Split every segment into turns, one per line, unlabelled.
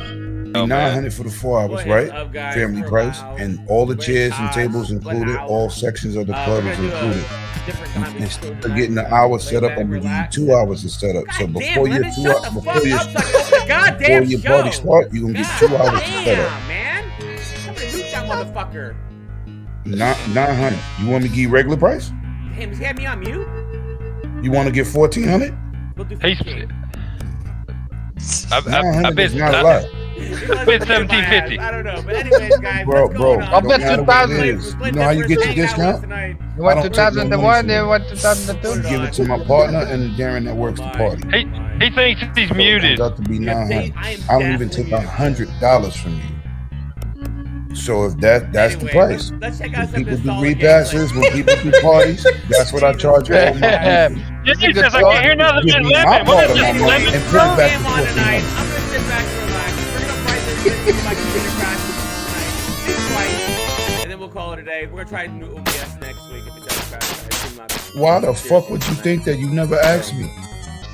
know,
nine
man.
hundred for the four hours,
Well,
right?
it's up, guys,
Family
for
price
about
and all the
three
chairs and
hours,
tables
one
included.
hour.
All sections of the
Uh,
club
we're
is
gonna do a
included.
different time.
And
We're
still getting the hour set up. I'm gonna give you two hours to set up. So
God damn,
before your
Lemon,
two
shut
hours,
the
before
fuck
your
up so I can open the
before
goddamn
your
show.
party start, you gonna get two hours to set up.
Damn, man. I'm gonna loot that motherfucker.
Nine hundred. You want me to give you regular price?
Damn, he's got me on mute?
You want to get fourteen hundred?
We'll do
He's-
15.
I've,
Nine
I've, I've
hundred is
been,
not a
I've,
lot,
He wants
Been
to get my
17.50.
ass. I don't know. But anyways, guys,
bro.
what's going
Bro,
on?
I'll
don't
bet
matter what it
2,000.
is. You know how you get your discount?
You
I
want
don't take no
2001,
money
then
from
you want 2002.
Hold
Give
on.
it to my partner and Darren that works the party.
he, he thinks he's muted.
That to be nine hundred. I don't even take a hundred dollars from you. So if that that's the price.
Let's check out
When
some of
people
this
do
solid
repasses,
gameplay.
when people do parties, that's what I charge all my people.
Just
That's a good
says I can't hear
thought.
nothing
Give
but
me my
lemon.
part
What
of
is
my
this,
money and
lemon?
put it
Throw
back
him on
to
tonight.
the
I'm gonna sit back and relax. We're gonna fight this bitch like we're gonna crash tonight. Think twice, and then we'll call it a day. We're gonna try new OBS next week if it doesn't crash. I assume not.
Why the fuck would you think that? You never asked me.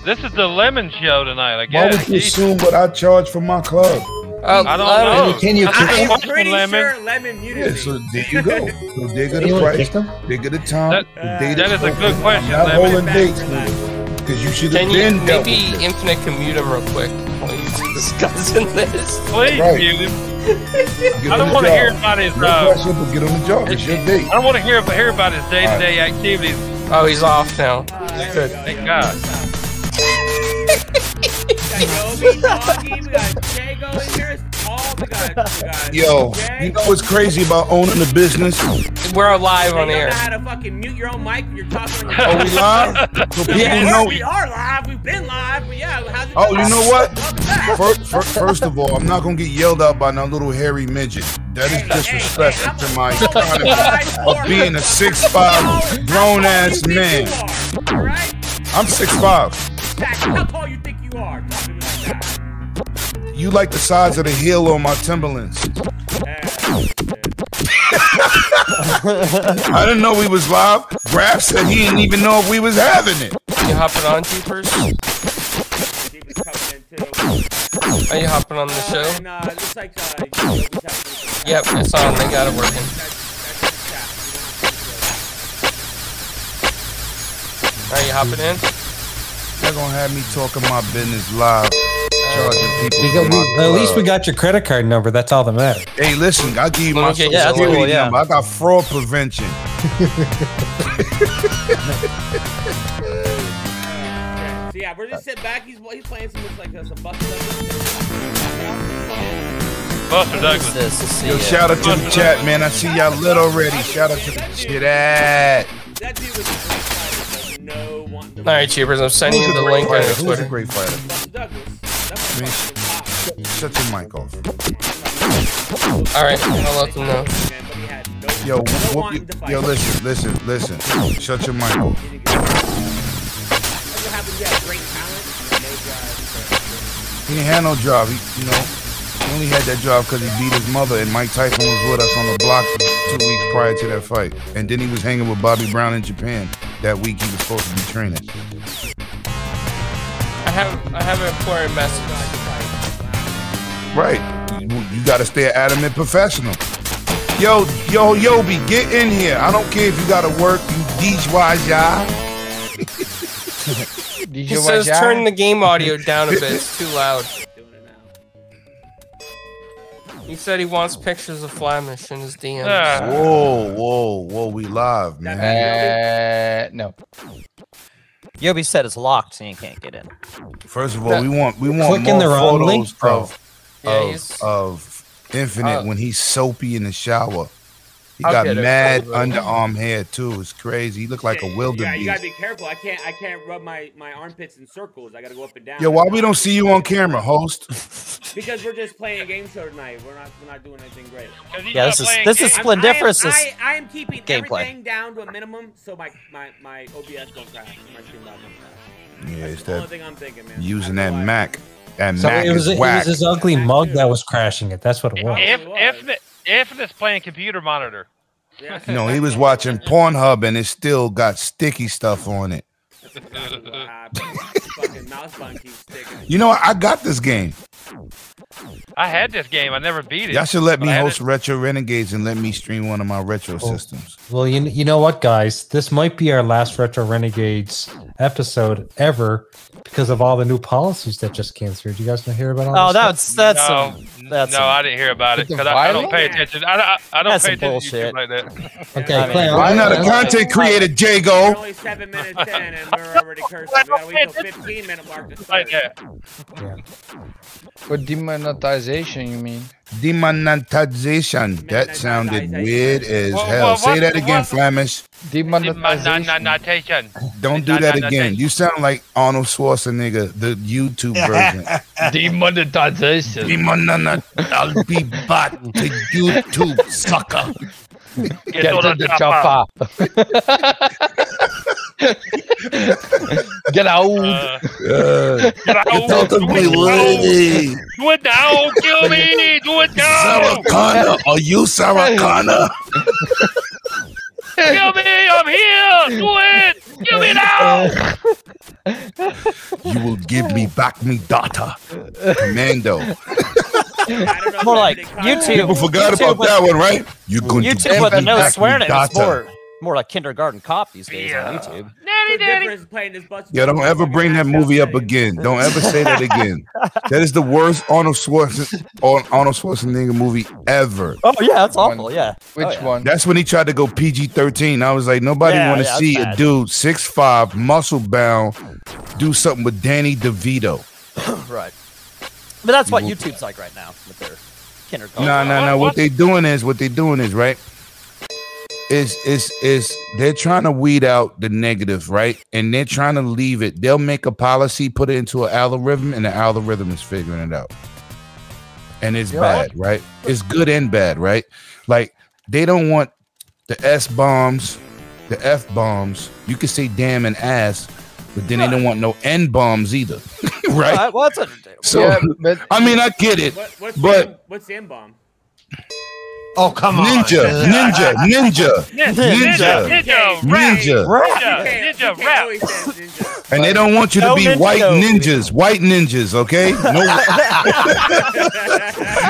This is the lemon show tonight,
Why
I guess.
would you assume what I charge for my club?
Uh,
I don't know.
Can you
I
kick
don't
him?
know.
I'm
Fucking
pretty
lemon.
sure Lemon muted
Yeah,
me.
so there you go. So bigger
Can
the
you kick
price,
him?
bigger the time, the
That-
data.
that is a good question,
I'm not
Lemon.
holding dates,
Relax.
because you should have
Can you
been dealt
maybe
with this.
infinite commute him real quick, please? Discussing this.
Please
Right.
mute him.
Get
I
on
don't
the
want to
job.
hear about his.
No
Uh,
pressure, but get on the job. It's your date.
I don't want to hear, hear about his day-to-day activities.
Oh, he's off now.
Ah, there
Good.
we go,
Thank
yo.
God.
We got Yogi, Doggy, we got Jago in here. It's All we got. We got
Yo,
Jay.
you know what's crazy about owning a business?
We're live
They
on
don't know
air.
how to fucking mute your own mic when you're talking. on your
Are we
phone.
live? So people
Yeah,
know.
we are live. We've been live, but yeah, how's it
Oh,
going?
you know what?
Welcome back.
First, first, first of all, I'm not gonna get yelled out by no little hairy midget. That is
Hey, hey,
disrespectful
hey,
to my
I'm a
economy of being a six five grown ass man.
Alright?
I'm six five.
Exactly. How tall you think you are? Talking like that.
You like the size of the heel on my Timberlands.
Yeah.
I didn't know we was live. Raph said he didn't even know if we was having it.
Are you hopping on, Jeepers?
She was coming in too.
Are you hopping on the
Uh,
show?
and, uh, looks like, uh, Yogi's having a-
Yep, it's on. They got it working.
that's- that's his chat.
Are you hopping in?
They're gonna have me talking my business live, charging people.
We
for
got-
my
we- at least we
club.
got your credit card number. That's all that matters.
Hey, listen, I give you my
Okay,
social
yeah, that's
security
cool, yeah.
number. I got fraud prevention.
So yeah, we're just sitting back. He's he's playing some it's like uh, some bucket level.
Buster
What's
Douglas.
this? Let's see
Yo,
it.
shout out to the chat, man. I see y'all lit already. Shout out to the
That
chat.
dude was a great fighter, but no one.
All right, Jeepers. I'm sending you
Who's a
the
great
link on
fighter?
your
Who's a
Twitter.
great fighter?
Buster Douglas. That was
Mish.
fucking
Shut your mic off.
hot.
All right, I'll let them know.
Man, but he had no-
Yo,
no
whoop,
one to
whoop,
fight.
yo, listen, listen, listen. Shut your mic off.
That's what happens when you have great talent and no drive.
He didn't have no job. He, you know, he only had that job because he beat his mother, and Mike Tyson was with us on the block for two weeks prior to that fight. And then he was hanging with Bobby Brown in Japan that week. He was supposed to be training.
I have I have an important message.
Right. You, you got to stay an adamant professional. Yo, yo, yo, be get in here. I don't care if you got to work, you DJ ya.
Did
He
you watch
says
that?
turn the game audio down a bit. It's too loud.
Doing it now.
He said he wants pictures of Flemish in his DMs.
Ah.
Whoa, whoa, whoa, we live, man.
Uh, no.
Yobi said it's locked, so you can't get in.
First of all, we want we want
Click in
more
the wrong
photos
link, bro.
of
Yeah,
of,
he's-
of Infinite
Oh.
when he's soapy in the shower. He
I'll
got
get it.
mad
I'll do it.
underarm hair too. It's crazy. He looked like a
Yeah, you
wildebeest.
gotta be careful. I can't I can't rub my my armpits in circles. I gotta go up and down.
Yo, why we don't see you on camera, host?
Because we're just playing a game show tonight. We're not we're not doing anything great.
'Cause he's
Yeah,
not
this is-
playing
this
games.
is- Splendiferous
I am,
is
I, I am keeping
gameplay.
everything down to a minimum so my my my OBS don't crash. My stream don't crash.
Yeah, it's
The only
that
thing I'm thinking, man.
using
I
that
feel like-
Mac. That
So
Mac
it was
is
it
whack.
was his ugly mug that was crashing it. That's what it was.
If if if it's playing computer monitor.
Yeah.
No, he was watching Pornhub and it still got sticky stuff on it.
That's what happened. Fucking mouse button keeps sticking.
You know, I got this game.
I had this game. I never beat it.
Y'all should let me
I had
host
it.
Retro Renegades and let me stream one of my
Oh.
retro systems.
Well, you, you know what, guys? This might be our last Retro Renegades episode ever because of all the new policies that just came through. Do you guys want to hear about all
Oh,
this stuff?
that's that's
no,
some, that's
no,
some-
I didn't hear about it
It's a
because I, I
violin?
don't pay attention. I, I, I don't
That's
pay attention
some
to
bullshit.
YouTube like that.
Okay,
I mean,
Clay,
I'm not a
that's-
content creator,
We're
Jago.
only seven minutes in, and we're already cursing. We gotta wait till 15 minute mark to start.
Like that.
For demonetization, you mean?
Demonetization. That sounded weird as
Well,
hell.
well,
Say
what-
that again,
what-
Flemish.
Demonetization.
Notation.
Don't do that again. You sound like Arnold Schwarzenegger, the YouTube version.
Demonetization.
Demonetization. I'll be back to YouTube, sucker.
Get on the chopper.
Get out.
Uh,
Uh,
get out.
you talking
Do
me
it now.
worthy.
Do it now. Kill me. Do it now.
Sarah Connor. Are you Sarah Connor?
Kill me. I'm here. Do it. Kill me now.
You will give me back me data. Commando.
I don't know if
more
that's
like
the
YouTube.
People forgot
YouTube
about
with-
that one, right? You're going to
YouTube
give
with
me
no
back
swearing
me
in it. It's
data.
more more like kindergarten cop these days on
Yeah.
YouTube.
The
Daddy, daddy.
difference playing this bus-
Yeah, don't ever bring that movie up again. Don't ever say that again. That is the worst Arnold Schwarzenegger, Arnold Schwarzenegger movie ever.
Oh yeah, that's awful.
One.
Yeah.
Which
oh, yeah.
one?
That's when he tried to go PG thirteen. I was like, nobody
Yeah,
want to
yeah,
see
that's
a
bad.
dude six five, muscle bound, do something with Danny DeVito.
Right. But that's what YouTube's like right now with their kindergarten.
No, no, no. What they doing is what they doing is right. Is is is they're trying to weed out the negative, right? And they're trying to leave it. They'll make a policy, put it into an algorithm, and the algorithm is figuring it out. And it's
Yeah.
bad, right? It's good and bad, right? Like they don't want the S bombs, the F bombs. You could say damn and ass, but then they don't want no N bombs either,
All
right?
right, well, that's a,
So
yeah, but
I mean, I get it.
What, what's
But-
the, what's the M bomb?
Oh, come on.
Ninja, ninja, ninja.
Ninja.
Ninja.
Ninja. Ninja.
You
Ninja.
can't
Rap.
always say ninja.
And they don't want you to
No
be
ninja
white
though.
ninjas, white ninjas, okay? No,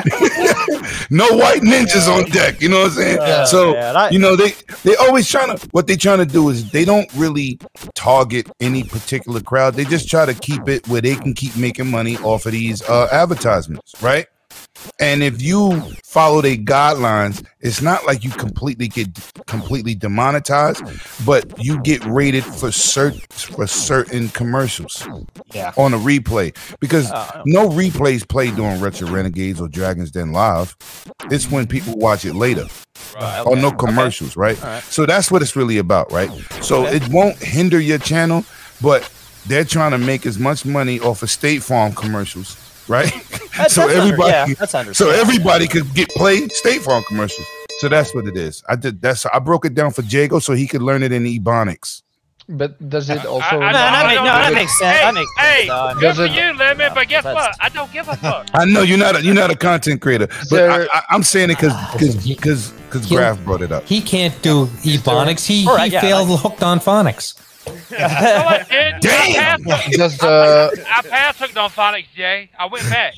no white ninjas on deck. You know what I'm saying?
Yeah,
so
man, I-
you know they they always trying to what they trying to do is they don't really target any particular crowd. They just try to keep it where they can keep making money off of these uh, advertisements, right? And if you follow their guidelines, it's not like you completely get completely demonetized, but you get rated for cert for certain commercials.
Yeah.
On a replay. Because
Oh.
no replays play during Retro Renegades or Dragons Den Live. It's when people watch it later.
Right,
Or no
okay.
commercials, right?
All right.
So that's what it's really about, right? So
Okay.
it won't hinder your channel, but they're trying to make as much money off of State Farm commercials, right?
That's-
so
that's under-
everybody
yeah, that's
so
understandable.
everybody could get play State Farm commercials. So that's what it is. I did that's I broke it down for Jago so he could learn it in Ebonics.
but does it
I-
also?
I-
No, that, make, no, that makes sense.
uh, Hey,
that makes
hey,
sense. Uh,
Good for
Doesn't-
you, Lemon, but guess
That's-
what? I don't give a fuck.
I know you're not a, you're not a content creator, but I,
Sir-
I, I'm saying it because because because
Kim-
Graf brought it up.
He can't do ebonics. He,
All right,
he
yeah,
failed hooked on phonics.
No, I didn't.
Damn!
I passed,
Does uh,
I passed hooked on phonics, Jay. I went back.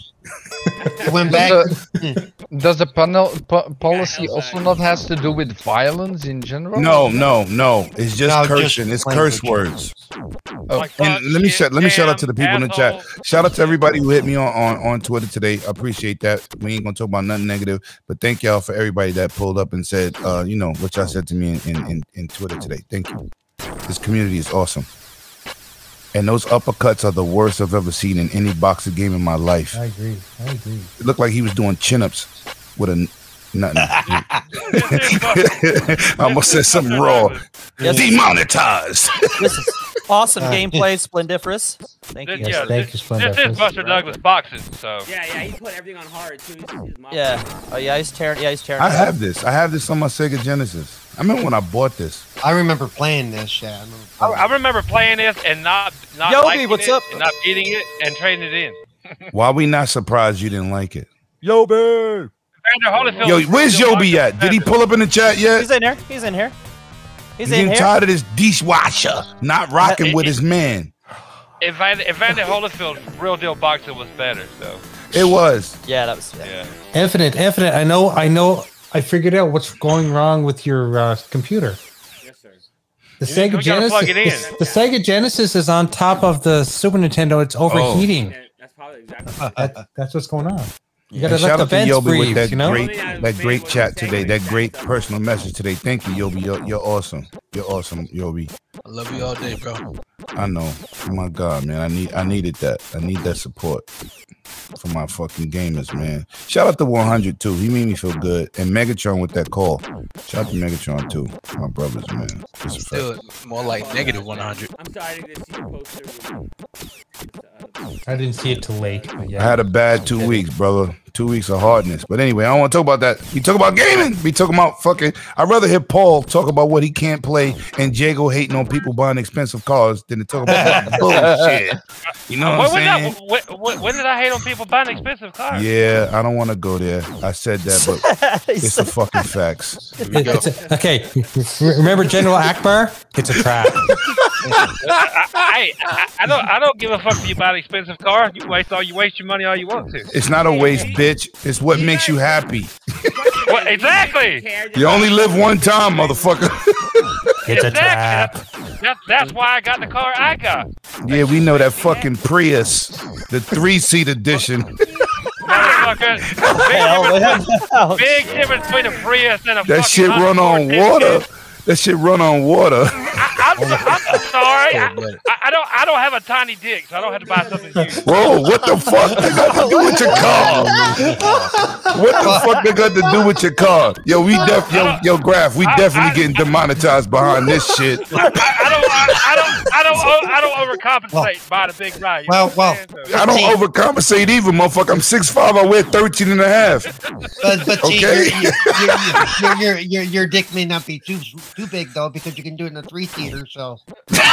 It went
does
back.
the, does the panel po- policy
Yeah,
also
outside.
not has to do with violence in general?
No, no, no. It's just
No,
cursing. it's
language.
curse words.
Oh.
Like, fuck,
And let me
shit,
shut let me shout out
damn,
to the people in the chat.
asshole.
Shout out to everybody who hit me on, on on Twitter today. I appreciate that. We ain't gonna talk about nothing negative, but thank y'all for everybody that pulled up and said, uh, you know, what y'all said to me in in, in, in Twitter today. Thank you. This community is awesome. And those uppercuts are the worst I've ever seen in any boxing game in my life.
I agree. I agree.
It looked like he was doing chin ups with a n- nothing.
This dude's fucking-
I almost said something raw.
Yes.
Demonetized.
this is awesome
Uh,
gameplay, Splendiferous. Thank you.
This,
Yes,
yeah,
thank
this,
you,
this is
Splendiferous.
Buster Douglas boxing, so.
Yeah, yeah, he put everything on hard too. He's, he's my-
Yeah. Oh yeah, he's tearing. Yeah, he's tearing.
I
it up.
have this. I have this on my Sega Genesis. I remember when I bought this.
I remember playing this. Yeah. I remember
I,
playing
I remember playing this and not not
Yogi,
liking
what's
it
up?
and not beating it and trading it in.
Why we not surprised you didn't like it?
Yo, babe.
Vander Holyfield
Yo,
is
where's
still
Yobi at? Did he pull up in the chat yet?
He's in here. He's in here. He's
He's
in
getting
here.
tired of this dishwasher not
Uh,
rocking with his man.
If Van- if Vander Holyfield's real deal boxing was better, so
It was.
Yeah, that was.
Yeah.
Infinite, infinite. I know, I know. I figured out what's going wrong with your uh, computer.
Yes, sir.
Yeah, we
The Sega
gotta
Genesis.
plug it in.
The, the Sega Genesis is on top of the Super Nintendo.
Oh.
It's overheating.
Yeah, that's probably exactly.
That, that's what's going on. You
And
gotta let
shout
the
out to
vents
Yobi
breathe.
with that
You know.
great that great chat today. That great personal message today. Thank you, Yobi. You're, you're awesome. You're awesome, Yobi.
I love you all day, bro.
I know. Oh my God, man. I need I needed that. I need that support for my fucking gamers, man. Shout out to 100 too. He made me feel good. And Megatron with that call. Shout out to Megatron too. My brothers, man. It's a fact.
Still more like negative 100.
I'm sorry, I didn't see your poster.
I didn't see it till late. But
I
yeah.
had a bad two weeks, brother. Two weeks of hardness. But anyway, I don't want to talk about that. We talk about gaming. We talk about fucking. I'd rather hear Paul talk about what he can't play and Jago hating on people buying expensive cars than to talk about that bullshit. You know what
When, when,
I'm saying?
that, when, when, when did I hate on people buying expensive cars?
Yeah, I don't want to go there. I said that, but it's the
He's-
fucking facts.
Here we go.
It's a- okay. Remember General Akbar? It's a trap.
I, I, I don't I don't give a fuck if you buy an expensive car. You waste all you waste your money all you want to.
It's not a waste, bitch. It's what makes you happy.
Well, exactly.
You only live one time, motherfucker.
It's a trap.
Exactly. That, that's why I got the car I got.
yeah, we know that fucking Prius, the three seat edition.
Motherfucker.
Hell,
Big, difference,
yeah.
big difference between a Prius and a fucking
That shit run
Honda
on
Accord,
water.
dickhead.
That shit run on water.
I, I'm, so- I'm so sorry. I,
Oh, man.
I, I don't I don't have a tiny dick, so I don't have to buy something huge.
Whoa, what the fuck they got to do with your car? What the fuck they got to do with your car? Yo, we def yo yo graph, we
I-
definitely
I-
getting demonetized behind this shit.
I, I don't I, I don't I don't o- I don't overcompensate by the big ride. you know
well,
what I'm
well.
saying? So-
I don't overcompensate either, motherfucker. I'm 6'5, I wear 13 and a half.
But, but see,
Okay.
your, your, your, your, your, your, your dick may not be too too big though because you can do it in a three seater. So
That, I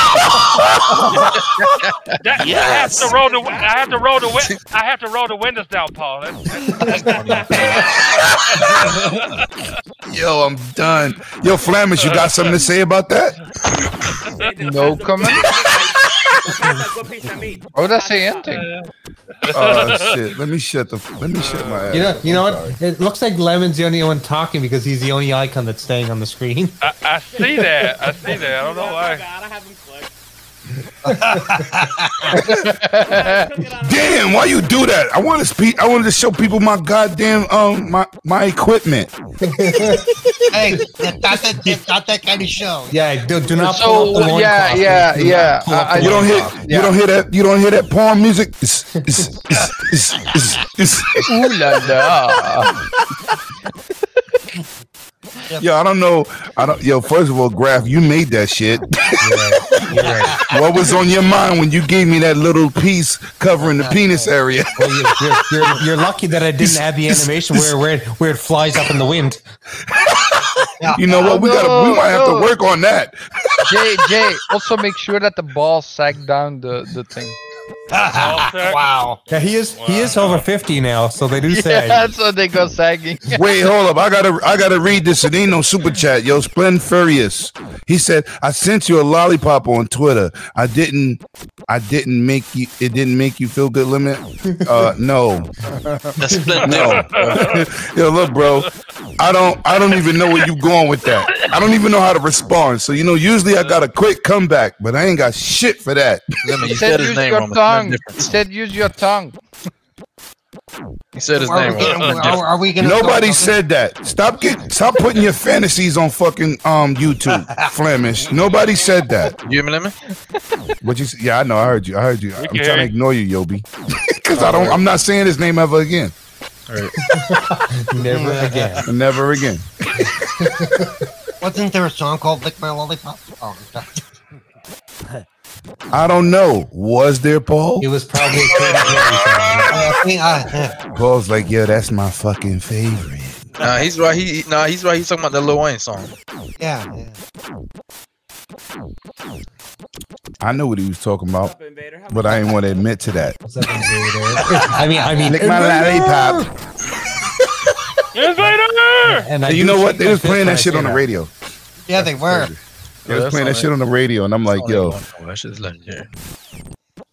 have
Yes.
to roll the wi- I have to roll the wi- I have to roll the windows down, Paul. That's,
Yo, I'm done. Yo, Flamish, you got something to say about that?
No comment?
What piece of meat?
I would I say anything?
Oh shit. Let me shut the let me shut my ass.
You know, you know what? It looks like Lemon's the only one talking because he's the only icon that's staying on the screen.
I, I see that. I see that. I don't know
I
why.
got. Oh I have them clicked.
Damn, why you do that? I want to speak. I wanted to show people my goddamn um my my equipment.
hey, that's not that, that's not that kind of show.
Yeah, do, do not pull up the
So yeah,
loincloth.
yeah,
Do not
yeah.
pull up
I- I
the
You don't hear
Yeah.
you don't hear that you don't hear that porn music. It's- it's- it's- it's- it's- it's-
Ooh la la.
Yo, I don't know. I don't. Yo, first of all, Graf, you made that shit.
loincloth. You're right.
what was on your mind when you gave me that little piece covering the penis area?
Well, you're, you're, you're, you're lucky that I didn't add the animation where, where, it, where it flies up in the wind.
You know what? We gotta.
Oh,
We might have to work on that.
Jay, Jay, also make sure that the ball sag down the, the thing.
Wow.
Yeah, he is he is over 50 now, so they do say.
Yeah, so they go sagging.
Wait, hold up. I gotta I gotta read this. It ain't no super chat, yo. Splend Furious. He said, I sent you a lollipop on Twitter. I didn't I didn't make you it didn't make you feel good, limit. Uh no.
The split
No. yo, look, bro. I don't I don't even know where you going with that. I don't even know how to respond. So you know, usually I got a quick comeback, but I ain't got shit for that.
Lemon,
He
you
said
said his
use
name
your
wrong. It's
tongue.
no
He
difference.
said use your tongue.
He said his
Are we,
name
gonna,
wrong.
are, are we gonna?
Nobody said that. Stop get stop putting your fantasies on fucking um YouTube, Flemish. Nobody said that.
You mean lemon?
What you? s- Yeah, I know. I heard you. I heard you. I'm
Okay.
trying to ignore you, Yobi, because I don't. I'm not saying his name ever again.
Never again.
Never again.
Wasn't there a song called "Lick My Lollipop"? Oh, God.
I don't know. Was there Paul?
It was probably a Katy Perry song.
Uh, I think, uh,
Paul's like, yeah, that's my fucking favorite.
Nah, he's right. He nah, he's right. He's talking about the Lil Wayne song.
yeah, yeah.
I know what he was talking about,
Up, invader. How
but I didn't want to admit to that.
What's that one, Vader? I mean, I mean,
Lick my lollipop.
Invader!
And I
And you
do
know what?
shake
They
my
was
fist
playing
when I
that shit
say
on the radio.
Yeah, they were.
They was playing that shit on the radio, and I'm like, yo,
That shit's legendary.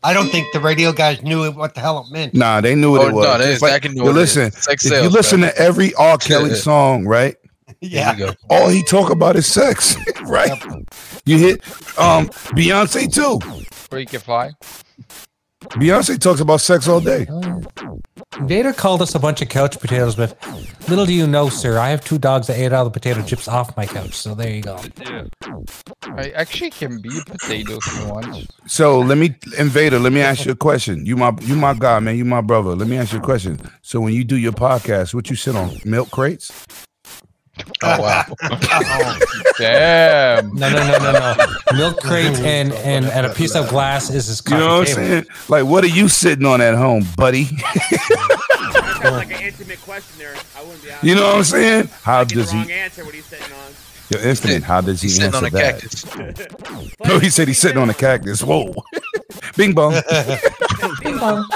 I don't think the radio guys knew what the hell it meant.
Nah, they knew what
Oh,
it was.
no, they
Just like-
exactly knew
yo,
what it is.
listen,
It's like
if you
sales,
listen
bro.
to every R. Kelly song, right?
Yeah.
Here we go.
All he talk about is sex, right? You hit um Beyonce too.
Freakify.
Beyonce talks about sex all day.
Vader called us a bunch of couch potatoes, but little do you know, sir, I have two dogs that ate all the potato chips off my couch. So there you go.
Yeah.
I actually can be a potato if you want.
So let me invader. Let me ask you a question. You my you my guy, man. You my brother. Let me ask you a question. So when you do your podcast, what you sit on? Milk crates?
Oh wow.
Damn.
No, no, no, no, no. Milk crate and, and, and a piece of glass is his
You
coffee
know what I'm
table.
saying? Like, what are you sitting on at home, buddy?
That sounds like an intimate question there. I wouldn't be honest.
You know what I'm saying? How
Get the
does
wrong
he?
answer. What he's sitting on?
Your infinite. How does he
He's sitting
answer
on a
that?
cactus.
No, he said he's sitting on a cactus. Whoa, bing bong.
Bing bong.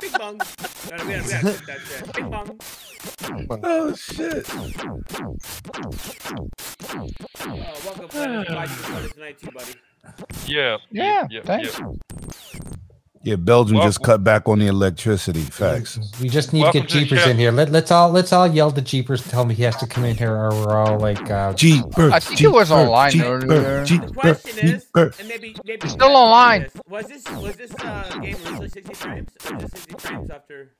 Bing bong. No, no, we gotta- we gotta clip that shit. Bing bong.
Oh shit.
Uh, welcome to the podcast tonight, too, buddy.
Yeah.
Yeah,
yeah,
thanks.
Yeah, Belgium
Well-
just cut back on the electricity. Facts.
We just need to
Welcome
get
to the
Jeepers
show.
in here. Let, let's all let's all yell to Jeepers and tell me he has to come in here, or we're all like, uh,
G
I think it was online earlier.
G
The question is, and maybe maybe
It's still online.
Was this was this uh, game originally 60 frames? Or was this 60 frames after?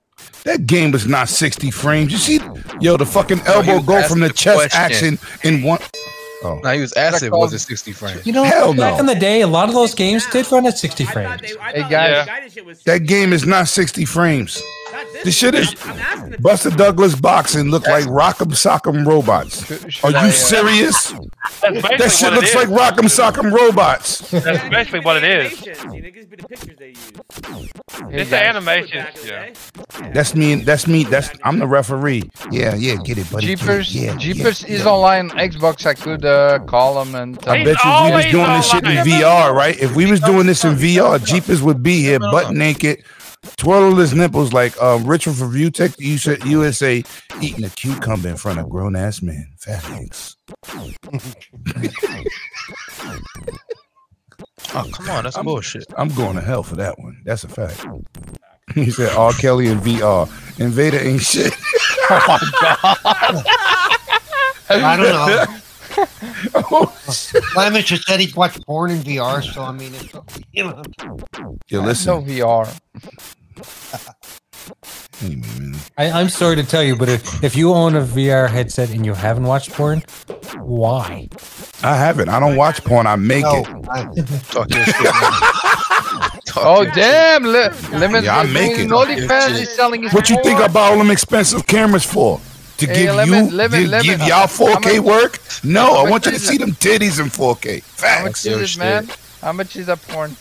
That game was not 60 frames. You see, yo, the fucking elbow
you
go
asked
from the
the
chest
question.
action in one. Oh,
Now he was acid.
called-
Was it 60 frames?
you know,
Hell
back
no.
in the day, a lot of those games did run at sixty
I
frames.
thought they, I
Hey,
thought
guys.
the guidance shit was.
that game is not 60 frames.
not
This shit is-
I'm, I'm asking the
Buster Douglas boxing look like Rock'em Sock'em robots.
Should
Are
I,
you
uh,
serious?
That's basically
That shit
what it
looks
is.
like Rock'em Sock'em robots.
Yeah,
That's
niggas
basically
be
what it
the
is.
animations, You niggas be the pictures they use.
hey
It's the
guys,
animation.
Back in the
Yeah.
day.
That's me. That's me. That's I'm the referee. Yeah, yeah, get it, buddy.
Jeepers,
Yeah, yeah,
Jeepers is
yeah.
online on Xbox. I could uh, call him and tell
I
him.
He's
bet you if we was
always
doing this shit in
online.
VR, right? If we was doing this in VR, Jeepers would be here, butt naked, twirling his nipples like um, Richard from ViewTech USA, USA eating a cucumber in front of grown ass men. Facts.
Oh come on, that's bullshit.
I'm going to hell for that one. That's a fact. He said R. Kelly in VR. Invader ain't shit.
I don't know.
Oh,
Lamas just said he's watched porn in VR, so I mean, it's, you know,
yeah,
No
listen.
VR.
Anyway, man.
I, I'm sorry to tell you, but if, if you own a VR headset and you haven't watched porn, why?
I haven't. I don't watch porn. I make
no.
it.
I-
Talk your shit. Talk
Oh
your
damn! Le- Lemon,
Yeah, I make it.
OnlyFans is selling his
What you think I
porn.
bought all them expensive cameras for? To
Hey,
give
lemon-
you,
lemon-
give,
lemon.
give y'all 4K
I'm a-
work? No, I
I'm a
want you to
kid.
see them titties in 4K.
How
Facts.
much
Yo,
is it,
shit.
man? How much is that porn?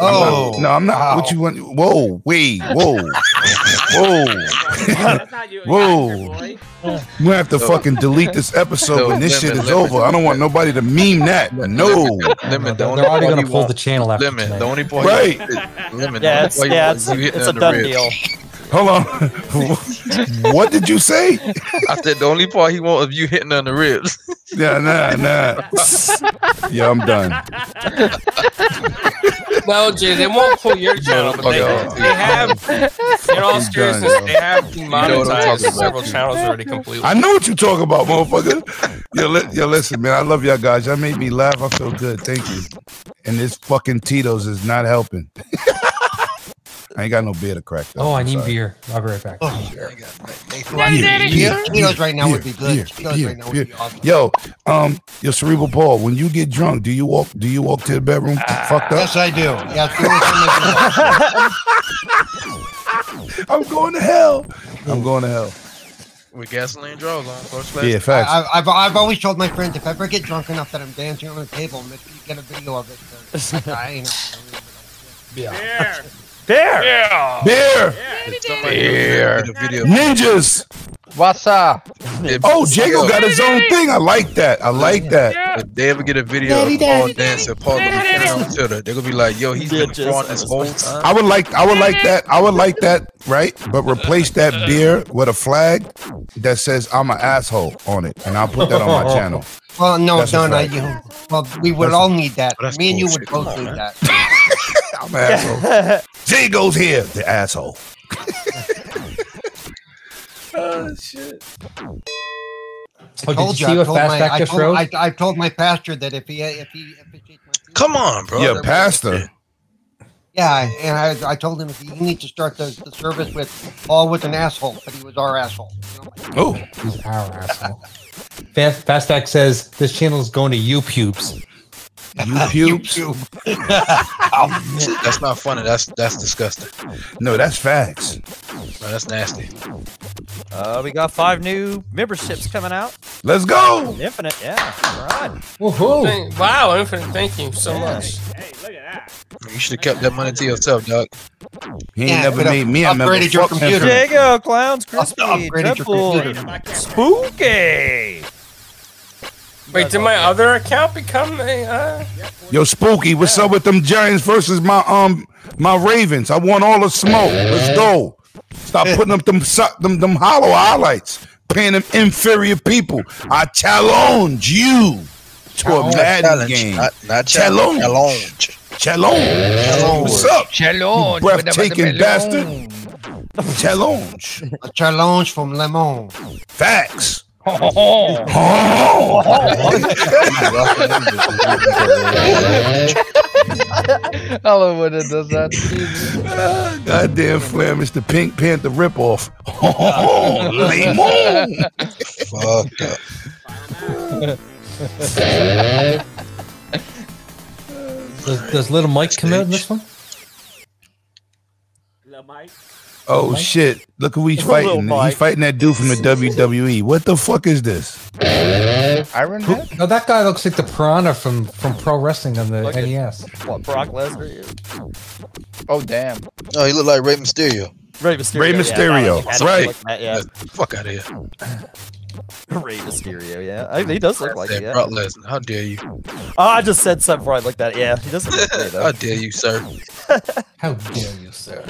oh,
no, I'm not. What
wow.
you want? Whoa, wait, whoa, whoa.
That's not you.
Whoa.
Your boy.
We gonna have to fucking delete this episode
No,
when this shit
lemon,
is
lemon.
over. I don't want nobody to meme that. No,
Lemon, the
They're,
only
they're already
part
going
you
to pull
want-
the channel after
Lemon,
tonight.
the only part.
right?
Lemon.
Yeah, it's, yeah, it's,
you
it's a done deal.
Hold on. what did you say?
I said the only part he want of you hitting on the ribs.
Yeah, nah, nah. yeah, I'm done.
No, Jay, they won't pull your channel,
but they, they have, in all seriousness,
done,
they have
know what I'm
demonetized
talking about.
several channels already completely.
I know what you talk about, motherfucker. Yo, li- yo, listen, man. I love y'all guys. Y'all made me laugh. I feel good. Thank you. And this fucking Tito's is not helping. I ain't got no beer to crack. Though.
Oh, I
I'm
need
sorry.
beer. I'll be right back.
Oh.
Beer,
Cheetos right now would be good.
beer,
Cheetos
beer,
right now would
beer.
be awesome.
Yo, um, your cerebral Paul. When you get drunk, do you walk? Do you walk to the bedroom fucked up?
Yes, I do. Yes, you know something like that.
I'm going to hell. I'm going to hell.
With gasoline draws on first class.
Yeah,
I,
facts.
I- I've, I've always told my friends if I ever get drunk enough that I'm dancing on a table, make sure you get a video of it. So I, you know,
There.
There.
Yeah.
beer,
Beer. Video.
ninjas.
What's up?
Oh, Jago got his own thing. I like that. I like that.
Yeah.
If they ever get a video of Paul dancing, Paul gonna be found on Twitter. They're gonna be like, "Yo, he's been
Bitches.
fraud this whole time."
I would like I would like that. I would like that, right? But replace that beer with a flag that says I'm an asshole on it. And I'll put that on my channel.
well, no,
That's a
no, no.
fact.
You, well, we would
That's-
all need that.
That's Oh,
Me and you would
bullshit. Come
both
on,
need
man.
that.
I'm an asshole. Jay goes here, the asshole.
Oh, did you
told you,
see
I
what
told my,
Fastback
I
just
told,
wrote?
I, I told my pastor that if he, if he, if he takes my food-
Come on, bro.
Your pastor.
yeah, and I, I told him you need to start the, the service with all with an asshole, but he was our asshole. You know?
Oh,
He's our asshole. Fast, Fastback says this channel is going to you pubes.
you pubes?
That's not funny. That's that's disgusting.
No, that's facts.
No, that's nasty.
Uh, we got five new memberships coming out.
Let's go.
Infinite, yeah. All right.
Woohoo!
Thank- Wow, Infinite, thank you so much.
Hey, look at that.
You should have kept that money to yourself, dog.
He ain't
Yeah,
never
but I
made me a member.
upgraded your
Fuck him.
computer.
There you go, clowns, crispy,
upgraded your
triple,
computer.
spooky.
Wait, did my other account become a? Uh...
Yo, Spooky, what's up with them Giants versus my um my Ravens? I want all the smoke. Let's go. Stop putting up them su- them them hollow highlights, paying them inferior people. I challenge you to a Madden
Challenge,
game.
Not, not
Challenge.
challenge. Challenge.
Challenge. What's up?
Challenge.
You breathtaking bastard. Oh, Challenge.
A challenge from Lemon.
Facts.
Oh.
bastard. I love when it does that.
Goddamn Flam, it's the Pink Panther ripoff. Oh, lemon.
Fucked up.
Does, does little Mike come out in this one?
Little Mike.
Oh shit! Look who he's
It's a little
fighting. He's
bike.
fighting that dude from the WWE. What the fuck is this?
Iron Head?
No, that guy looks like the piranha from from pro wrestling on the E
Look at-
NES.
What, Brock Lesnar? is?
Oh damn.
No, he looked like Rey Mysterio.
Rey Mysterio.
Rey
yeah,
Mysterio,
I don't
right.
look Like that, yeah.
Fuck out of here.
Rey Mysterio, yeah. I, he does look like
That
it, yeah.
Brock Lesnar. How dare you?
Oh, I just said something right like that, yeah. He does look like it,
How
though.
dare you, sir?
How dare you, sir?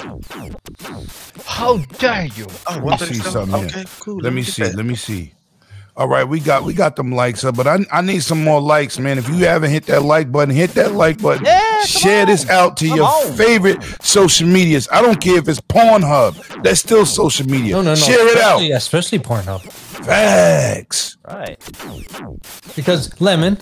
How dare you?
Oh,
Let me see
137?
something here.
Okay, cool.
Let me
get
see.
that.
Let me see. All right, we got we got them likes up, but I I need some more likes, man. If you haven't hit that like button, hit that like button.
Yeah, come
Share this out to
Come
your
on.
favorite social medias. I don't care if it's Pornhub. That's still social media.
No, no, no.
Share it out.
Especially- Especially Pornhub.
Facts.
Right.
Because, Lemon,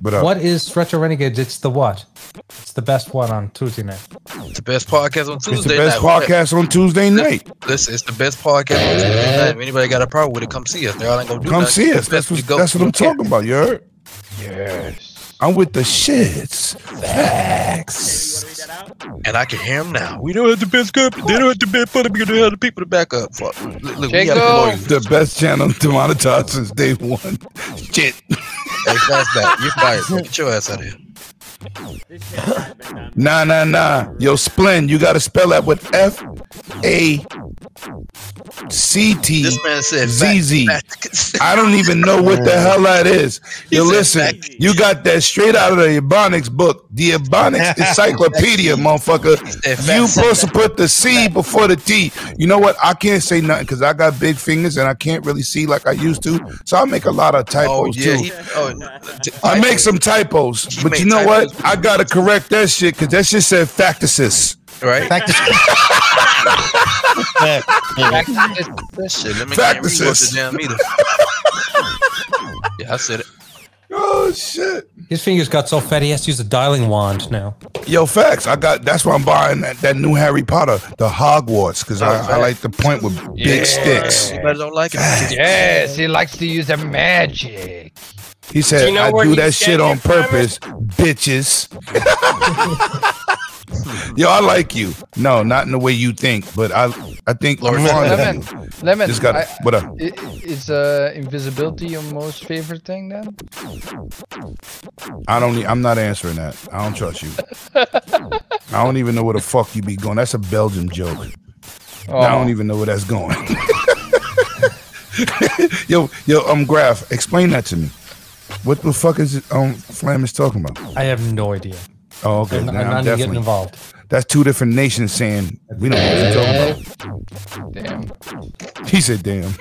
But uh,
what is Retro Renegades? It's the what? It's the best what on Tuesday night.
It's the best podcast on Tuesday
it's the best
night.
podcast on Tuesday night.
Listen, it's the best podcast on Tuesday night. If anybody got a problem with it, come see us. They all ain't gonna do
Come
nothing.
see us.
It's best
That's
we
what
go.
that's what
We
I'm
don't
talking about. You heard?
Yes.
I'm with the shits.
Maybe you want
Facts.
to read that out?
care. And I can hear them now. We don't have the best company. They don't have the best funny because they have the people to back up. Fuck. Look, look we got
Jacob.
lawyers.
The best channel to monetize since day one. Shit.
Hey, fast back. You're fired. bro. Get your ass out of here.
This shit has been done.
Nah, nah, nah. Yo, Splin, you gotta spell that with F A C T.
This man said
ZZ.
Fast,
I don't even know what the hell that is. Yo,
He said
listen,
facts.
you got that straight out of the Ebonics book, the Ebonics Encyclopedia, motherfucker.
said
You
facts.
supposed to put the C before the T. You know what? I can't say nothing because I got big fingers and I can't really see like I used to. So I make a lot of typos
oh yeah.
too.
He, oh, j-
I make some typos,
He
but
made
you know
typos.
what? I gotta correct that shit because that shit said factices.
right.
Back to
That shit. Let me can't read what the
Practices.
damn either. yeah, I said it.
Oh shit.
His fingers got so fat he has to use a dialing wand now.
Yo, facts. I got. That's why I'm buying that, that new Harry Potter, the Hogwarts, because
Oh,
I, I
facts.
like the point with big
Yeah.
sticks.
Somebody don't like it.
Yes, he likes to use the magic.
He said,
you know
"I
where
do
he
that
said
shit
it
on
from?
purpose, bitches." Yo, I like you. No, not in the way you think, but I, I think
Lord,
I'm fond of
Lemon,
you.
lemon.
Just got
I-
what up?
i- Is uh, invisibility your most favorite thing then?
I don't. e- I'm not answering that. I don't trust you. I don't even know where the fuck you be going. That's a Belgium joke.
Oh,
I don't even know where that's going. yo, yo, um, Graf, explain that to me. What the fuck is it, um Flam is talking about?
I have no idea.
Oh, okay.
I'm, I'm
now I'm
not even getting
definitely.
involved.
That's two different nations saying we don't know what you're talking
damn.
about. He said, "Damn."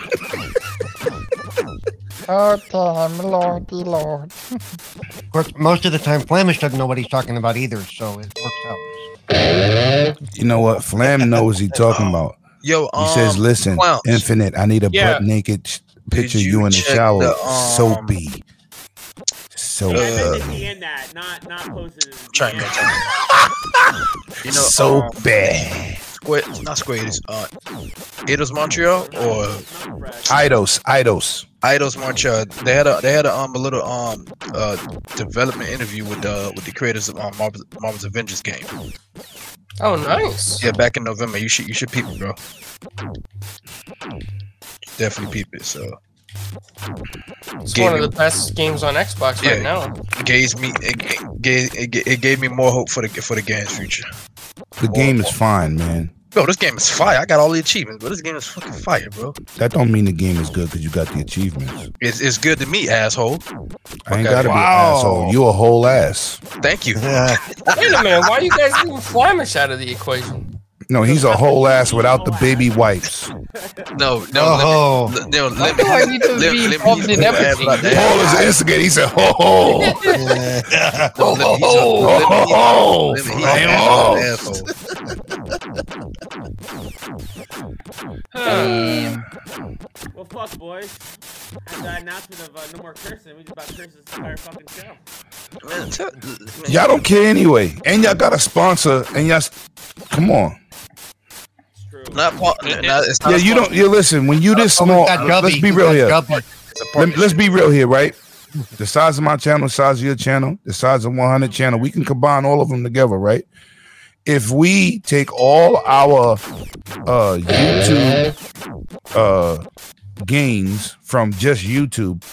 Oh, time, lordy, lord.
Of course, most of the time, Flamish doesn't know what he's talking about either, so it works out.
You know what? Flam knows he talking about.
Yo,
He
um,
says, "Listen,
Clowns,
infinite. I need a
Yeah.
butt naked sh-
Did
picture
you
you, in the
check
shower,
the, um,
soapy, so
I meant
uh,
to in that, not not posted. As a
Try
DM.
and catch up. You know,
so
um,
bad."
Squid, not Squid, it's uh, Idos Montreal or
Not fresh.
Idos, Idos.
Idos Montreal. They had a they had a, um a little um uh development interview with uh with the creators of um, Marvel's, Marvel's Avengers game.
Oh, nice.
Yeah, back in November. You should you should peep it, bro. Definitely peep it. So
It's
Gave
one of
me-
the best games on Xbox
Yeah.
right now.
it gave me it, it, gave, it, ga- it gave me more hope for the for the game's future.
The game is fine, man.
Bro, this game is fire. I got all the achievements, but this game is fucking fire, bro.
That don't mean the game is good because you got the achievements.
It's, it's good to me, asshole.
I ain't
Okay.
gotta be
Wow.
an asshole. You a whole ass.
Thank you.
Yeah.
Wait a minute, why are you guys leaving Flamish out of the equation?
No, he's a whole ass without the baby wipes.
No, no,
Oh,
let me, no, let
do
me,
I need to
let-
be
let me-
involved in
let me-
everything?
let me-
Paul is an instigator. He said, ho ho.
yeah.
No, let me- he's a-
Oh,
let
oh,
me- he's a- let me- he's
I am
an asshole,
off.
asshole.
Uh,
Well, fuck, boys. After the announcement of uh, no more cursing, we just about cursed this entire fucking show.
Man, tell- man,
Y'all don't care anyway. And y'all got a sponsor. And y'all, s- come on.
It's true.
Not, pa- n- not, it's not
Yeah,
a
you
sponsor,
don't. You listen. When you this
Oh, we
small,
got Gubby.
let's be
We
real
got
here.
Gubby.
it's a
Let,
partnership.
let's be real here, right? The size of my channel, the size of your channel, the size of 100 channel. We can combine all of them together, right? If we take all our uh, YouTube uh, gains from just YouTube,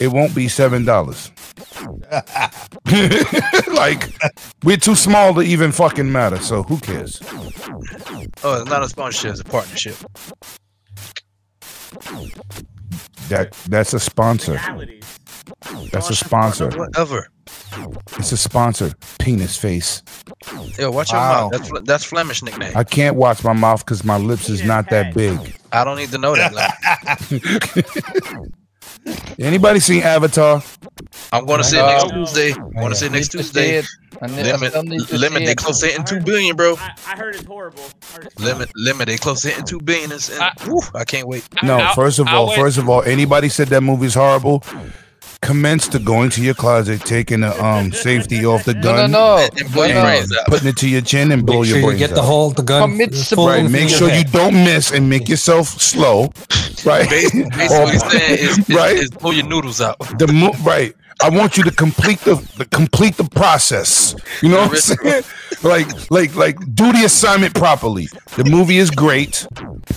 it won't be seven dollars. like we're too small to even fucking matter. So who cares?
Oh, it's not a sponsorship. It's a partnership.
That that's a sponsor.
Realities.
That's a sponsor.
Whatever.
It's a sponsor. Penis face.
Yo, watch your
Wow.
mouth. That's Fle- that's Flemish nickname. I,
I can't watch my mouth because my lips is not that big.
don't need to know that. Lemon.
Anybody seen Avatar?
I'm going to see it next
No.
Tuesday. going to see it next
Oh, Need to see
Tuesday.
it. I need- I still
Limit,
need to
limit.
see
They
it.
close to hitting two billion, bro.
I, I heard it's horrible. I heard it's
Limit, limit. They close to hitting two billion. It's, and,
I-
whew, I can't wait.
No,
I-
first of
I
all,
went-
first of all, anybody said that movie's horrible. Commence to going to your closet, taking the um safety off the
No, no,
gun,
no.
And blow your
no,
brains
no.
and
out.
putting it to your chin and blow
Make sure
your
you
brains
get the
out.
whole the gun.
Commit
full
some-
Right,
in
make
your
sure you
hand.
don't miss and make yourself slow. Right,
Basically, basically
Or-
what he's saying is, is,
Right?
is pull your noodles out.
the mo- right. I want you to complete the, the complete the process. You know what I'm saying? Like like like do the assignment properly. The movie is great.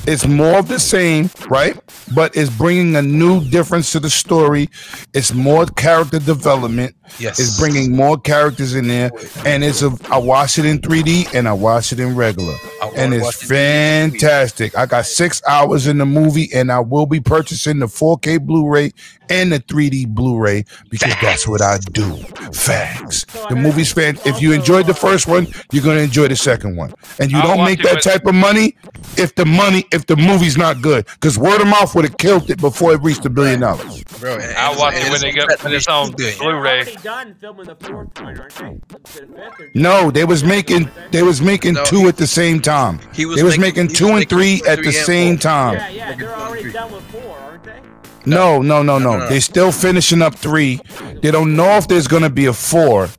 It's more of the same, right? But it's bringing a new difference to the story. It's more character development.
Yes.
It's bringing more characters in there, and it's a. I watched it in 3D and I watched it in regular,
I wanna
and
watch
it's
it in 3D.
fantastic. I got six hours in the movie, and I will be purchasing the 4K Blu-ray and the 3D Blu-ray because that's what I do. Facts. The movie's fan. If you enjoyed the first one, you're gonna enjoy the second one, and you
I'll
don't
watch
make
it
that
with-
type of money if the money if the movie's not good, because word of mouth would have killed it before it reached a billion dollars.
Bro, and- and
I watch
and
it when they get when it's on
$2 billion.
They're
Blu-ray.
already done filming the fourth one, aren't they? The fifth, they're-
No, they was making they was making
No,
two
he-
at the same time.
he was
they was
making-
making,
he was
two
making
and three
two,
at the
three and
same
four.
time.
Yeah, yeah, they're already done with four, aren't they?
No, no, no, no.
no, no.
They still finishing up three. They don't know if there's gonna be a four,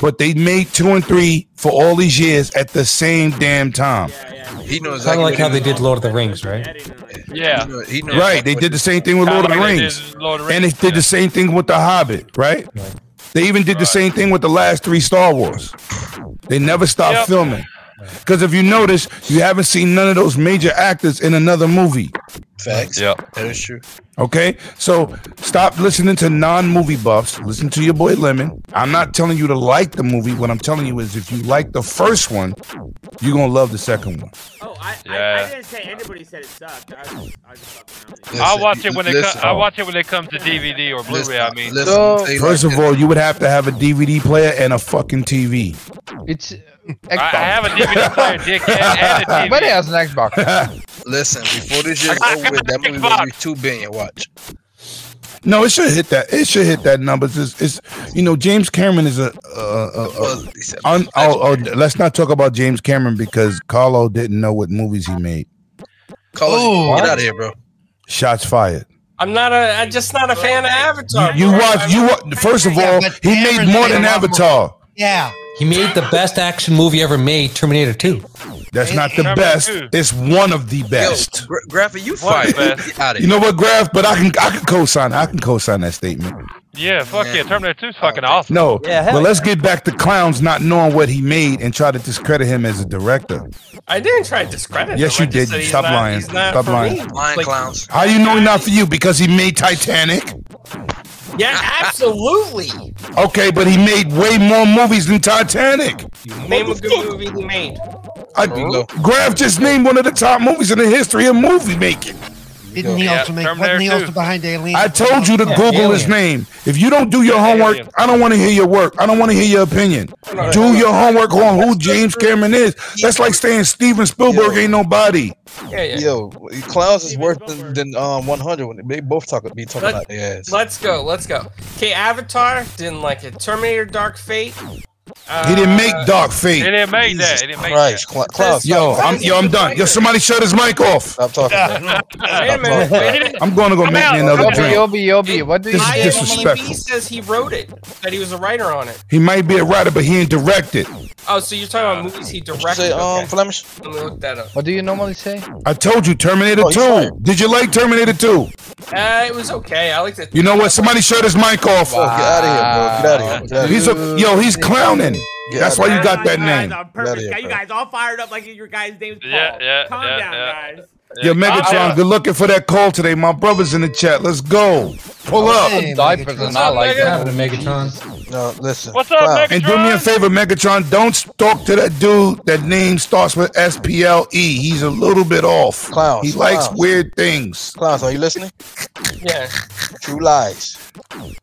but they made two and three for all these years at the same damn time.
Yeah, yeah.
He knows
Kinda like how they
what
did Lord of the Rings, right?
Eddie and all that.
Yeah.
he knows- he knows
Right?
exactly
They
what
did
he-
the same thing with Lord of the
Kinda like they
Rings.
did Lord of the
And they
Rings,
did
yeah.
the same thing with The Hobbit, right? They even did the same thing with the last three Star Wars. They never stopped
Yep.
filming. Because if you notice, you haven't seen none of those major actors in another movie.
Facts.
Yeah.
That is true.
Okay, so stop listening to non-movie buffs. Listen to your boy Lemon. I'm not telling you to like the movie. What I'm telling you is, if you like the first one, you're gonna love the second one.
Oh, I, I, I
Yeah.
didn't say anybody said it sucked. I was just, I was just fucking around with you.
Listen,
I'll watch it when it
listen.
comes. I'll watch it when it comes to DVD or Blu-ray. I mean,
listen,
So-
say like
First of
this.
all, you would have to have a DVD player and a fucking TV.
It's Xbox.
I, I have a DVD player, dick, and, and a TV.
Everybody has an Xbox.
listen, before this year's over with, that movie will be two billion. Watch.
No, it should hit that. It should hit that number. It's, just- it's you know, James Cameron is a. a, a, a
Well, he said-
un, oh, oh, let's not talk about James Cameron because Carlo didn't know what movies he made.
Carlos, get out of here, bro.
Shots fired.
I'm not a. I'm just not a fan of Avatar.
You
bro.
watch. You wa- first of all,
but
he made
Cameron
more
made
than
a lot more.
Avatar.
Yeah.
He made the best action movie ever made, Terminator 2.
That's not the
Number
best.
two.
It's one of the
Yo,
best.
Gra- Graphic, you
What
fired.
best?
Get out of
You
here.
know what, Graf? But I can I can co-sign. I can co-sign that statement.
Yeah, fuck yeah.
Yeah.
Terminator 2 is fucking awesome.
No,
Yeah, hell
but let's get back to clowns not knowing what he made and try to discredit him as a director.
I didn't try to discredit.
Yes,
him. I
you
just
did.
said he's
Stop
not-
lying.
he's not
Stop
for
lying.
me.
Lying
Like,
clowns.
How you know he not for you? Because he made Titanic.
Yeah, absolutely.
Okay, but he made way more movies than Titanic.
Name a good movie he made.
I,
Bingo.
Graf just named one of the top movies in the history of movie making.
Didn't he
Yeah,
also make?
Terminator
Wasn't he also
two.
behind Alien?
I told you to
Yeah,
Google his
Alien.
name. If you don't do your homework,
Alien.
I don't want to hear your work. I don't want to hear your opinion. Do your homework on who James Cameron is. That's like saying Steven Spielberg
Yo.
ain't nobody.
Yeah, yeah.
Yo, clowns is worse than, than um 100 when they both talk be talking
Let-
about their ass.
Let's go. Let's go. Okay, Avatar didn't like it. Terminator: Dark Fate. Uh,
He didn't make Dark Fate.
They didn't make that.
Jesus
They didn't make
Christ, Cla- Klaus,
Yo, Oh, I'm yo, I'm done. Yo, somebody shut his mic off.
stop talking. man.
that. Wait a minute. Wait a minute.
I'm going to go
I'm
make
out.
me another
I'm
Yobi,
drink.
Yobi, Yobi, what did you
This is
say?
just- disrespectful.
IMDb says he wrote it, that he was a writer on it.
He might be a writer, but he ain't directed.
Oh, so you're talking about movies he directed?
Say, um,
okay.
Flemish.
Let me look that up.
What do you normally say?
I told you, Terminator
Oh, he's
2. Did you like Terminator 2?
Uh, it was okay. I liked it.
You know what? Somebody shut his mic off.
Oh, get out of here, bro. Get out of here.
He's a yo, he's clowning.
Get
That's
out
why
of
you
here.
got that name.
I'm perfect.
Bloody
Got you
hell.
guys all fired up like your guys' names Paul.
Yeah, yeah,
Calm
yeah,
down,
yeah.
guys.
Yo, Megatron, good looking for that call today. My brother's in the chat. Let's go. Pull
Oh,
up.
Hey,
Diapers
Megatron.
are not like
Yeah.
that.
Happened to Megatron.
No, listen.
What's up,
Clown,
Megan?
And do me a favor, Megatron, don't talk to that dude that name starts with S P L E. He's a little bit off.
Clowns,
he likes
clowns.
weird things.
Clowns, are you listening?
Yeah.
True lies.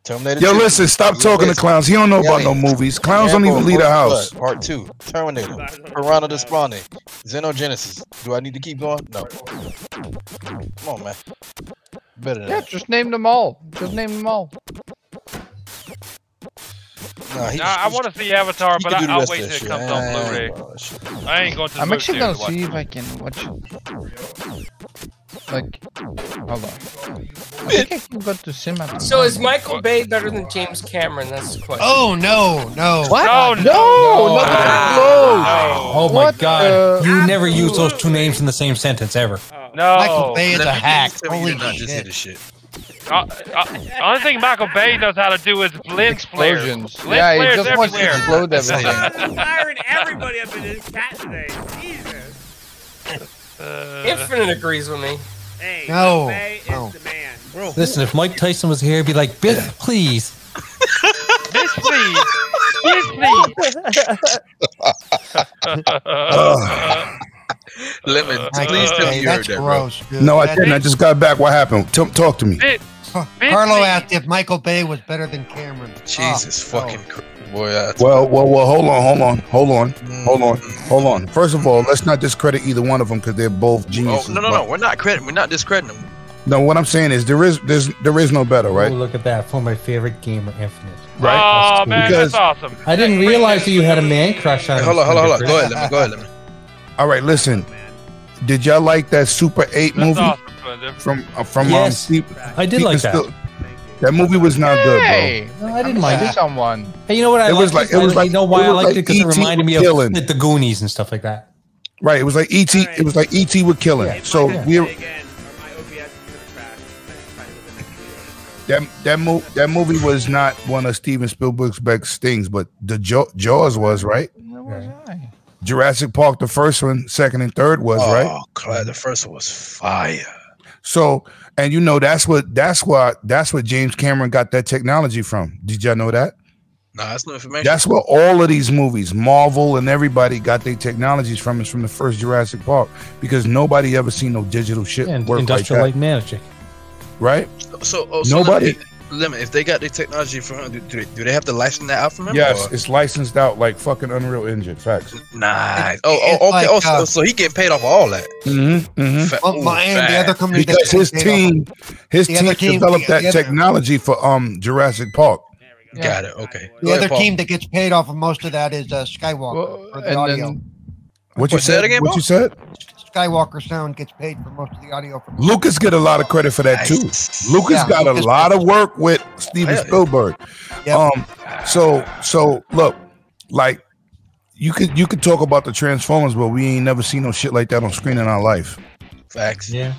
Terminator.
Yo,
2.
listen, stop
You
talking to
listen.
clowns. He don't know about no
Yeah.
movies. Clowns don't even
Rambo,
leave the
First
house.
Blood, Part two. Terminator. Piranha Despawned. Xenogenesis. Do I need to keep going? No. Come on, man. Better than
Yeah,
that.
just name them all. Just name them all.
Nah, he-
Nah, I
he-
want to see Avatar,
he
but
can
I,
do the
I'll
rest
wait
of
till
that shit.
it comes on
I ain't
Blu-ray.
gonna watch it.
I ain't going to the
I'm
movie
actually
theater
gonna
to watch
see
it.
if I can watch it. Like, hold on. I think I can go to cinema.
So is Michael Bay better than James Cameron? That's the question.
Oh no, no.
What?
Oh,
No,
no, no,
no, no.
not
No,
Oh my
What
Uh,
god.
the-
you never use those two names in the same sentence ever.
Michael
no.
Bay is
Let
a
me
hack.
tell you, you
Holy
did not just hear
shit.
this shit.
Uh, uh, only thing Michael Bay knows how to do is lens flares. Lens
Explosions. Yeah, he
flares
just wants to
everywhere.
explode everything.
Clowns is firing everybody up in this chat today. Jesus.
Uh,
Infinite agrees with me.
Hey,
No,
Michael Bay is
no.
the man.
Listen, if Mike Tyson was here, he'd be like, bitch, please.
this please, this please.
Lemon,
Michael
please tell
Bay,
me you heard
that's
that, bro.
gross, dude.
No, I
That-
didn't. I just got back. What happened? T- talk to me.
This, bitch,
Carlo
please.
asked if Michael Bay was better than Cameron.
Jesus
Oh,
fucking Christ, boy. uh, That's Mm.
Well, well, well. Hold on, hold on, hold on, hold on, hold on. First of all, let's not discredit either one of them because they're both
Oh,
geniuses.
no, no, no. We're not crediting. We're not discrediting him.
No, what I'm saying is there is there's there is no better,
Oh,
right?
look at that. For my favorite gamer, Infinite.
Oh
That's
man,
cool.
Because-
that's awesome.
I didn't realize that you had a man crush on
Hey,
him.
hold on, hold on, hold on. Go ahead, Lemon. Go ahead, Lemon.
All right, listen. Did y'all like that Super Eight
That's
movie
awesome. man. That's-
from uh, from um,
Yes.
Steve?
I did
Steve
like that.
Spiel- That movie was not good, bro.
Hey,
No, I didn't
I'm
like
gonna
it.
see someone.
Hey, you know what? I
It was like-
liked?
it was
I-
like-
you know why
it
I
was
liked
like
it because it
E.T.
reminded me
killing.
of the Goonies and stuff like that.
Right, it was like ET. It was like E ET with killing.
Hey,
So
Michael
we
Bay again, or my OBS is gonna crash. I just tried to look at the video.
that that mo- that movie was not one of Steven Spielberg's best things, but the Jaw- Jaws was right.
Where was I?
Jurassic Park, the first one, second and third was
oh,
right.
God, the first one was fire.
So, and you know that's what that's what that's what James Cameron got that technology from. Did y'all know that?
Nah, that's no information.
That's where all of these movies, Marvel and everybody, got their technologies from. Is from the first Jurassic Park because nobody ever seen no digital shit
And
work like
Industrial
that,
Light Magic.
right?
so, oh, so
Nobody.
Lemon, limit. If they got their technology from do, do, they, do they have to license that out from him?
Yes,
or-
it's licensed out like fucking Unreal Engine. Facts.
Nah.
It's-
Oh, oh,
it's
okay.
like,
oh, so-
uh,
so he getting paid off of all that.
Mm-hmm. Mm-hmm.
Fa-
Well,
ooh,
mine, the
fat.
other company that
Because his
paid off-
team, his
The
team
other team-
developed
the
that
other-
technology for um Jurassic Park.
Got it. Okay.
The
Yeah,
other
Paul.
team that gets paid off of most of that is uh, Skywalker
Well,
for the
and
audio.
then
What you
Wait, say that
said?
again,
What
Bo?
you said?
Skywalker Sound gets paid for most of the audio. From
Lucas get a lot of credit for that too.
Nice.
Lucas
Yeah,
got
Lucas-
a lot of work with Steven
Yeah.
Spielberg.
Yep.
Um, so so look, like you could you could talk about the Transformers, but we ain't never seen no shit like that on screen in our life.
Facts.
Yeah.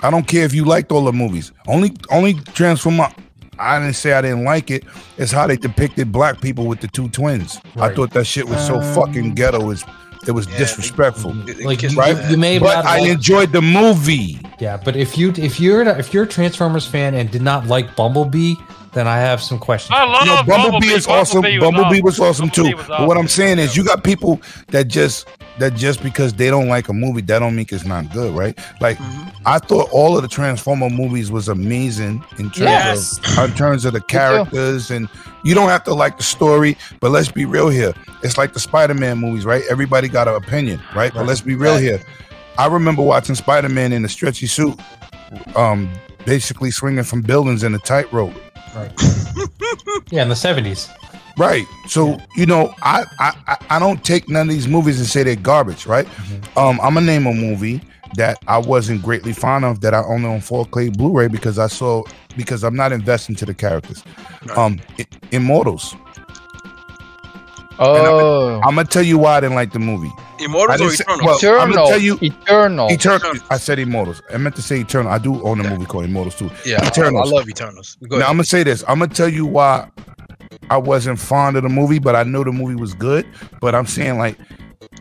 I don't care if you liked all the movies. Only only Transformer. I didn't say I didn't like it. It's how they depicted black people with the two twins. I
Right.
thought that shit was so fucking ghetto. It's, it was
Yeah, they-
disrespectful.
It- it
Um, Like
kissed
you,
right?
my
you, you may
But
not
I
like-
enjoyed the movie.
Yeah, but if you if you're if you're a Transformers fan and did not like Bumblebee, then I have some questions.
I love
No, Bumblebee, is awesome. Bumblebee was, awesome too.
Bumblebee was
But what I'm
awesome.
saying is, you got people that just that just because they don't like a movie, that don't mean it's not good, right? Like I thought all of the Transformer movies was amazing in terms
Yes.
of in terms of the characters, and you don't have to like the story. But let's be real here. It's like the Spider-Man movies, right? Everybody got an opinion, right? But let's be real here. I remember watching Spider-Man in a stretchy suit, um, basically swinging from buildings in a tightrope.
Yeah, in the seventies.
Right. So you know, I, I I- I don't take none of these movies and say they're garbage. Right.
Mm-hmm.
Um, I'm gonna name a movie that I wasn't greatly fond of that I own on 4K Blu-ray because I saw because I'm not investing to the characters. Um, I- Immortals.
Oh.
I'm gonna tell you why I didn't like the movie. I
Immortals or
didn't say-
Eternals?
well, I'm gonna
Eternal.
tell you.
Eternal.
Eternal. I said Immortals. I meant to say Eternal. I do own a movie called Immortals too.
yeah, I-
Eternals.
I, love Eternals.
Now
Go
I'm
ahead.
gonna say this. I'm gonna tell you why I wasn't fond of the movie, but I know the movie was good. But I'm saying like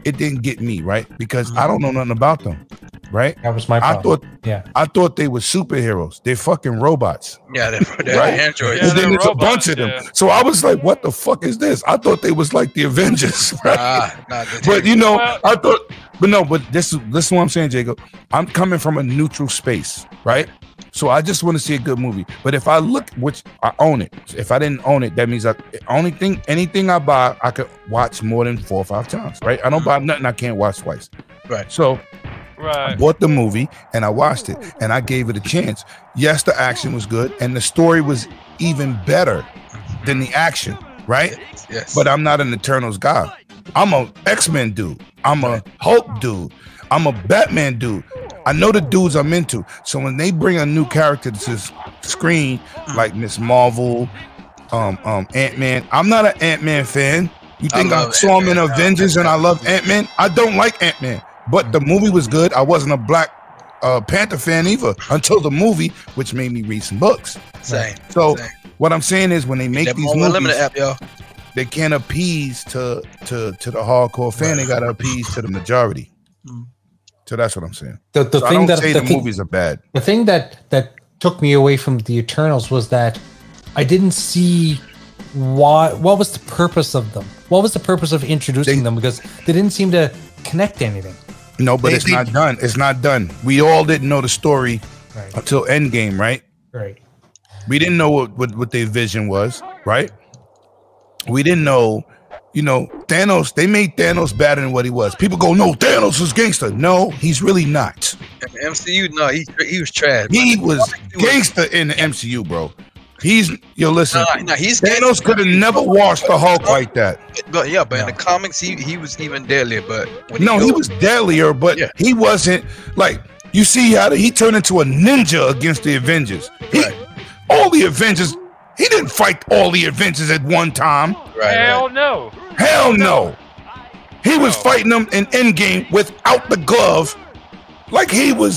it didn't get me right because
Mm-hmm.
I don't know nothing about them. Right?
That was my
I
problem.
thought
yeah.
I thought they were superheroes. They're fucking robots.
Yeah, they're, they're
Right.
androids.
Yeah,
and then
they're
there's a bunch
robots,
of them.
yeah.
So I was like, what the fuck is this? I thought they was like the Avengers, right?
Ah, nah, they-
but you know,
Well-
I thought, but no, but this is this is what I'm saying, Jacob. I'm coming from a neutral space, right? So I just want to see a good movie. But if I look, which I own it. If I didn't own it, that means I only thing anything I buy, I could watch more than four or five times, right? I don't buy nothing I can't watch twice.
Right.
So I
Right.
bought the movie and I watched it and I gave it a chance. Yes, the action was good and the story was even better than the action, right?
yes.
but I'm not an Eternals guy. I'm a X Men dude. I'm a Hulk dude. I'm a Batman dude. I know the dudes I'm into. So when they bring a new character to the s- screen, like Miss Marvel, um, um, Ant Man, I'm not an Ant Man fan. You
I
think I,
love
saw him in
Ant-Man, bro.
Avengers and I love Ant Man? I don't like Ant Man, but
Mm-hmm.
the movie was good. I wasn't a Black uh, Panther fan either until the movie, which made me read some books.
same.
So
Same.
what I'm saying is when they make
That
these
Marvel Unlimited
movies,
app, y'all.
they can't appease to to to the hardcore fan. They gotta appease to the majority.
Mm.
So that's what I'm saying.
The, the
So I
thing
don't
that
say
the
the,
thing-
movies are bad.
the thing that that took me away from the Eternals was that I didn't see why what was the purpose of them. What was the purpose of introducing
They-
them because they didn't seem to connect to anything.
No, but
They-
it's
they-
not done. It's not done. We all didn't know the story
Right.
until Endgame, right?
Right.
We didn't know what what, what their vision was, right? We didn't know, you know, Thanos. They made Thanos better than what he was. People go, no, Thanos is gangster. No, he's really not.
MCU, no, he he was trash.
He
bro.
was
He was-
gangster in the MCU, bro. He's yo, listen.
Nah, nah, he's
Thanos could have never washed the Hulk like that.
But yeah, but in the comics, he, he was even deadlier. But when
No, he was
goes-
deadlier, but
Yeah.
he wasn't like you see how he turned into a ninja against the Avengers. He,
Right.
all the Avengers, he didn't fight all the Avengers at one time.
right,
Hell
right.
no.
Hell no. He was
No.
fighting them in Endgame without the glove, like he was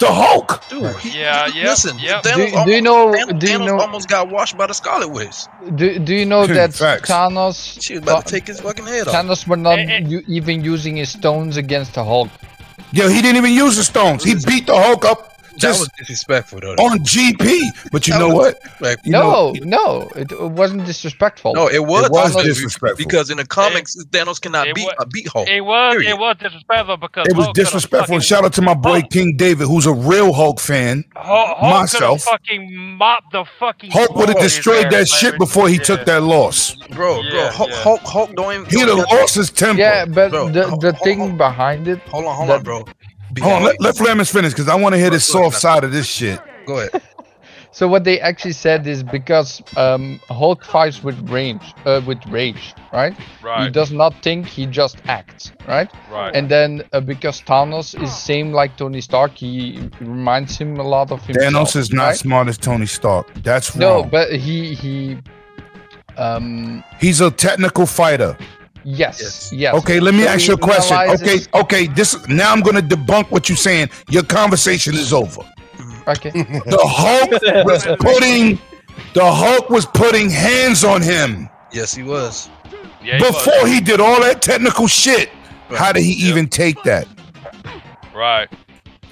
the Hulk.
Dude, he-
Yeah, yeah,
Listen,
yeah.
Thanos
Do- do
almost-
you know-
Thanos,
do you
Thanos
know-
almost got washed by the Scarlet Witch.
Do, do you know that
Facts.
Thanos?
She was about to take his fucking head off.
Thanos were not
Eh, eh.
u- even using his stones against the Hulk.
Yo, he didn't even use the stones. He beat the Hulk up
that
Just
was disrespectful though.
on GP. But you
That
know
was
what?
disrespectful.
You
no,
know-
no, it, it wasn't disrespectful.
No, it was,
Oh, It was
I know,
disrespectful.
because in the comics, Thanos cannot
it
beat
wa-
a beat Hulk.
It was
Period.
it was disrespectful because
It was
Hulk could've
disrespectful. And
fucking-
shout out to my boy
Hulk-
King David, who's a real Hulk fan.
Hulk, Hulk could've
myself.
fucking mopped the fucking.
Hulk would have
floor with his
destroyed that
ass,
shit
baby.
before he
Yeah.
took that loss.
bro, bro,
Yeah,
Hulk,
yeah.
Hulk, Hulk, don't even.
He'd have
don't-
lost his temper.
yeah, but
Bro,
the,
hold-
the
hold-
thing
hold-
behind it,
Hold on, hold
that-
on, bro. Be
Hold on, let,
honest.
let Flamis finish because I want to hear the
Look, look,
soft
look.
side of this shit.
Go ahead.
So what they actually said is because um, Hulk fights with range, uh, with rage, right? He
Right,
does not think, he just acts, right?
right.
And then uh, because Thanos is same like Tony Stark, he reminds him a lot of himself.
Thanos is not
right?
smart as Tony Stark. That's
No,
wrong.
but he he, um,
He's a technical fighter.
yes,
Yes.
yes.
Okay, let me
So
ask
he
you a question. Okay,
realizes-
okay. This now I'm gonna debunk what you're saying. Your conversation is over.
Okay.
The Hulk was putting the Hulk was putting hands on him
Yes, he was.
Yeah, he was.
before he did all that technical shit. How did he
Yeah.
even take that?
Right.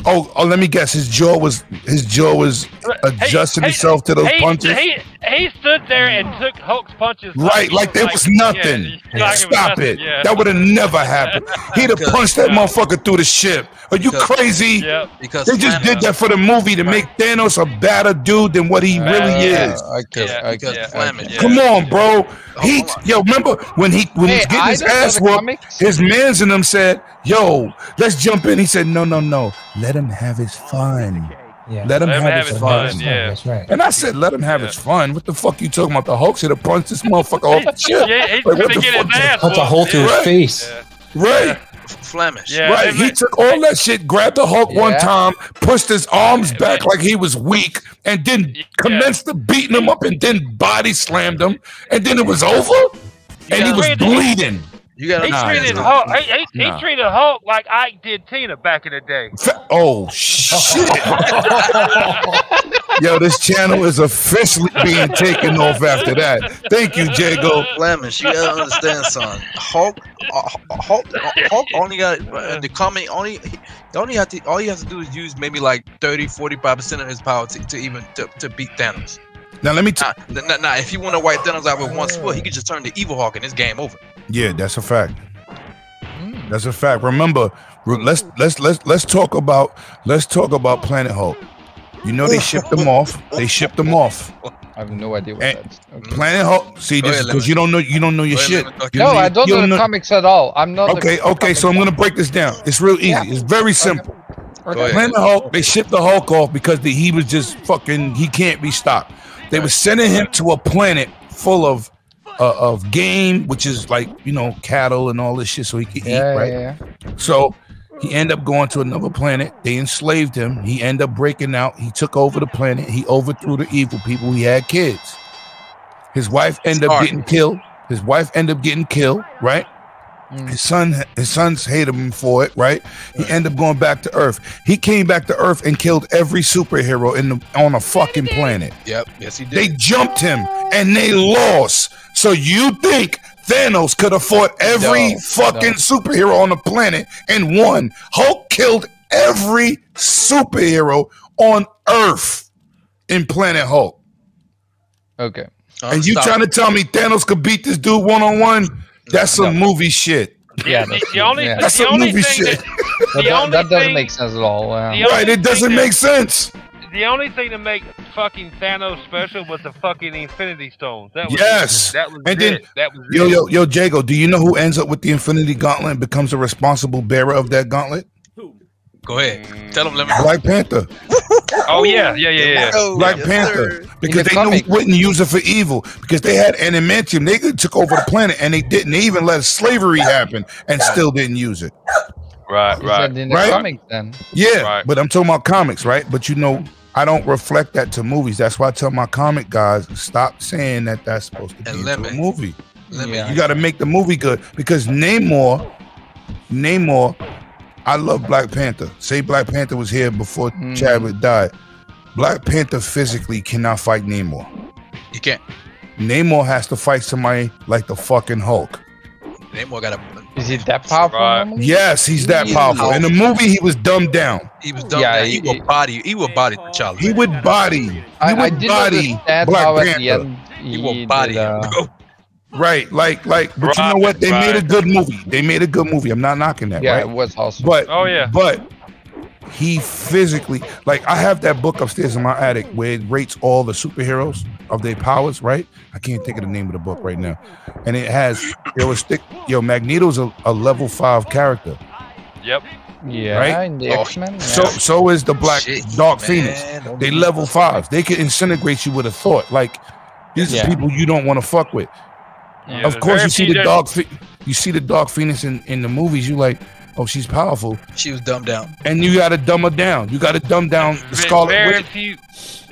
Oh, oh, let me guess. His jaw was his jaw was adjusting
Hey, hey,
himself to those
he,
punches.
He, he stood there and took Hulk's punches.
Right, like there was nothing.
yeah, like
Stop
nothing,
it.
Yeah.
That would have never happened. He'd have
Because-
punched that
Yeah.
motherfucker through the ship. Are you
Because-
crazy?
yeah.
Because
They just
Thanos-
did that for the movie to make Thanos a badder dude than what he
Uh,
really
yeah.
is.
Okay.
Yeah,
okay.
Because
Yeah.
Flemish.
Yeah.
Come on, bro. He,
hold on.
yo, remember when he when he was
Hey,
getting
I
his
don't know
ass
the
whooped,
comics.
his mans and them said, "Yo, let's jump in." He said, "No, no, no. Let him have his fun.
Yeah.
Let him, have, his fun."
fun, yeah.
That's right.
And I said, "Let him have
Yeah.
his fun." What the fuck you talking about? The Hulk should have punched this motherfucker off the ship,
Yeah, he's
Like, what
gonna
the
get
fuck?
his ass.
That's a
whooped,
hole to
yeah.
his face.
Yeah.
right?
F- Flemish.
Yeah.
Right,
it
he
ma-
took all that shit, grabbed the Hulk one
Yeah.
time, pushed his arms
Yeah,
back
man.
like he was weak, and then
Yeah.
commenced to beating him up, and then body slammed him, and then it was over, and he
Yeah.
was
Crazy.
bleeding.
You gotta
He
Nah,
treated
dude.
Hulk. He, he, he
Nah.
treated Hulk like Ike did Tina back in the day.
Fa- Oh shit! Yo, this channel is officially being taken off after that. Thank you, Jago.
Flemish, you gotta understand, son. Hulk, uh, Hulk, Hulk only got uh, the comic only. He only have to. All you have to do is use maybe like 30, 45 percent of his power to, to even to, to beat Thanos.
Now let me. T-
Now, now, now, if you want to wipe Thanos out with one split, he could just turn to Evil Hawk and it's game over.
yeah, that's a fact.
Mm.
That's a fact. Remember, re- let's let's let's let's talk about let's talk about Planet Hulk. You know they shipped them off. They shipped them off.
I have no idea what
Eh,
that's. Okay.
Planet Hulk. See,
Mm. Go
this because
ahead, Lemon.
you don't know you don't know your
Go ahead,
shit.
Lemon. Go
You
No,
don't
I
even-
don't
you
know the comics at all. I'm not. a
Okay, okay. So I'm
comic
gonna break this down. It's real easy.
Yeah.
It's very simple.
Go ahead.
Planet Hulk. They shipped the Hulk off because the, he was just fucking. He can't be stopped. They were sending him to a planet full of uh, of game, which is like you know cattle and all this shit, so he could
Yeah,
eat, right?
yeah, yeah.
So he ended up going to another planet. They enslaved him. He ended up breaking out. He took over the planet. He overthrew the evil people. He had kids. His wife ended up
Sorry.
getting killed. His wife ended up getting killed, right? His son, his sons hated him for it, right? He ended up going back to Earth. He came back to Earth and killed every superhero in the, on a fucking planet.
Yep. Yes, he did.
They jumped him and they lost. So you think Thanos could have fought every
No,
fucking
no.
superhero on the planet and won? Hulk killed every superhero on Earth in Planet Hulk.
Okay.
and you trying to tell me Thanos could beat this dude one on one? That's some movie shit.
Yeah, the, the only,
yeah.
That's
the
some
only
movie
thing
shit.
that,
That,
The
that,
only
that doesn't
thing-
make sense at all. Uh,
the
Right? It
only
doesn't
thing
make
that-
sense.
The only thing to make fucking Thanos special was the fucking Infinity Stones. That was
Yes.
it. that was
And
and
then-
it. that was
Yo,
it.
yo, yo, Jago, do you know who ends up with the Infinity Gauntlet and becomes the responsible bearer of that gauntlet?
Go ahead. Tell him. Let me. Oh,
Black Panther.
Oh yeah, yeah, yeah, yeah.
Black
Yes,
Panther
sir.
because they
In the
knew he
comic.
wouldn't use it for evil because they had adamantium. They could- took over the planet and they didn't. They even let slavery happen and still didn't use it.
Right,
is that
right.
in the
Right.
comic then?
Yeah,
Right.
but I'm talking about comics, right? But you know, I don't reflect that to movies. That's why I tell my comic guys stop saying that that's supposed to be
And
into a
lemon.
movie.
Let
Yeah.
me.
You got to make the movie good because Namor, Namor, I love Black Panther. Say Black Panther was here before
Mm.
Chadwick died. Black Panther physically cannot fight Namor.
You can't.
Namor has to fight somebody like the fucking Hulk.
Namor got a.
Is he that powerful?
Right.
normally?
Yes, he's that powerful. In the movie, he was dumbed down.
He was dumb.
Yeah,
Yeah, he,
he-
would body. He would body T'Challa.
He would body. He
I, I
would
did
body
understand
Black
how at
Panther.
the end
He
he,
would
did,
body him,
uh,
bro.
Right, like, like. But you know
Right,
what? They made a
right.
good movie. They made a good movie. I'm not knocking that.
yeah,
right?
it was awesome.
But
Oh, yeah.
but he physically like I have that book upstairs in my attic where it rates all the superheroes of their powers. Right, I can't think of the name of the book right now, and it has yo it's thick, yo Magneto's a, a level five character.
Yep.
yeah,
right?
in the
Oh,
X Men. Yeah.
So so is the Black
Shit,
Dark
man.
Phoenix.
Don't
They
do
level
that.
five. They can disintegrate you with a thought. Like these
Yeah.
are people you don't want to fuck with.
Yeah,
of course,
very
you see
few
the
that-
dog. Phe- you see the dog phoenix in, in the movies. You like, oh, she's powerful,
She was dumbed down.
and you got to dumb her down. You got to dumb down the Scarlet
very
Witch.
few,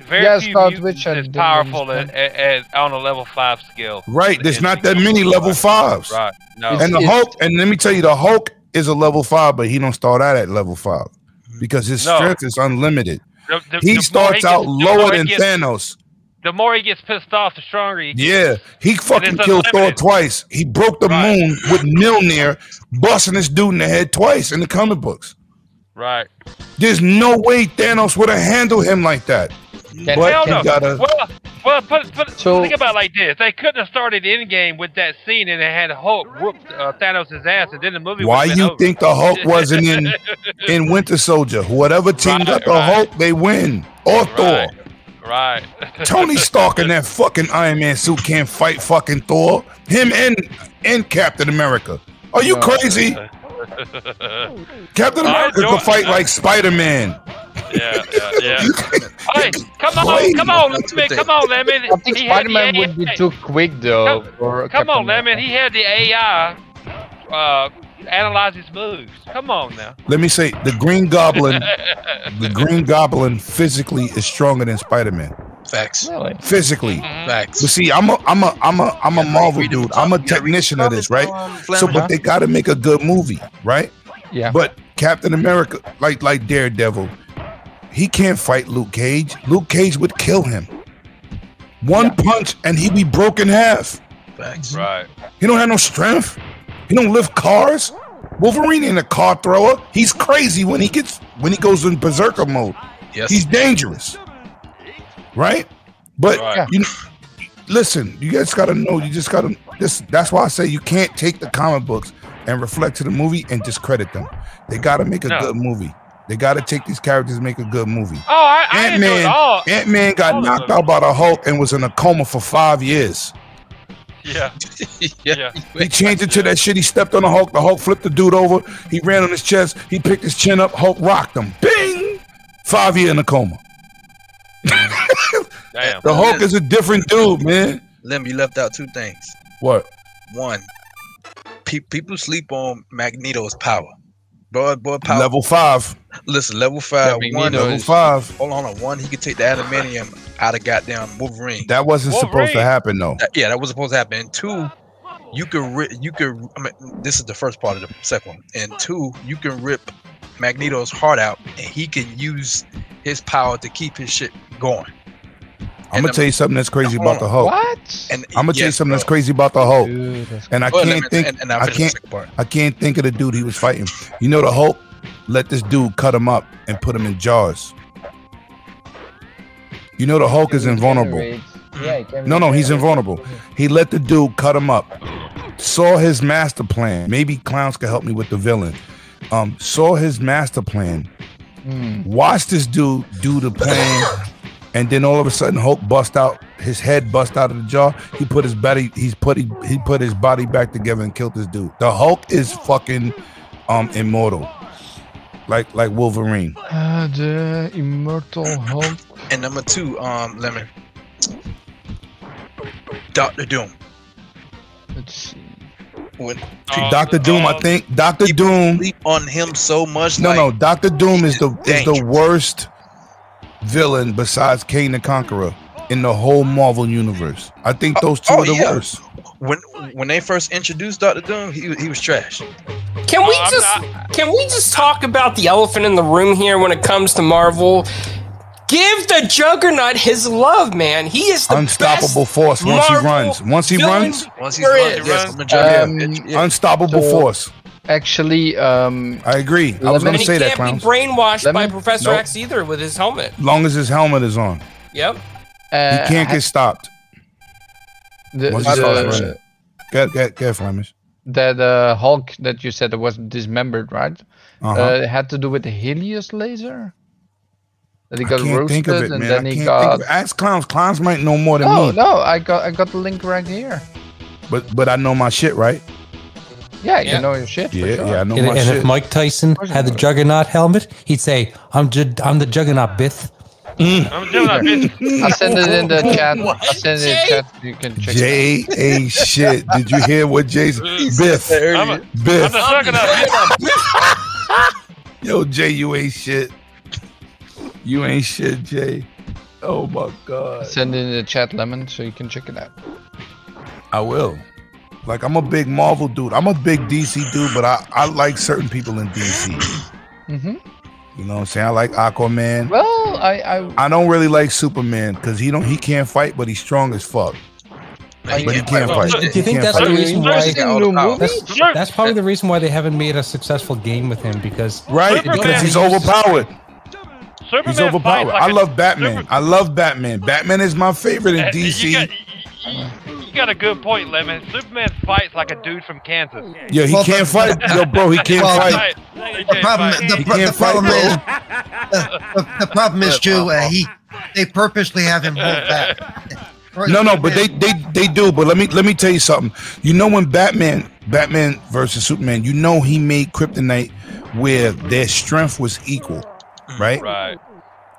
very
Yeah,
few
Scarlet
mutants
Witch, I
is
didn't
powerful at,
understand.
at, at- on a level five scale.
Right? There's not that many level fives.
Right. No.
It's-
And the Hulk. And let me tell you, the Hulk is a level five, but he don't start out at level five because his
Mm-hmm. No.
strength is unlimited.
The- the- the
He
more
starts
gets-
out
the more
lower
he
than
gets-
Thanos.
The more he gets pissed off, the stronger he gets.
Yeah, he fucking
it's
killed Thor
unlimited.
twice. He broke the
Right.
moon with Mjolnir, busting this dude in the head twice in the comic books.
Right.
There's no way Thanos would have handled him like that.
Can-
But
Hell
he
no.
gotta-
Well, well, but, but
So-
think about it like this: they couldn't have started Endgame with that scene and it had Hulk whoop uh, Thanos' ass, and then the movie.
Why
would've
you
been over.
think the Hulk wasn't in in Winter Soldier? Whatever team
Right,
got the
right.
Hulk, they win. Or Thor.
Right. right.
Tony Stark in that fucking Iron Man suit can't fight fucking Thor. Him and and Captain America. Are you
No.
crazy? Captain
I
America
don't-
could fight like Spider Man.
yeah, yeah, yeah. Hey, come on,
Wait.
come on, Lemon, come on, Lemon.
I think
He had
Spider
the
Man would be
AI.
too quick though.
Come-
for
Come
Captain
on, Lemon.
America.
He had the AI uh, analyze his moves. Come on now.
Let me say the Green Goblin. the Green Goblin physically is stronger than Spider Man.
Facts.
Really?
Physically.
Mm-hmm.
But
Facts.
see, I'm a I'm a I'm a I'm a
Yeah,
Marvel
read the
dude. I'm a
comic- yeah, read the
technician of this,
comics,
right?
um,
So,
Fleming.
but they got to make a good movie, right?
Yeah.
But Captain America, like like Daredevil, he can't fight Luke Cage. Luke Cage would kill him. One punch and he'd be broken half.
Facts.
Right.
He don't have no strength. He don't lift cars. Wolverine ain't a car thrower. He's crazy when he gets when he goes in berserker mode.
Yes.
He's dangerous, right? But
Right.
you listen, you guys gotta know. You just gotta. This that's why I say you can't take the comic books and reflect to the movie and discredit them. They gotta make a
No.
good movie. They gotta take these characters and make a good movie.
Oh, I, I didn't know it
Ant-Man.
all.
Ant Man got
all of
knocked
them.
out by the Hulk and was in a coma for five years.
Yeah.
yeah.
Yeah.
He changed it to that shit. He stepped on the Hulk. The Hulk flipped the dude over. He ran on his chest. He picked his chin up. Hulk rocked him. Bing! Five year in a coma.
Damn.
The Hulk is a different dude, man.
Lim, you left out two things.
What?
One, pe- people sleep on Magneto's power. Boy, boy, power.
Level five.
Listen, level five.
Yeah,
one,
Magneto
Level
is-
five.
hold on, hold on. One, he could take the adamantium out of goddamn Wolverine.
That wasn't supposed to
Wolverine.
happen though.
That- yeah, that was supposed to happen. And two, you can rip. You can. I mean, this is the first part of the second one. And two, you can rip Magneto's heart out, and he can use his power to keep his shit going.
I'm gonna
the-
tell you something that's crazy about the Hulk.
What?
And
I'm gonna tell you
yes,
something that's
bro.
crazy about the Hulk.
Dude, that's-
And I
Go ahead,
can't
Lemon,
think.
And, and I'll
I
finish the
can't.
second part.
I can't think of the dude he was fighting. You know the Hulk let this dude cut him up and put him in jars. You know the Hulk is invulnerable.
Yeah, he can
No, no, he's invulnerable. He let the dude cut him up. Saw his master plan. Maybe clowns could help me with the villain. Um, saw his master plan.
Mm.
Watched this dude do the plan, and then all of a sudden, Hulk bust out. His head bust out of the jaw. He put his body. He's put he, he put his body back together and killed this dude. The Hulk is fucking um immortal, like like Wolverine.
Uh, the immortal Hulk.
And number two, um, Lemon. Doctor Doom.
Let's see.
When
Oh,
Doctor Doom. I
oh,
think Doctor Doom.
sleep on him so much,
No,
like,
no. Doctor Doom is the is
dangerous.
the worst villain besides Kane the Conqueror in the whole Marvel universe. I think those two
oh,
are the
yeah.
worst.
When when they first introduced Doctor Doom, he was- he was trash.
Can we
I'm
just can we just talk about the elephant in the room here when it comes to Marvel? Give the Juggernaut his love, man. He is the
Unstoppable
best
force once he
Marvel
runs. Once he
villain
runs,
Once he's
there
running,
is.
yes, I'm a juggernaut,
Um,
bitch.
yeah,
unstoppable
So-
force.
actually, um,
I agree. I was
Lemon-
going
And
to
he
say that,
can't be
clowns.
brainwashed
Let
by
me-
Professor
Nope.
X either with his helmet.
long as his helmet is on, he
Yep.
uh,
can't
ha-
get stopped.
the,
Once he
the-
starts running, get get get Flemish.
that uh, Hulk that you said that was dismembered, right?
Uh-huh.
Uh, it had to do with the Helios laser. That he
I
got
can't
roasted
think of it,
and
man.
then
I
he
can't
got.
think of it. Ask clowns. Clowns might know more
Oh,
than
No,
me,
no, I got I got the link right here.
but but I know my shit, right?
Yeah,
Yeah.
you know your shit.
Yeah,
for sure.
yeah, I know
And,
my
and
shit.
if Mike Tyson
course I
had the
know that.
Juggernaut helmet, he'd say, "I'm ju- I'm the Juggernaut, Bith."
Mm.
I'm doing that bitch.
I'll send it in the chat.
What?
I'll send it in
Jay?
the chat. You can check it out.
Jay ain't shit. Did you hear what Jay's Biff?
I'm a- I'm
Biff.
the juggernaut. bitch.
Yo, Oh, Jay, you ain't shit. You ain't shit, Jay. Oh my god.
Send it in the chat, Lemon, so you can check it out.
I will. Like I'm a big Marvel dude. I'm a big DC dude, but I, I like certain people in DC.
hmm
You know what I'm saying? I like Aquaman.
Well, I, I,
I don't really like Superman because he don't he can't fight, but he's strong as fuck.
He
But he
can't
can't
fight.
fight.
Do you
He
think
can't
that's
fight.
the reason why?
He's got all the power.
That's,
Sure.
that's probably the reason why they haven't made a successful game with him because
Right,
Superman-
because he's overpowered.
Superman
He's overpowered.
fights like
I
a-
love Batman.
Super-
I love Batman. Batman is my favorite in
Uh, You
DC.
got, you- you got a good point, Lemon. Superman fights like a dude from Kansas.
Yeah, he
Well,
can't fight. Yo, bro, he can't
Well,
fight.
Right. He
The
can't
problem,
fight.
the,
He
pro- the
can't fight,
problem
bro.
is, the, the, the problem is, Jew. Uh, he, they purposely have him hold back.
No, no, but they, they they do. But let me let me tell you something. You know when Batman Batman versus Superman, you know he made Kryptonite where their strength was equal, right?
Mm, Right.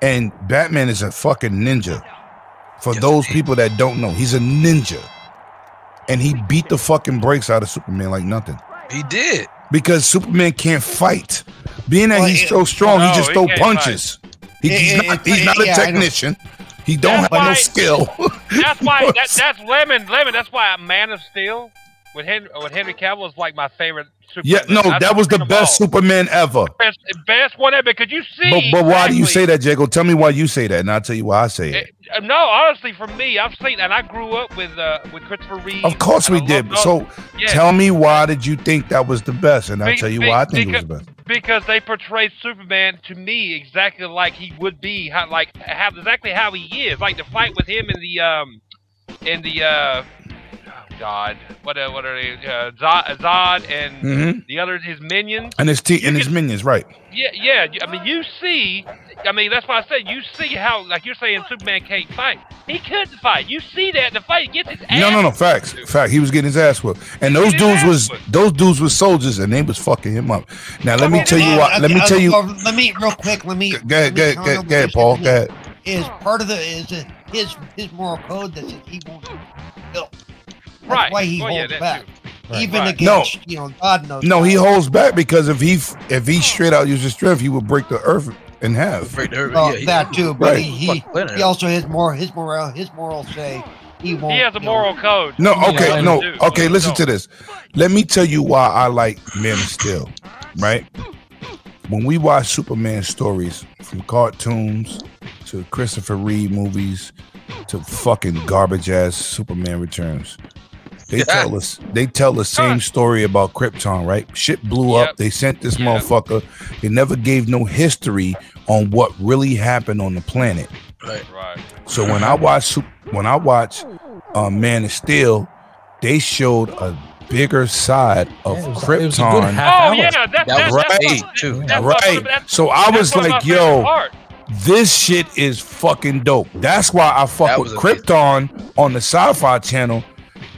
And Batman is a fucking ninja. For
Yes,
those
he is.
people that don't know, he's a ninja, and he beat the fucking brakes out of Superman like nothing
He did.
because Superman can't fight. Being that he's so strong,
No,
he just
he
throw
can't
punches. He,
Yeah,
he's
yeah,
not
yeah,
he's not a
yeah, I know.
technician. He don't have
That's
no
why-
skill.
That's why. That, that's Lemon. Lemon. That's why Man of Steel with Henry, with Henry Cavill is like my favorite.
Yeah,
Superman.
no,
I
that was the
them
best
all.
Superman ever.
best, best one ever. Could you see?
But, but why do you
exactly-
say that, Jago? Tell me why you say that, and I'll tell you why I say it.
Uh, No, honestly, for me, I've seen, and I grew up with uh, with Christopher Reeve.
Of course
and
we
I
did.
loved-
So
yeah,
tell me why did you think that was the best, and I'll
Be-
tell you
be-
why I think it was
because-
the best.
because they portray Superman to me exactly like he would be, how, like how exactly how he is, like the fight with him in the um in the uh oh, God, what uh, what are they? Uh, Zod, Zod and
hmm
the other his minions.
And his te- and his minions, right?
Yeah, yeah. you- I mean, you see, I mean, that's why I said you see how, like you're saying, Superman can't fight. He couldn't fight. You see that in the fight, he gets his ass.
No, no, no. Facts, fact. He was getting his ass whooped, and those dudes
He was getting his
was
ass whooped.
those dudes was soldiers, and they was fucking him up. Now let me tell you why. Let me tell you.
Let me real quick. Let me.
Go ahead,
let
go
me tell
ahead, go ahead,
you
go ahead,
what
Paul. Go
this
ahead.
Is is part of the is uh, his his moral code that says he won't kill. That's
Right.
why he
Well, yeah,
holds
that
back,
Right.
even
Right.
against you know God knows.
No, he holds back because if he f- if he straight out uses strength, he would break the earth in half.
Right there,
Well,
yeah, he-
that too, but
Right.
he, he,
Fuck, Leonard.
he also his moral his moral his moral say he won't.
He has a
you know,
moral code.
No,
Yeah,
okay,
I
no,
do.
okay.
I
Listen
don't.
to this. Let me tell you why I like Man of Steel, right? When we watch Superman stories from cartoons to Christopher Reeve movies to fucking garbage ass Superman Returns, they tell us they tell the same story about Krypton, right? Shit blew up.
Yep.
They sent this
Yep.
motherfucker. They never gave no history on what really happened on the planet.
Right.
So when I watch Sup- when I watch uh, Man of Steel, they showed a bigger side of
Yeah, it was- it was a good
Krypton.
half
Oh
hour.
yeah, no, that's
That
that's
was
that's
right,
what-
too.
that's what-
Right.
that's-
So I
that's
was
one of my
like,
favorite
yo,
parts.
this shit is fucking dope. That's why I fuck
That
with
was amazing.
Krypton on the Sci-Fi Channel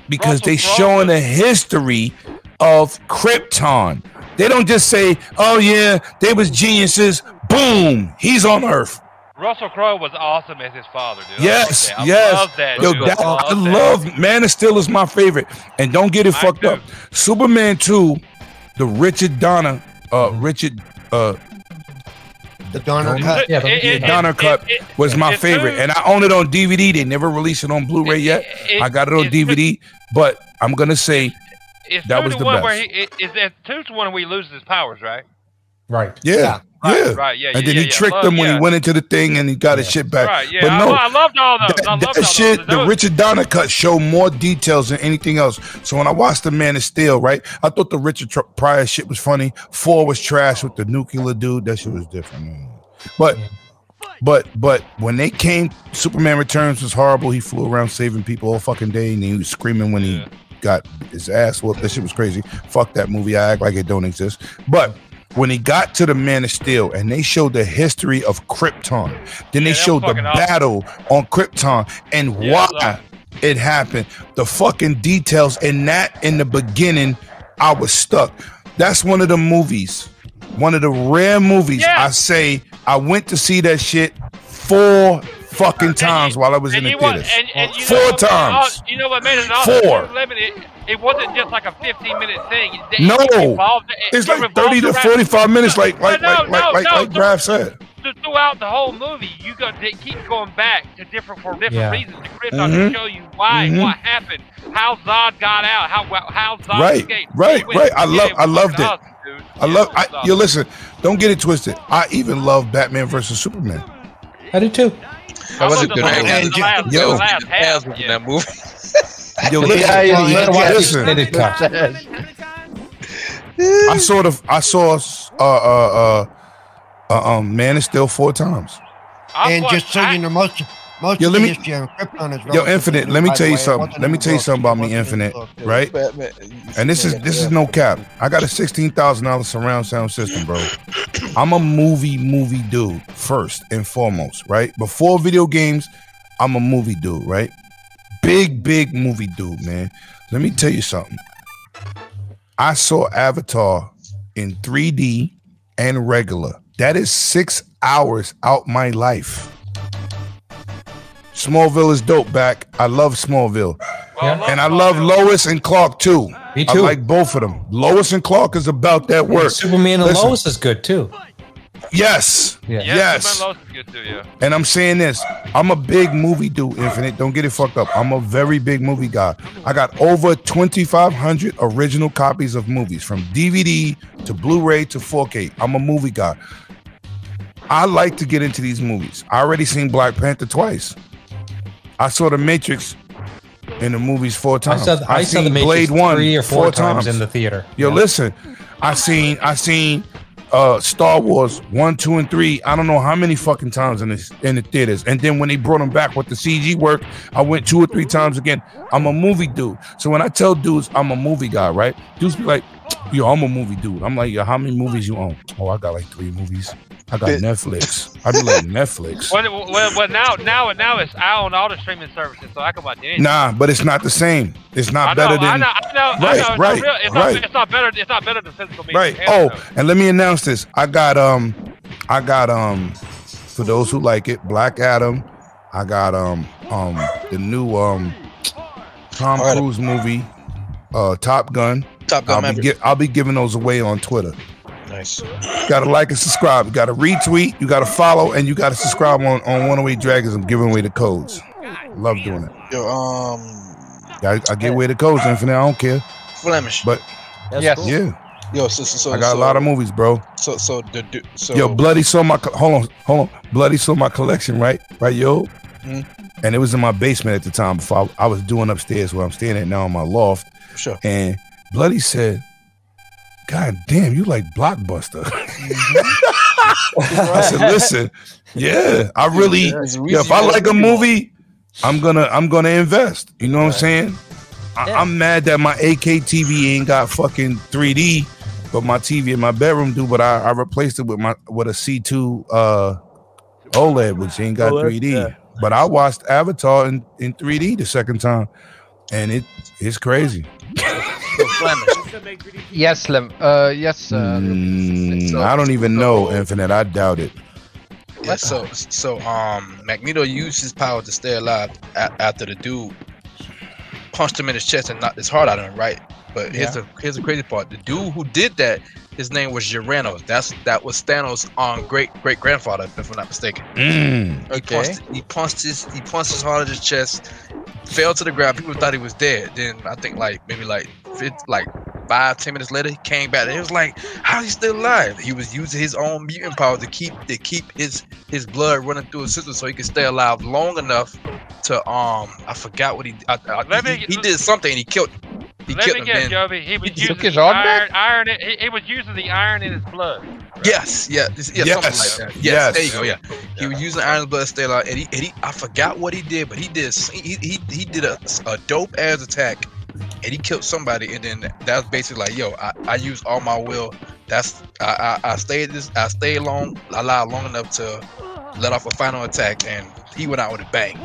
because
Russell
they
Crowe
showing the
was-
history of Krypton. They don't just say, "Oh yeah, they was geniuses." Boom, he's on Earth.
Russell Crowe was awesome as his father, dude.
Yes,
I love that.
yes.
I love that.
Yo,
dude.
that, I
that.
love Man of Steel is my favorite, and don't get it
Mine
fucked
too.
up. Superman two, the Richard Donner, uh, Richard uh,
The Donner cut.
Yeah, but-
It- it- it-
Donner cut
it- it-
was my
it's
favorite,
good.
and I own it on DVD. They never released it on Blu-ray yet.
it-
I got it on
it's good.
DVD, but I'm gonna say
It's
That
two
was
to
the
one where
best.
he it, it's, it's two to one where he loses his powers, right?
Right.
Yeah. Yeah.
Right, right, yeah,
and
yeah,
then
yeah,
he
yeah.
tricked
Love-
them when
yeah.
he went into the thing and he got his shit back.
Right, yeah.
But
I,
no,
lo- I loved all those. I
that,
loved all
that
those.
shit, the
Those-
Richard Donner cut showed more details than anything else. So when I watched The Man of Steel, right, I thought the Richard Tr- Pryor shit was funny. Four was trash with the nuclear dude. That shit was different. man. But, but, but when they came, Superman Returns was horrible. He flew around saving people all fucking day, and he was screaming when he got his ass whooped. That shit was crazy. Fuck that movie. I act like it don't exist. But. When he got to the Man of Steel, and they showed the history of Krypton, then they
Yeah, that was
showed the
fucking awesome.
battle battle on Krypton and
Yeah,
why
so-
it happened. The fucking details in that in the beginning, I was stuck. That's one of the movies, one of the rare movies.
Yeah.
I say I went to see that shit four fucking times while I was in
and
the
you want-
theaters.
and- and you know
Four
what made it all-
times.
you know what made it all the
Four.
11, it, it wasn't just like a 15 minute thing. It- it
No,
revolved- it-
it's
it
like
revolved
thirty to
around-
forty-five minutes, like like
No,
like
no, no,
like like,
no,
like
no.
Graf said.
th- throughout the whole movie, you go they keep going back to different for different
Yeah.
reasons. The crypto
Mhm.
to show you why,
Mhm.
what happened, how Zod got out, how how Zod
Right,
escaped.
right,
It was-
right. I
yeah,
love-
was
I loved it.
awesome, dude.
I
Yeah,
love.
it was
I, you
awesome.
listen. Don't get it twisted. I even love Batman versus Superman.
I do too.
I
was a
loved
good
the
movie.
last- the last-
Yo.
the last half,
Asthma in
yeah.
that movie.
Yo, listen,
Yeah,
Well,
you gotta
yeah,
watch
listen.
the extended cut.
I saw the I saw uh uh uh, uh um Man is Still four times.
I
And
was-
just so
I-
you know, most most
Yo,
of
let
the
me-
history on Krypton is
Yo,
relatively
Infinite.
new,
Let me
by the
tell you
way. It
something.
wasn't
Let me
even
tell you
booked.
something
It
about me,
wasn't even
Infinite.
booked.
Right?
Batman.
And this is this is no cap. I got a sixteen thousand dollar surround sound system, bro. I'm a movie movie dude first and foremost, right? Before video games, I'm a movie dude, right? Big big movie dude, man. Let me tell you something. I saw Avatar in 3D and regular. That is six hours out my life. Smallville is dope back. I love Smallville. And I love Lois and Clark too.
Me
I
too.
like both of them. Lois and Clark is about that work.
Superman and
Listen.
Lois is good too.
Yes.
Yeah.
Yeah,
Yes.
Superman Lois is good too, yeah.
And I'm saying this. I'm a big movie dude, Infinite. Don't get it fucked up. I'm a very big movie guy. I got over 2,500 original copies of movies from DVD to Blu-ray to 4K. I'm a movie guy. I like to get into these movies. I already seen Black Panther twice. I saw The Matrix in the movies four
I
times.
saw, I saw
seen
the Matrix
Blade One
three or four, times, in the theater.
Yo,
Yeah.
listen, I seen I seen uh Star Wars one, two, and three. I don't know how many fucking times in this in the theaters. And then when they brought them back with the CG work, I went two or three times again. I'm a movie dude. So when I tell dudes I'm a movie guy, right? Dudes be like, yo, I'm a movie dude. I'm like, yo, how many movies you own? Oh, I got like three movies. I got
Bit-
Netflix. I be like Netflix.
Well, well, well, now, now, now it's I own all the streaming services, so I can watch anything.
Nah, but it's not the same. It's
I
not
know,
better
I
than
know, I know,
Right,
I know,
right,
it's not real, it's
right.
Not, it's not better. It's not better than physical media.
Right.
Hell
Oh,
no.
and let me announce this. I got um, I got um, for those who like it, Black Adam. I got um um the new um Tom
Alright.
Cruise movie, uh Top Gun.
Top Gun
I'll be,
Maverick.
gi- I'll be giving those away on Twitter.
nice.
Gotta like and subscribe. You gotta retweet. You gotta follow, and you gotta subscribe on on 108 Dragons. I'm giving away the codes. Love doing it.
Yo, um,
I, I give away the codes, Infinite. I don't care.
Flemish.
But
That's
Yes.
cool.
yeah,
Yo, so so, so
I got
so,
a lot of movies, bro.
so so the du- so
Yo, bloody saw my co- hold on, hold on. Bloody saw my collection, right? Right, yo.
Mhm.
And it was in my basement at the time before I, I was doing upstairs where I'm staying at now in my loft.
sure.
And Bloody said, God damn, you like Blockbuster. I said, listen, yeah, I really
Yeah, it's
yeah, if I
reasonable.
like a movie, I'm gonna I'm gonna invest. You know what I'm saying? I,
Yeah.
I'm mad that my AK TV ain't got fucking 3D, but my TV in my bedroom do. But I, I replaced it with my with a C2 uh, OLED, which ain't got
Oh,
OLED,
3D.
yeah.
But I watched Avatar in, in 3D the second time, and it it's crazy.
Yo, Flemish.
Yes, Lem. Uh, yes. Uh,
Mm, I don't even know, Infinite. I doubt it.
Yeah, so so um Magneto used his power to stay alive a- after the dude punched him in his chest and knocked his heart out of him, right? But here's the here's the crazy part: the dude who did that, his name was Gerano. That's that was Thanos' um great great grandfather, if I'm not mistaken.
Mm,
He punched, he punched his he punched his heart in his chest, fell to the ground. People thought he was dead. Then I think like maybe like fif- like five, ten minutes later, he came back. And it was like, how he still alive? He was using his own mutant power to keep to keep his his blood running through his system so he could stay alive long enough to um. I forgot what he. I, I,
Let
he,
me-
he did something. He killed. He
Let
killed
me
him.
guess,
Then.
Jovi. He was
He
using
took
his
the
arm
iron. iron he, he was using the iron in his blood.
Yes, yeah, this- yeah,
Yes.
something like that. Yes,
Yes.
there you go. Yeah, he was using Iron Blood Stay Alive, and he, and he, I forgot what he did, but he did, s- he, he, he did a, a dope ass attack, and he killed somebody, and then that was basically like, yo, I, I used all my will. That's I, I, I stayed this, I stayed long, alive long enough to let off a final attack, and he went out with a bang.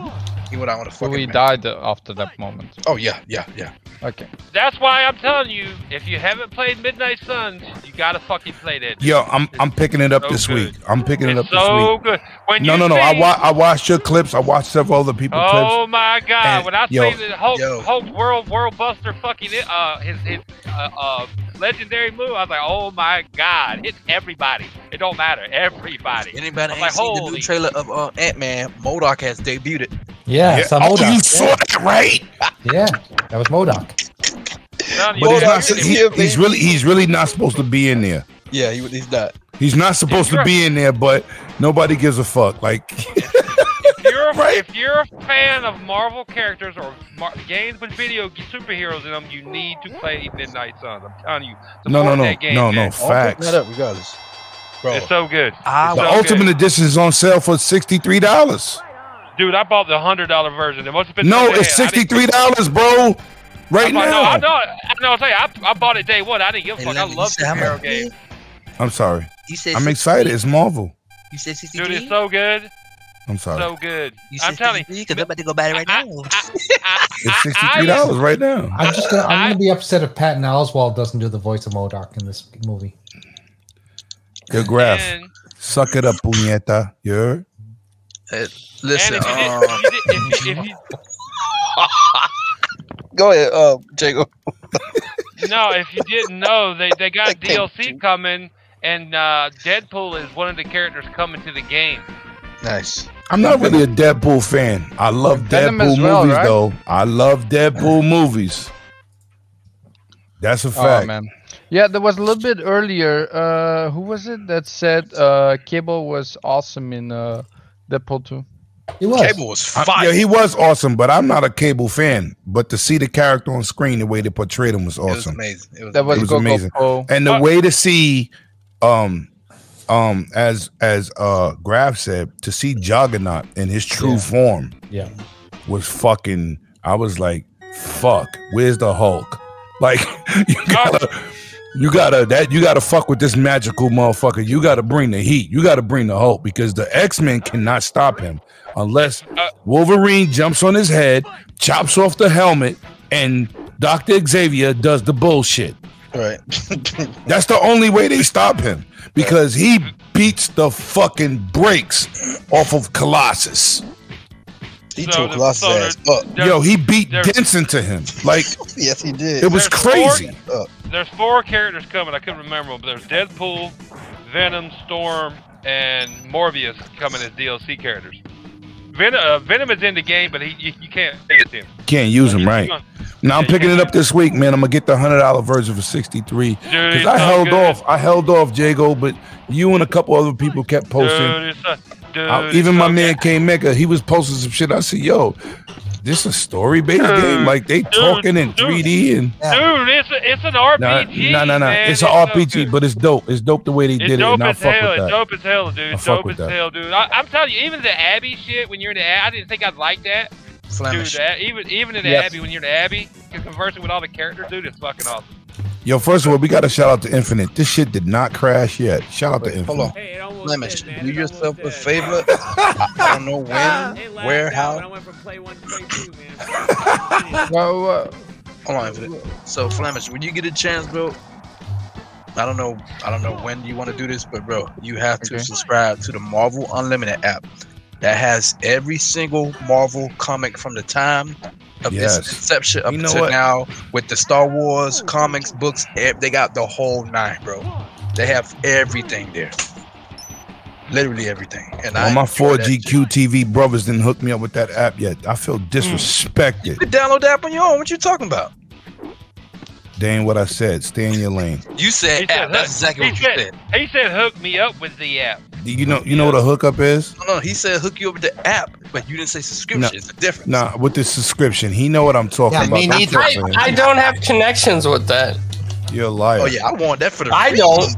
He went out with a
So
fucking.
we
bang.
died uh, after that moment.
Oh yeah, yeah, yeah.
Okay.
That's why I'm telling you, if you haven't played Midnight Suns, you gotta fucking play that.
Yo, I'm I'm picking it up
So
this
good.
week. I'm picking it up
it's
this
so
week.
good. When
No,
you
no, no.
see,
I wa- I watched your clips. I watched several other people's
Oh my God!
And-
when I
yo,
say that Hulk,
yo.
Hulk World World Buster fucking uh his his uh, uh legendary move, I was like, oh my God! It's everybody. It don't matter. Everybody.
Anybody ain't
I'm like,
seen the
holy-
new trailer of uh, Ant Man? Modoc has debuted it.
Yeah,
clips.
so
oh,
Modoc.
you saw that, right?
Yeah, that was Modoc.
None
But
of you
he's
guys-
not. he- he's really. He's really not supposed to be in there.
Yeah, he, he's not.
He's not supposed to be in there, but nobody gives a fuck. Like,
if you're a,
Right.
if you're a fan of Marvel characters or mar- games with video g- superheroes in them, you need to play Midnight Suns. I'm telling you,
no, no,
Support
no,
that game,
no, no.
Jack.
Facts.
up regardless.
Bro,
it's so good,
I
The
so
ultimate edition is on sale for sixty three dollars.
dude. I bought the hundred dollar version. It must have been
No, it's sixty three dollars, bro. Right
I bought, No, I
now.
know. I know. I'll tell you, I, I bought it day one. I didn't give a
Hey,
fuck. I
Lemon, you
love
said how much?
superhero games,
I'm sorry.
You said
I'm
63?
excited. It's Marvel.
You said
dude.
63?
It's so good,
I'm sorry.
so good.
you said
I'm telling you.
63? Cause I'm about to go buy it right
I-
now.
I- I-
It's sixty
I
three
didn't-
dollars right now.
I'm just gonna, I'm
I-
gonna be upset if Patton Oswald doesn't do the voice of Modoc in this movie.
Your graph.
And,
Suck it up, puñeta. You heard?
and
Listen,
if, you did,
um,
if, you did, if, you, if you
go ahead, uh, Jacob.
No, if you didn't know, they, they got
Okay.
DLC coming, and uh, Deadpool is one of the characters coming to the game.
Nice.
I'm not really a Deadpool fan. I love
Venom
Deadpool
as well,
movies,
right?
though. I love Deadpool movies. That's a
Oh
fact.
man. Yeah, there was a little bit earlier. Uh, who was it that said uh, Cable was awesome in uh, Deadpool 2?
He was.
Cable was
I-
fire.
Uh, yeah, he was awesome, but I'm not a Cable fan. But to see the character on screen, the way they portrayed him was
It was
awesome,
amazing. It was
That was,
was
Gogo
amazing.
Pro.
and
Uh,
the
But-
way to see, um, um, as as uh Graf said, to see Juggernaut in his true
Yeah.
form,
Yeah.
was fucking. I was like, fuck, where's the Hulk? Like, you gotta, you gotta that you gotta fuck with this magical motherfucker. You gotta bring the heat. You gotta bring the Hulk because the X Men cannot stop him unless
Uh,
Wolverine jumps on his head, chops off the helmet, and Doctor Xavier does the bullshit.
right.
That's the only way they stop him because he beats the fucking brakes off of Colossus.
he
So
took
the-
Colossus'
so the-
ass Oh. up.
There's,
Yo, he beat
there-
Denson to him. Like
Yes, he did.
it was
There's four-
crazy.
there's four characters coming. I couldn't remember them. But there's Deadpool, Venom, Storm, and Morbius coming as DLC characters. Ven- uh, Venom is in the game, but he you, you can't use him.
Can't use him right. Now I'm
Yeah, you
picking it
can't-
up this week, man. I'm gonna get the hundred dollar version for sixty three.
Dude,
Cause
it's
I
so
held
good.
off. I held off, Jago, but you and a couple other people kept posting.
Dude, it's so- dude,
I-
it's
even my
so
man
good.
K Mecca, he was posting some shit. I said, "Yo, this a story based
Dude,
game. Like they talking in
dude.
3D and
Dude, it's a, it's an RPG.
no, no, no.
man.
It's an
so
RPG,
good.
but it's dope. It's dope the way they
It's
did it,
dope
and I
as
fuck
hell.
with
It's
that.
dope as hell, dude.
I
It's
fuck
dope
with
as
that.
hell, dude. I, I'm telling you, even the Abbey shit when you're in the Abbey, I didn't think I'd like that, dude.
Flemish.
The, even even in the Abbey, when you're in the Abbey, you're conversing with all the characters, dude. It's fucking awesome.
Yo, first of all, we got to shout out to Infinite. This shit did not crash yet. Shout out to
Wait,
Infinite.
hold on.
Hey, it almost
Flemish,
did, man.
do
It
yourself a
almost did.
favor. I, I don't know
It
when,
lagged
where,
out when I
how.
went from play one to play two, man.
Well, uh,
Hold on. for that. So Flemish, when you get a chance, bro. I don't know. I don't know when you want to do this, but bro, you have to
Okay.
subscribe to the Marvel Unlimited app that has every single Marvel comic from the time of
Yes.
its inception up
You know
to
what?
now with the Star Wars comics, books. ev- They got the whole nine, bro. They have everything there. Literally everything. And
Well,
I
my
enjoy
4G
that shit.
QTV brothers didn't hook me up with that
Mm.
app yet. I feel disrespected.
You can download the app on your own. What you talking about?
That ain't what I said. Stay in your lane.
You said
said
app. That's
hook.
exactly
He
what you
said-
said.
He said, "Hook me up with the app."
You know, you know what a hookup is?
No, no, Uh, he said hook you up with the app, but you didn't say subscription.
No.
It's a difference.
Nah, with this subscription, he know what I'm talking
Yeah,
about.
me
That's
neither.
what
I,
I'm saying.
I don't have connections with that.
You're a liar.
Oh yeah, I want that for the.
I don't.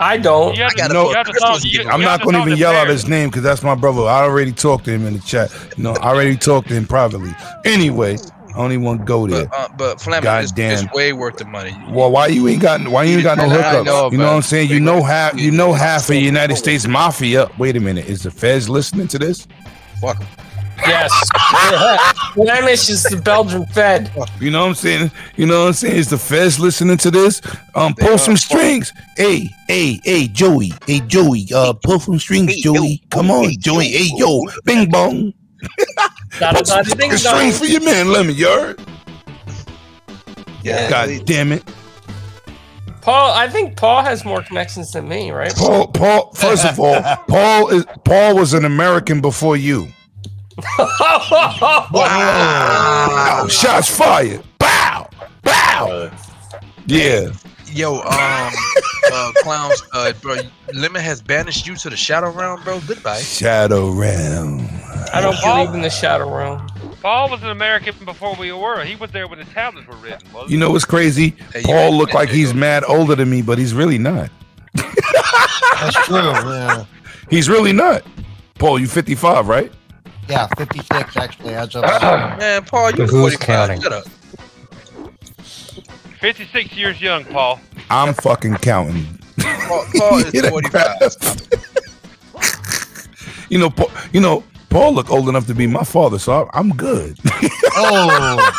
I don't.
You have
I gotta
know-
you have
Christmas
talk- you-
gift.
you
I'm
have
not going to
talk
even yell out
Barry.
his name because that's my brother. I already talked to him in the chat. No, I already talked to him privately. Anyway, I only want to go there.
But, uh, but Flamin, it's,
Goddamn.
it's way worth the money.
Well, why you ain't got why you ain't got no
I
hookup?
know,
you know
but-
what I'm saying? You know half you know half of United States mafia. Wait a minute, is the feds listening to this?
Fuck 'em.
Yes. Flemish is the Belgian Fed.
You know what I'm saying? You know what I'm saying? Is the feds listening to this? Um,
They
pull
are.
some strings. Hey, hey, hey, Joey. Hey, Joey. Uh, pull some strings,
Hey,
Joey. Come on, Joey. Hey, yo, bing bong.
Dada,
Pull some
dada, ding,
fucking strings
dong.
for your man, Lemon. You heard?
Yeah.
God damn it.
Paul, I think Paul has more connections than me, right?
Paul, Paul, first of all, Paul is Paul was an American before you. Wow. Shots fired. Bow. Bow. Yeah.
Uh, Yo, um, uh, clowns, uh, bro, Lemon has banished you to the shadow realm, bro. Goodbye.
Shadow round.
I don't believe in the shadow realm.
Paul was an American before we were. He was there when the tablets were written. Wasn't
You know what's crazy?
Hey, you
Paul
ain't-
looked like he's mad older than me, but he's really not.
That's true. Yeah.
He's really not. Paul, you 55, right?
Yeah, 56 actually. As
Ah.
of
Man, Paul, Oh, you
But who's
45.
counting?
Shut up.
he? Fifty-six years young, Paul.
I'm fucking counting.
Paul, Paul
You
is
done
45.
crap. you know, Paul, you know, Paul looked old enough to be my father, so I- I'm good.
oh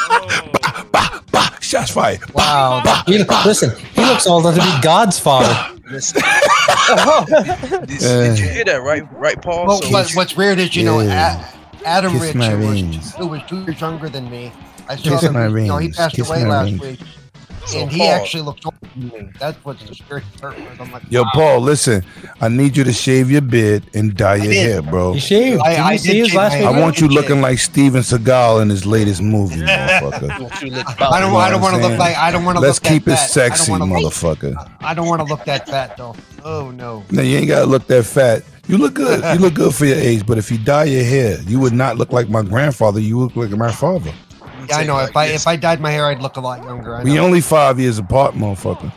Oh.
bah, bah, shots fired. Bah,
wow,
bah.
He, listen, he looks old enough to be God's father.
Listen. Did- did you hear that, right? Right, Paul?
Well,
So
what, what's weird is, you know,
Yeah.
A- Adam
Kiss
Rich,
my
who
rings.
was, who was two years younger than me, I saw
Kiss
him.
my
you know, he
rings.
passed
Kiss
away
my
last
rings.
week,
So
and he
Paul-
actually looked older than me. That's what the spirit hurt was. I'm like,
Yo,
wow.
Paul, listen. I need you to shave your beard and dye your
did.
hair, bro.
He shaved.
I-
Did
I
you
did
see his
shave
last
my-
I
video?
want you looking like Steven Seagal in his latest movie, motherfucker.
Don't you look
I don't,
You know
I don't want
what
to
I'm saying?
look like I don't want to
Let's
look
keep it
that fat.
sexy,
I don't wanna look-
motherfucker.
I don't want to look that fat though. Oh no.
No, you ain't gotta look that fat. You look good. You look good for your age, but if you dye your hair, you would not look like my grandfather. You look like my father.
Yeah,
I'm
I
saying,
know.
like,
If I
yes.
if I dyed my hair, I'd look a lot younger. I
We
know.
only five years apart, motherfucker.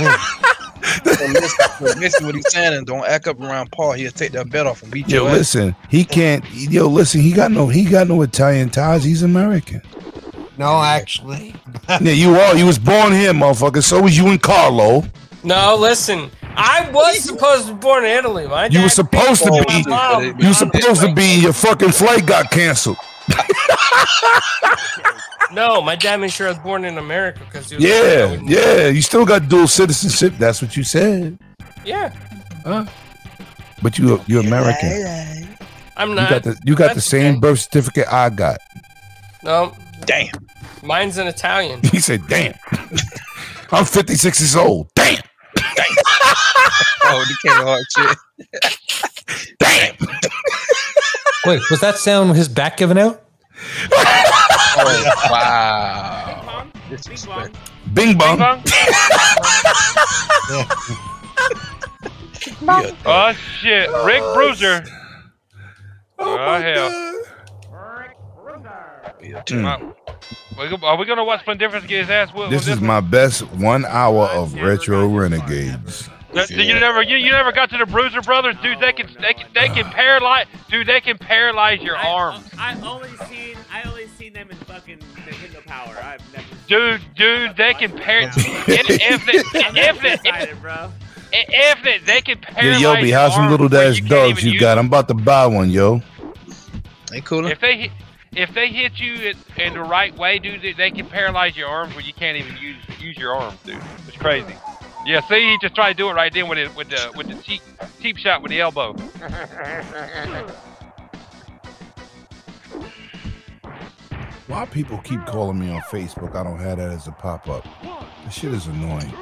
So listen, so listen what he's saying and don't act up around Paul. He'll take that bet off and beat
Yo,
your ass.
listen. He can't. Yo, listen. He got no. He got no Italian ties. He's American.
No, actually,
Yeah, you are. You was born here, motherfucker. So was you and Carlo.
No, listen. I was supposed to be born in Italy. My
You
dad
were supposed to
paid for
be-
my mom.
You were
You supposed to be. Your fucking flight got canceled.
No, my dad made sure I was born in America because he was
Yeah, yeah. You still got dual citizenship. That's what you said.
yeah.
But you, you're American.
I'm
You
not.
got the. You got the
That's
same
okay.
birth certificate I got.
No,
Damn.
mine's an Italian.
He said, "Damn, I'm 56 years old. Damn,
Oh, the Kevin Hart shit.
damn."
Wait, was that sound his back giving out?
Oh, wow.
Bong, bing bong.
Disrespect.
Bing bong.
Bong.
Yeah.
Oh shit, Rick Bruiser. Oh, hell.
Mm.
We go- Are we gonna watch Fun Difference get his ass whooped? on
This is my best one hour of retro renegades.
That- You never, you, you never got to the Bruiser Brothers, dude. They can, they can, they can paralyze, dude. They can paralyze your
I-
arms,
I, I only seen I only seen them in fucking Nintendo Power. I've never.
dude, dude. They can par, in- infinite,
I'm never
infinite,
excited, bro.
in- infinite. They can
Yo,
paralyze
Yobi,
your
how's some
arms
little
where
dash
you can't
dogs
even
you
use
got? I'm about to buy one, yo.
Ain't cool.
If they hit, if they hit you in, in the right way, dude, they, they can paralyze your arms where you can't even use use your arms, dude. It's crazy. Yeah, see, he just tried to do it right then with his, with the with the cheap cheap shot with the elbow.
Why people keep calling me on Facebook? I don't have that as a pop up. This shit is annoying.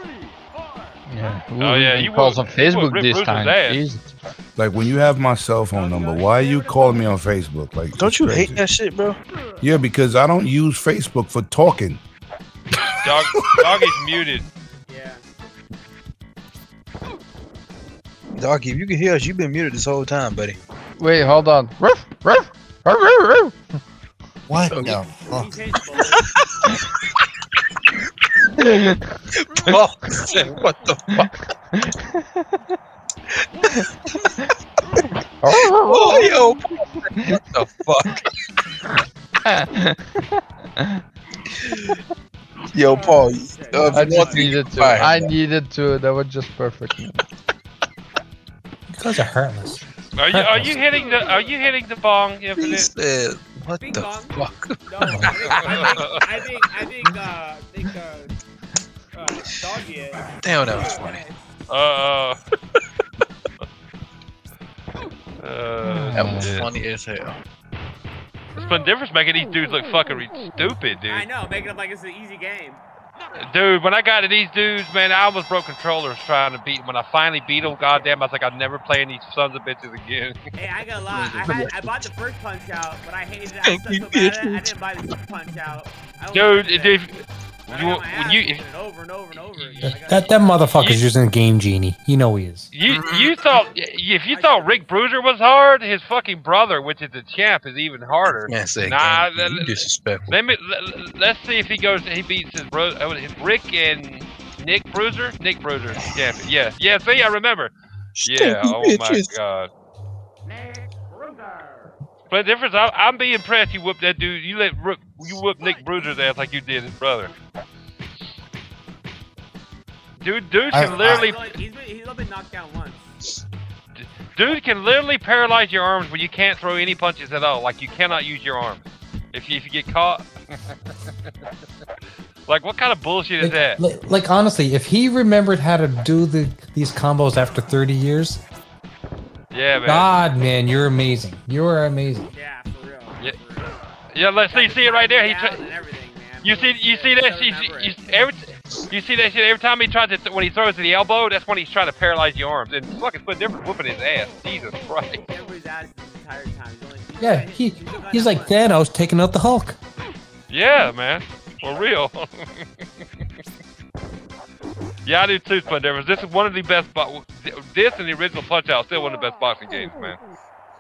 Yeah.
Oh, yeah, you
calls
would-
on
you would
Facebook
rip
this
Bruce's
time.
ass.
Jesus.
Like when you have my cell phone number, why are you calling me on Facebook? Like,
Don't
it's
you
crazy.
hate that shit, bro?
Yeah, because I don't use Facebook for talking.
Dog, dog is muted.
Yeah.
Doggy, if you can hear us, you've been muted this whole time, buddy.
Wait, hold on. Ruff, ruff, ruff, ruff, ruff.
What
Oh,
the
He
fuck?
changed both.
Paul said, what the fuck? Oh, yo, Paul said, what the fuck? Yo, Paul, you- uh,
I
if you want
just
to, you
needed
can
to.
fire
I
him.
needed to. That was just perfect.
You guys are heartless.
Are you are you hitting the are you hitting the bong
He
infinite?
said, what
Bing
the
bong.
fuck?
No, I think I think I think uh, I think uh, uh doggy. is-
Damn, that was funny.
Uh. uh
That was
shit.
funny as hell.
It's been difference making these dudes look fucking re- stupid,
I
dude.
know, make it up like it's an easy game.
Dude, when I got to these dudes, man, I almost broke controllers trying to beat. When I finally beat them, goddamn, I was like, I'm never playing these sons of bitches again.
Hey, I gotta lie. I, had, I bought the first Punch Out, but I hated it. I sucked so bad at it. I didn't buy the second Punch Out. I was
Dude,
upset.
if, if
But I
you
got my
when
ass
you
beat
if
it over and over and over again. I
That,
got-
that, that motherfucker's
You-
using a game genie. You know he is.
you you thought if you thought Rick Bruiser was hard, his fucking brother, which is the champ, is even harder.
Man said,
Nah,
nah,
that-
you disrespectful.
Let me let, let's see if he goes. He beats his bro, uh, his Rick and Nick Bruiser. Nick Bruiser, damn it. Yeah, yeah. See, I remember. Yeah.
Stinky
Oh my
bitches.
god. But the difference, I, I'm be impressed. You whooped that dude. You let Rook, you whoop Nick Bruiser's ass like you did his brother. Dude, dude
I-
can literally,
He's only- he's been, he's only been knocked down once.
dude can literally paralyze your arms when you can't throw any punches at all. Like you cannot use your arms. If you, if you get caught, like what kind of bullshit is that?
Like, like- like, honestly, if he remembered how to do the these combos after 30 years,
Yeah, man.
God, man, you're amazing. You are amazing.
Yeah, for real.
Yeah.
For real.
Yeah, let's see,
Got
see it
the
right there. He
five
tr-
and everything, man.
you see,
Holy
you
shit,
see
I
that.
still
You
remember
see, you,
it.
see- every, t- you see that shit every time he tries to th- when he throws to the elbow. That's when he's trying to paralyze your arms and fucking put different whooping his ass. Jesus Christ.
Everybody's ass this entire time. He's only- he's
Yeah,
only-
he
only got
he's
that
like
one.
Thanos taking out the Hulk.
Yeah, man, for real. yeah, I do too, Splendorous. This is one of the best. Bo- this and the original Punch Out still one of the best boxing games, man.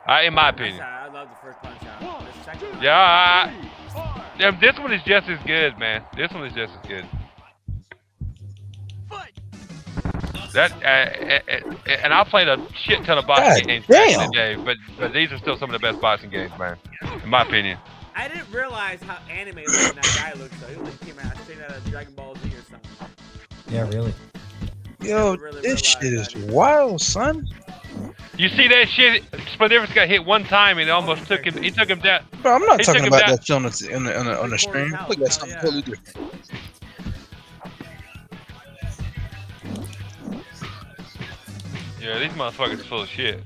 I, in my
I'm sorry,
opinion.
I love the first punch out. The second one-
Yeah, I, yeah, this one is just as good, man. This one is just as good. That uh, uh, uh, and I played a shit ton of boxing
God
games
damn.
back in the day, but but these are still some of the best boxing games, man. In my opinion.
I didn't realize how anime looking that guy looked. So he looked came out straight out of Dragon Ball Z or something.
Yeah, really.
Yo,
Really
this shit
realized
is
that.
wild, son.
You see that shit? Spadivers got hit one time and it almost took him. He took him down.
Bro, I'm not
He
talking
took him
about
down.
that shit on the, on the, on the, on the
Like Corey's
stream.
house,
Look at
hell
something
yeah.
totally different.
Yeah, these motherfuckers full of shit.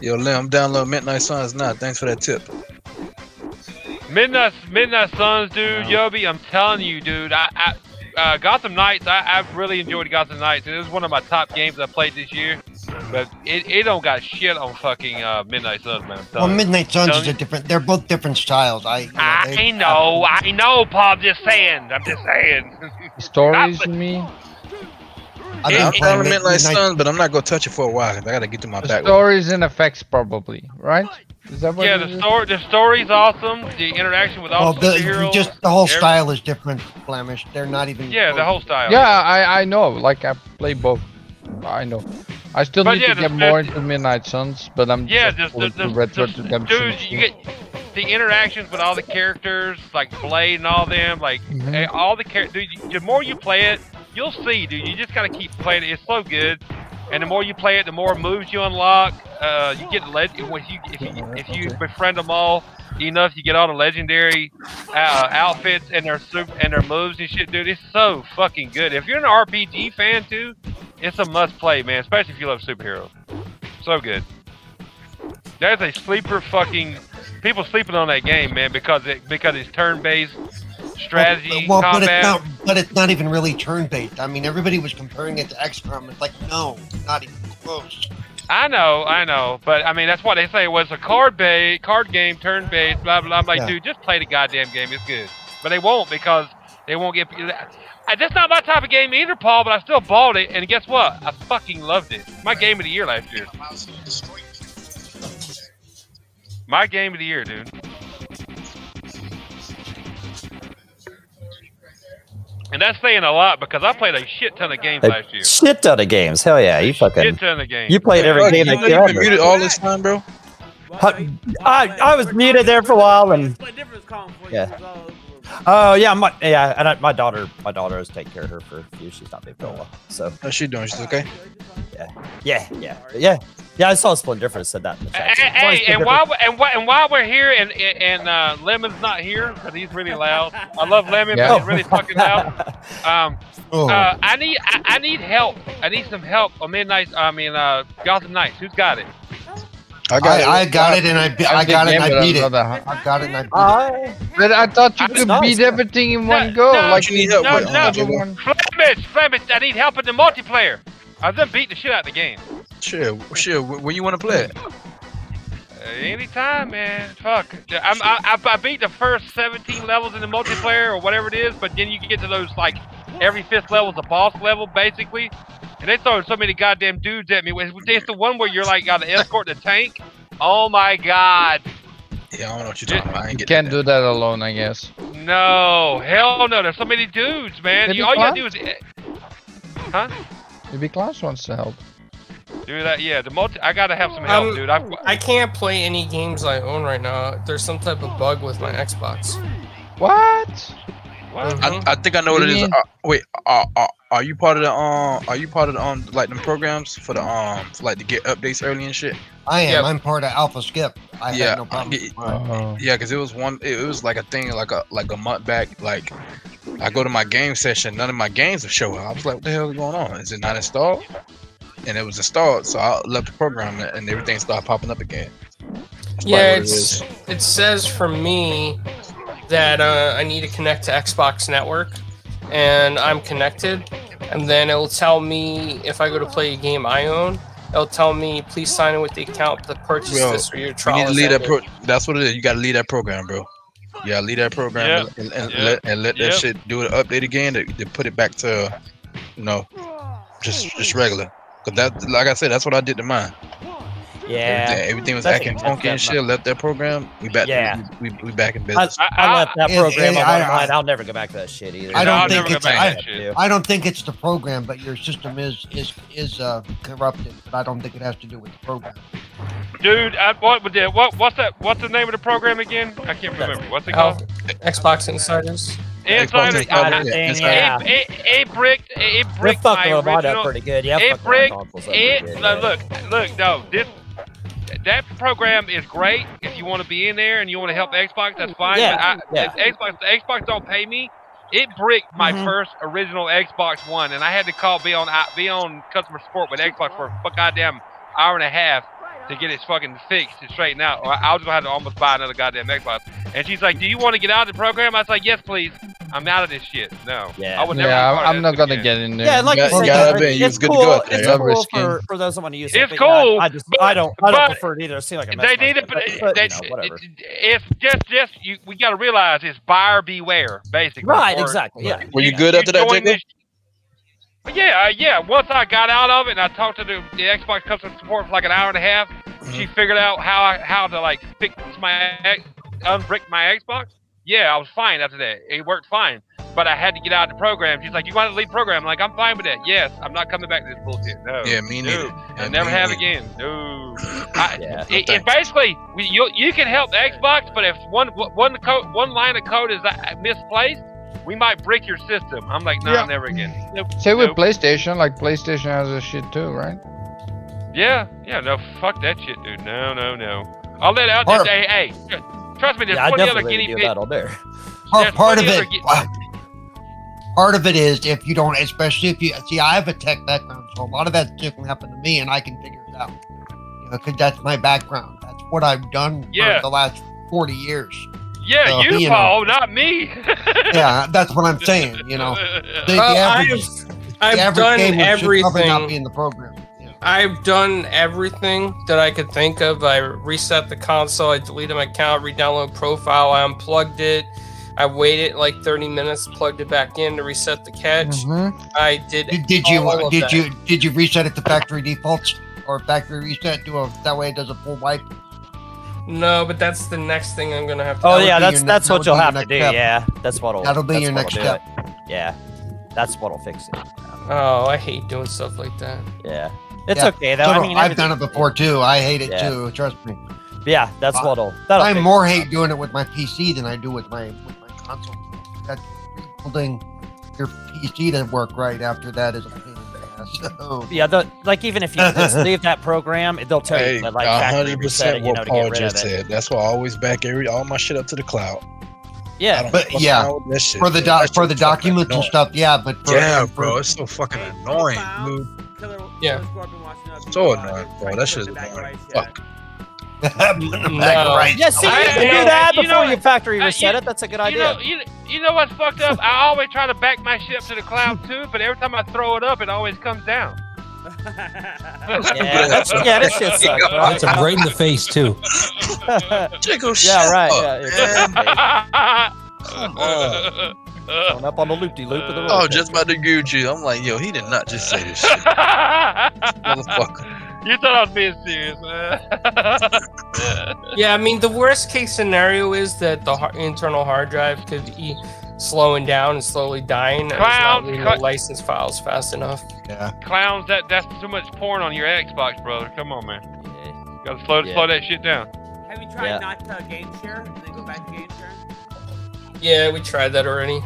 Yo, Lim, I'm downloading Midnight Suns now. Thanks for that tip.
Midnight Midnight Suns, dude, Yobi, I'm telling you, dude. I, I uh, Gotham Knights, I, I really enjoyed Gotham Knights. It was one of my top games I played this year. But it, it don't got shit on fucking uh, Midnight Suns, man. I'm
Well,
telling you.
Midnight Suns is
Tony?
a different. They're both different styles. I. You know,
Ah, I
they-
know, I know, Pop. Just saying, I'm just saying.
Stories, you mean?
I've been playing
I'm downloading Midnight
Midnight
Suns, but I'm not gonna touch it for a while 'cause I gotta get to my back.
Stories and effects, probably. Right? Is that what?
yeah,
it
the
is?
story, the story's awesome. The interaction with
Well,
all the
the,
superheroes.
just the whole
every-
style is different, Flemish. They're not even.
Yeah, the whole style.
Yeah, I I know. Like I play both. I know. I still
But
need
yeah,
to
the
get
fact-
more into Midnight Suns, but I'm
Yeah,
just
just
going
the,
to
the,
retro
the-
to them.
dude, you get the interactions with all the characters, like Blade and all them, like
Mhm.
eh, all the characters. Dude, you- the more you play it, you'll see, dude. You just gotta keep playing it. It's so good, and the more you play it, the more moves you unlock. Uh, you get leg when you if you if you befriend them all enough, you get all the legendary uh, outfits and their super, and their moves and shit, dude. It's so fucking good. If you're an RPG fan too, it's a must play, man. Especially if you love superheroes. So good. That's a sleeper fucking people sleeping on that game, man, because it because it's turn based strategy
Well, but
combat.
it's not. But it's not even really turn-based. I mean, everybody was comparing it to XCOM. It's like, no, not even close.
I know, I know, but I mean that's why they say it was a card ba- card game, turn based, blah blah. I'm like,
Yeah.
dude, just play the goddamn game. It's good, but they won't because they won't get. I, that's not my type of game either, Paul. But I still bought it, and guess what? I fucking loved it. My game of the year last year. My game of the year, dude. And that's saying a lot because I played a shit ton of games
A
last year.
shit ton of games. Hell yeah, you fucking
Shit ton of games.
you played every
Fuck, you
game that
know
you
you've been
ever.
muted all this time, bro.
Huh, I- I was muted there for a while and- Yeah. Oh yeah, my yeah, and I, my daughter, my daughter is taking care of her for a few. She's not been feeling well, so
How's she doing? She's okay.
yeah, yeah, yeah, yeah. I saw Split Difference said that. In the
Hey,
chat, too. Sorry,
hey,
Split
and
Difference.
while and why and while we're here and and uh, Lemon's not here because he's really loud. I love Lemon,
Yeah.
but he's really fucking loud. Um,
Oh,
uh, I need I, I need help. I need some help on Midnight. I mean, uh, Gotham Knights. Who's got it?
I, I got it and I be- I got it and I beat it.
it.
I got it and I beat
I-
But I thought you
I'm
could
sorry,
beat
sir.
everything in one
No,
go.
no,
like
Oh, you need help
no,
with?
no.
Number one.
Flemish, Flemish. I need help in the multiplayer. I've done beat the shit out of the game.
Shit, shit. wh- When you want to play it?
Uh, anytime, man. Fuck. I'm, I, I, I beat the first 17 levels in the multiplayer or whatever it is, but then you get to those, like, every fifth level is a boss level, basically. And they throwing so many goddamn dudes at me. It's it's the one where you're, like, got to escort the tank. Oh my god.
Yeah, I don't know what you're talking about. I ain't
you
getting
can't
that.
do that alone, I guess.
No. Hell no. There's so many dudes, man.
Did
You,
it
all you
fly?
gotta do is.
Maybe Klaus wants to help.
Do that. Yeah, the multi. I gotta have some help,
Um,
dude. I've,
I can't play any games I own right now. There's some type of bug with my Xbox.
What?
what?
Mhm.
I, I think I know what it is.
Yeah.
Uh, wait, uh, uh, are you part of the um? Are you part of the um like them programs for the um for, like to get updates early and shit?
I am.
Yeah.
I'm part of Alpha Skip. I
Yeah,
have no problem.
I-
with mine.
Yeah, cause it was one. It, it was like a thing, like a like a month back. Like I go to my game session, none of my games are showing. I was like, what the hell is going on? Is it not installed? And it was installed, so I left the program and- and everything started popping up again. That's probably
Yeah,
what it
it's,
is.
it says for me that uh, I need to connect to Xbox Network, and I'm connected, and then it'll tell me if I go to play a game I own. It'll tell me please sign in with the account to purchase
Yo,
this or your
You
trial.
need to
is
lead that.
ended."
Pro- that's what it is. You gotta lead that program, bro. Yeah, lead that program
Yeah.
and- and, and
Yeah.
let and let
Yeah.
that shit do an update again to, to put it back to, you know, just just regular. Cause that, like I said, that's what I did to mine.
yeah,
Everything, everything was
That's-
acting
that's
funky and
that-
shit. Left that program. We back.
Yeah.
We, we, we back in
I,
business.
I,
I-
left that
I-
program
I-
on
I-
mine. I'll never go back to that shit either.
I don't
I'll
think
never go
it's-
back
I-
to that shit.
I don't think it's the program, but your system is is is uh, corrupted. But I don't think it has to do with the program.
Dude, I, what, what, what's that? What's the name of the program again? I can't remember. What's it
Oh,
called?
Xbox Insiders.
Insider-
Xbox Insider.
God
Yeah,
ah, dang
Insider.
yeah.
It, it, it bricked. It, it
We're
bricked my
fucking with mine up
original.
pretty good. Yeah,
it
fucking with
bricked-
my consoles up pretty
It,
good,
no,
yeah.
look, look, no, this that program is great if you want to be in there and you want to help Xbox. That's fine.
Yeah,
but I,
yeah. Mm-hmm.
if Xbox, if Xbox don't pay me. It bricked my first original Xbox One, and I had to call be on I- be on customer support with Xbox for a fuck goddamn hour and a half to get it fucking fixed and straightened out. Or I was gonna have to almost buy another goddamn Xbox. And she's like, "Do you want to get out of the program?" I was like, "Yes, please. I'm out of this shit. No,
Yeah.
I would never." be
Yeah,
part of
I'm, I'm
this
not gonna
again.
get in there.
Yeah, and like
Yeah,
you said,
yeah,
yeah,
I bet you
it's
was good to
cool.
go out there.
it's
Yeah,
cool
risk
for,
game.
for those that want to use
It's
it. but yeah, I-
cool,
I just I don't I
but-
don't prefer it either. It seems like a mess
They need to, but,
myself, but,
but
you know, whatever.
it's just, just you, we got to realize it's buyer beware, basically.
Right,
or-
exactly. Yeah.
Were you
yeah.
good
you
after that,
join
Jacob?
this- But yeah, uh, yeah. Once I got out of it and I talked to the, the Xbox customer support for like an hour and a half, she figured out how I, how to like fix my ex- unbrick my Xbox. Yeah, I was fine after that. It worked fine, but I had to get out of the program. She's like, "You want to leave the program?" I'm like, "I'm fine with that. Yes, I'm not coming back to this bullshit. No,
Yeah, me neither.
no,
Yeah,
I never
me
have
neither.
again. No, I,
Yeah.
it,
No
it basically we- you you can help the Xbox, but if one one code one line of code is uh, misplaced, we might break your system. I'm like, nah,
Yeah.
never again. Nope,
Say with
nope.
PlayStation, like PlayStation has a shit too, right?
yeah, yeah, no, fuck that shit, dude. No, no, no. I'll let out that
Harp.
day. Hey, trust me, there's
Yeah, I
plenty other
definitely
guinea
do
pigs.
that all there.
Part,
There's
part of
plenty
it. uh,
other ge-
Part of it is if you don't, especially if you see, I have a tech background, so a lot of that shit can happen to me, and I can figure it out. You know, because that's my background. That's what I've done
Yeah.
for the last forty years.
Yeah,
Uh,
you,
you know.
Paul, not me.
Yeah, that's what I'm saying. You know, the, the
Uh,
average,
I've, I've
the average
done
gamer should probably not be
everything.
in the program. Yeah.
I've done everything that I could think of. I reset the console, I deleted my account, re-download profile, I unplugged it. I waited like 30 minutes, plugged it back in to reset the catch.
Mm-hmm.
I did.
Did, did you
all of
did
Oh, that.
you did you reset it to factory defaults or factory reset? Do a that way it does a full wipe.
No, but that's the next thing I'm gonna have to.
That
Oh
would
yeah,
be
that's
your next-
that's
that
what
would
you'll
be your
have to
next
do.
step.
Yeah, that's what'll.
That'll be
that's
your next
what'll do it. Yeah, that's what'll fix it.
Oh, I hate doing stuff like that.
Yeah, it's
Yeah.
okay though.
So
I
do-
mean,
I've done it before too. I hate it
Yeah.
too. Trust me.
everything- Yeah, that's
I-
what'll. That'll
I
fix
more
it.
hate doing it with my PC than I do with my with my console. That building your PC to work right after that is a pain in the ass. So,
Yeah, the, like even if you just leave that program, it- they'll tell
Hey,
you to, like factory
hundred
reset
percent
it, you
what
know, to
Paul
get rid
just
of it.
said. That's why I always back every all my shit up to the cloud. I
Yeah,
don't
But,
fuck
yeah,
around with that shit,
for the
dude.
doc
That
for
shit
the
is fucking
documents and
annoying.
stuff, yeah, but for,
Yeah,
for-
bro, it's so fucking annoying, dude.
Killer,
Yeah.
Killer Scorpion watching us,
So
uh,
annoying, bro.
trying
That
to
shit is
put the
annoying.
back
Fuck.
Put 'em back
No.
right.
yeah. See,
I-
you can
you
do
know-
that
you know
before
what?
you factory
Uh,
reset
you-
it. That's a good
You
idea.
know, you, you know what's fucked up? I always try to back my shit up to the cloud too, but every time I throw it up, it always comes down.
away.
yeah, that's, yeah, this shit sucks. bro.
That's him right in the face too.
Jiggle shit
yeah, right.
up,
Yeah, yeah.
man.
Okay.
Come
on. Going up on the loop de loop of the road.
Oh, just about to gooch you. I'm like, yo, he did not just say this shit, motherfucker.
You thought I was being serious, man.
Yeah, I mean the worst case scenario is that the har- internal hard drive could be slowing down and slowly dying. and it's
Cloud
not reading
cut-
the license files fast enough.
Clowns, that that's too much porn on your Xbox, brother. Come on, man.
Yeah.
Gotta slow
Yeah.
slow that shit down.
Have you tried
Yeah.
not to game share and then go back to game share?
Yeah, we tried that already.
You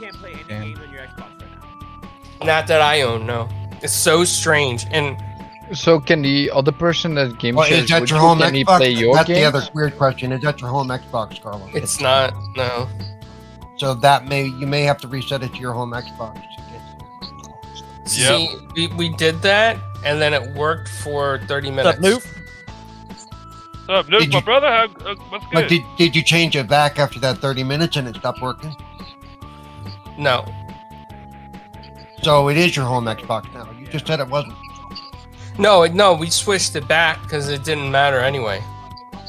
can't play any
Damn.
games on your Xbox right now.
Not that I own, no. It's so strange. And
So can the other person that game
Well,
shares
is that
with
your
you,
home
can he
Xbox?
play your
That's the
games?
other weird question. Is that your home Xbox, Carlos?
it's not, no.
So that may you may have to reset it to your home Xbox. to get-
See, we, we did that and then it worked for 30
The
minutes.
loop.
What's up, Nuke,
Did
my
you-
brother? How, uh, what's
But
good?
did, did you change it back after that 30 minutes and it stopped working?
No.
So it is your home Xbox now. You just said it wasn't.
No, it- no, we switched it back because it didn't matter anyway.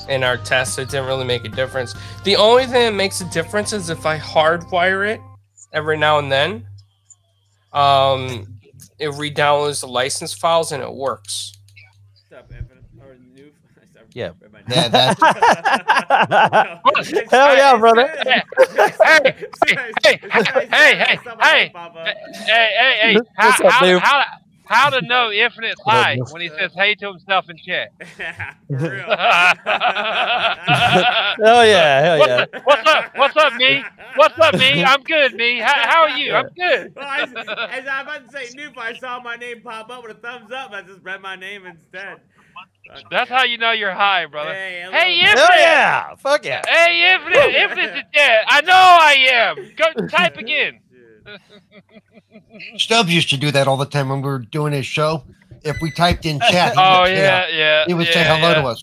In our test, it didn't really make a difference. The only thing that makes a difference is if I hardwire it every now and then. Um, it re-downloads the license files and it works.
What's up, Infinite? Or new?
Yeah.
Yeah, that's-
Hell yeah, brother.
hey, hey, hey, hey, hey. hey, hey, hey! How,
What's up,
how,
noob?
how, how to know Infinite
What up,
lie
noob?
when he says hey to himself in chat?
For real.
Oh yeah, hell yeah.
What's up? What's up, me? What's up, me? I'm good, me. How, how are you? I'm good.
Well, I, as I'm about to say noob, I saw my name pop up with a thumbs up. I just read my name instead.
That's how you know you're high, brother.
Hey, hello.
Hey, Infinite!
Hell yeah. Fuck yeah.
Hey, Infinite! Infinite's in chat. I know I am. Go type again.
Stubbs used to do that all the time when we were doing his show. If we typed in chat, he
Oh
would say,
yeah, yeah.
he would
yeah,
say hello
yeah.
to us.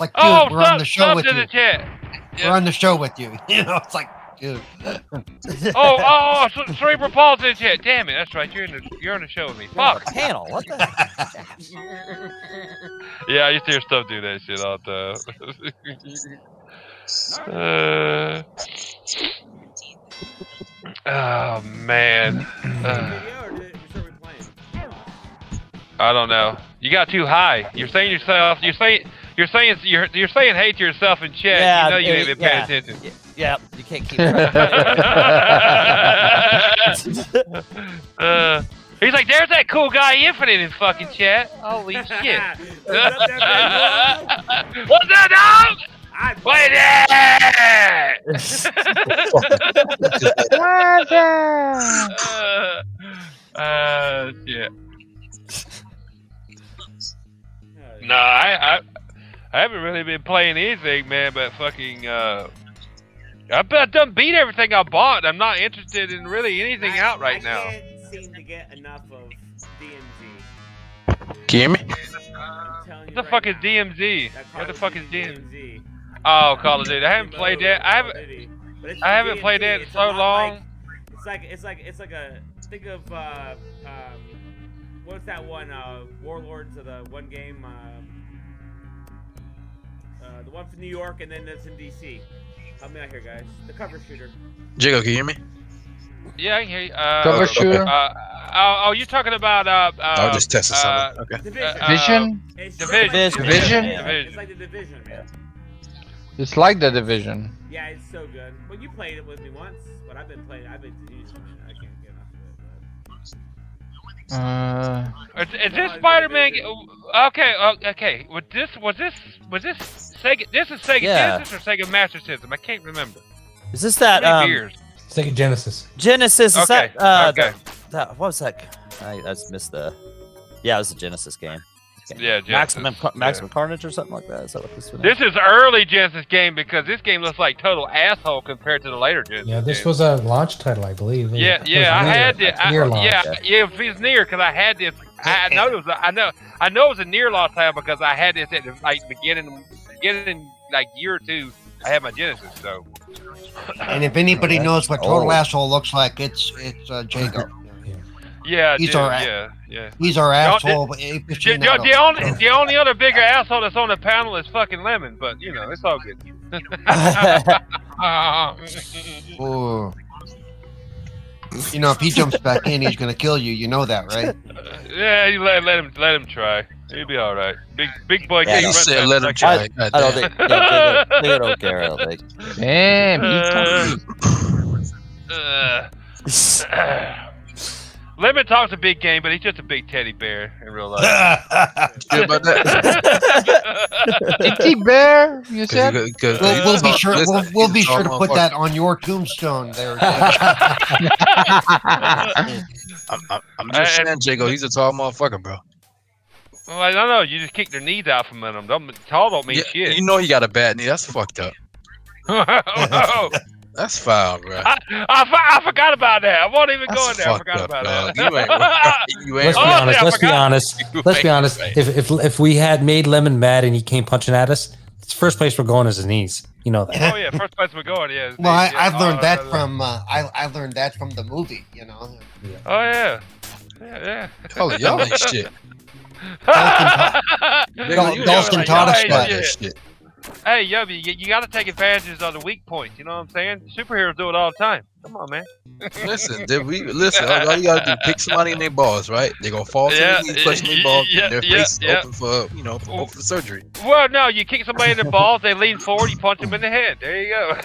Like, dude,
Oh,
we're on the
Stubbs-
show
Stubbs
with
in
you.
the chat. yeah.
We're on the show with you. You know, it's like, dude.
Oh, oh, oh, c- cerebral palsy in the chat. Damn it, that's right. You're in the you're on the show with me. Fuck.
Panel. What the? heck?
Yeah, I used to hear stuff do that shit all the time. uh, oh man, Uh,
Video or did, should we play it?
I don't know. You got too high. You're saying yourself. You're saying. You're saying. You're, you're saying hey to yourself in chat.
Yeah,
you know you
it-
ain't been paying
yeah.
attention.
Y- Yep. You can't keep.
uh, he's like, there's that cool guy Infinite in fucking chat. Holy shit.
What's up, that big boy?
What's that dog?
I-
Wait there! uh, uh, yeah. Nah, I, I, I haven't really been playing anything, man. But fucking, uh, I bet I done beat everything I bought. I'm not interested in really anything
I-
out right
I
now.
can't seem to get enough of DMZ.
Can you hear me?
I'm telling you
What the
right
fuck is
now,
DMZ?
that Call
What the
of
fuck is
Duty
DMZ?
DMZ?
Oh, Call of Duty. I haven't
You
played
know,
that. I haven't.
Call of Duty. But it's
I haven't
DMZ,
played that in
it's a
so
lot like-
long.
It's like it's like it's like a think of uh, um, what's that one? Uh, Warlords of the one game. Uh, uh, the one from New York, and then that's in DC. Help me out here, guys. The cover shooter.
Jigo, can you hear me?
Yeah, I can hear you. Uh,
Cover shooter?
Uh, oh, oh, you're talking about. Uh, uh,
I'll just test this
uh,
out. Okay.
Division.
uh,
Vision?
It's
Division.
just like the
Division?
Yeah, It's
Division.
like the division, man.
It's like the division.
Yeah, it's so good. Well, you played it with me once, but I've been playing. I've been using it. I can't get off of it.
Uh,
Is, is this Spider-Man? ga- Okay, uh, okay. Was this was this was this Sega? This is Sega
Yeah.
Genesis or Sega Master System? I can't remember.
Is this that
Many
um,
years.
It's like a Genesis.
Genesis? Is
Okay,
that uh,
okay.
the- that what was that? I, I just missed the. Yeah, it was a Genesis game.
Yeah, Genesis.
Maximum Ca-
Yeah.
Maximum Carnage or something like that. Is that what this one?
This is early Genesis game because this game looks like total asshole compared to the later Genesis.
Yeah, this
game.
was a launch title, I believe. It
Yeah,
was
yeah, I
near-
had it. I, uh,
near launch.
yeah, yeah, if it's near, because I had this. I, I know it was. A, I know. I know it was a near loss time because I had this at the like beginning, beginning like year or two. I had my Genesis, so
And if anybody knows what total
old.
asshole looks like, it's it's uh, Jago.
yeah,
He's
dude,
alright.
yeah, yeah.
He's our
Y'all
asshole. but
The, the- the only the only other bigger asshole that's on the panel is fucking Lemon, but you know it's all good. Uh,
Ooh. You know, if he jumps back in, he's gonna kill you. You know that, right?
yeah, you let, let him let him try. He'll be all right. Big big boy.
Yeah,
can't
you
run
said
that
let him
much.
try.
I, I don't
Goddamn.
think yeah, they, don't, they don't care. I don't think.
damn. he
Uh,
told me.
Uh, Lemon talks a big game, but he's just a big teddy bear in real life.
Yeah, about that.
Itty bear, you said?
Cause you go- 'cause
We'll,
you
we'll be
talk-
sure.
listen,
We'll, we'll
you
be
talk
sure to put
motherfucker.
that on your tombstone. There.
I'm, I'm, I'm just
And-
saying, Jago, he's a tall motherfucker, bro.
well, I don't know. You just kick their knees out from under them. Don't, tall don't mean
Yeah,
shit.
You know he got a bad knee. That's fucked up.
I,
That's foul, bro.
oh, I, fo- I forgot about that. I won't even go in
That's
there. I
fucked
forgot
up,
about
dog. You ain't right.
that.
You ain't
Let's be
Oh,
right.
honest.
yeah, I forgot.
Let's be honest.
You
Let's be
ain't
honest.
right.
If, if if we had made Lemon mad and he came punching at us, the first place we're going is his knees. You know that.
oh yeah, first place we're going. Yeah.
Well, I,
yeah,
I've learned
oh,
that
yeah.
from. Uh, I I learned that from the movie. You know.
Oh yeah. Yeah,
Y'all, y'all ain't shit.
yeah.
Jago, you
Dawson
ain't
taught us
right.
that.
Y'all ain't shit.
hey, Yubby, you, you got to take advantage of the weak points. You know what I'm saying? Superheroes do it all the time. Come on, man.
Listen, did we listen? All all you gotta do is pick somebody in their balls, right? They gonna fall to
Yeah,
their knees, clutch
yeah,
their balls,
yeah,
and their
yeah,
face is
yeah.
open for you know, open for surgery.
Well, no, you kick somebody in the balls, they lean forward, you punch them in the head. There you go.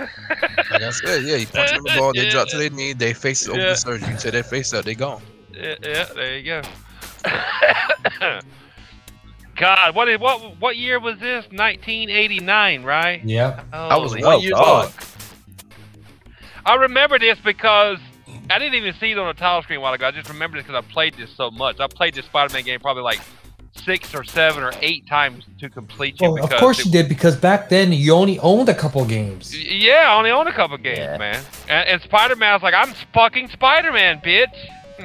Like I said, yeah, you punch them in the ball, they drop to their knee, they face is open
Yeah.
for surgery. You tear their face up, they gone.
yeah, yeah, there you go. God, what is what what year was this? 1989, right?
Yeah.
I was
Holy-
Oh,
one year
God.
old.
I remember this because I didn't even see it on the title screen a while ago. I just remember this because I played this so much. I played this Spider-Man game probably like six or seven or eight times to completion.
Well, of
because
course
it-
you did because back then you only owned a couple games.
Yeah, I only own a couple games,
Yeah.
man. And, and Spider-Man's like, I'm fucking Spider-Man, bitch.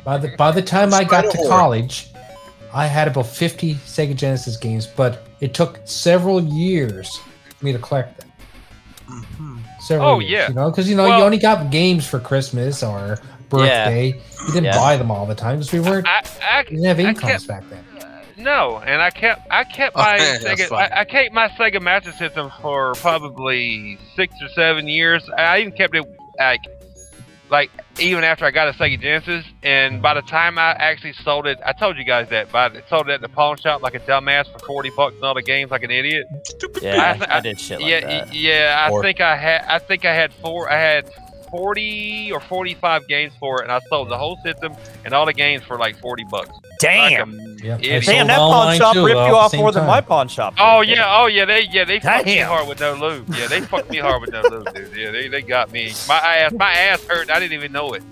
By the by the time I got to
Spider-Whore.
college, I had about 50 Sega Genesis games, but it took several years for me to collect them. Several
Oh,
years,
yeah.
you know, because you know
Well-
you only got games for Christmas or birthday. You didn't
Yeah.
buy them all the time because we weren't
I, I,
we didn't have
I
incomes
kept-
back then.
No, and I kept I kept my
Oh, That's
Sega
funny.
I, I kept my Sega Master System for probably six or seven years. I even kept it like like even after I got a Sega Genesis, and by the time I actually sold it, I told you guys that, but I sold it at the pawn shop like a dumbass for forty bucks and all the games like an idiot. I
Yeah,
th-
I,
I-
did shit like
yeah,
that.
y- yeah. I
Or-
think I had I think I had four. I had forty or forty-five games for it, and I sold the whole system and all the games for like forty bucks.
Damn,
Like a
Yeah,
idiot.
I sold
damn, that pawn
online
shop
too,
ripped
all at
you
the
off
same
more than
time.
my pawn shop.
Oh
did.
yeah, oh yeah, they yeah they fucked me
Damn.
hard with no lube. Yeah, they fucked me hard with no lube, dude. Yeah, they, they got me. My ass, my ass hurt. and I didn't even know it.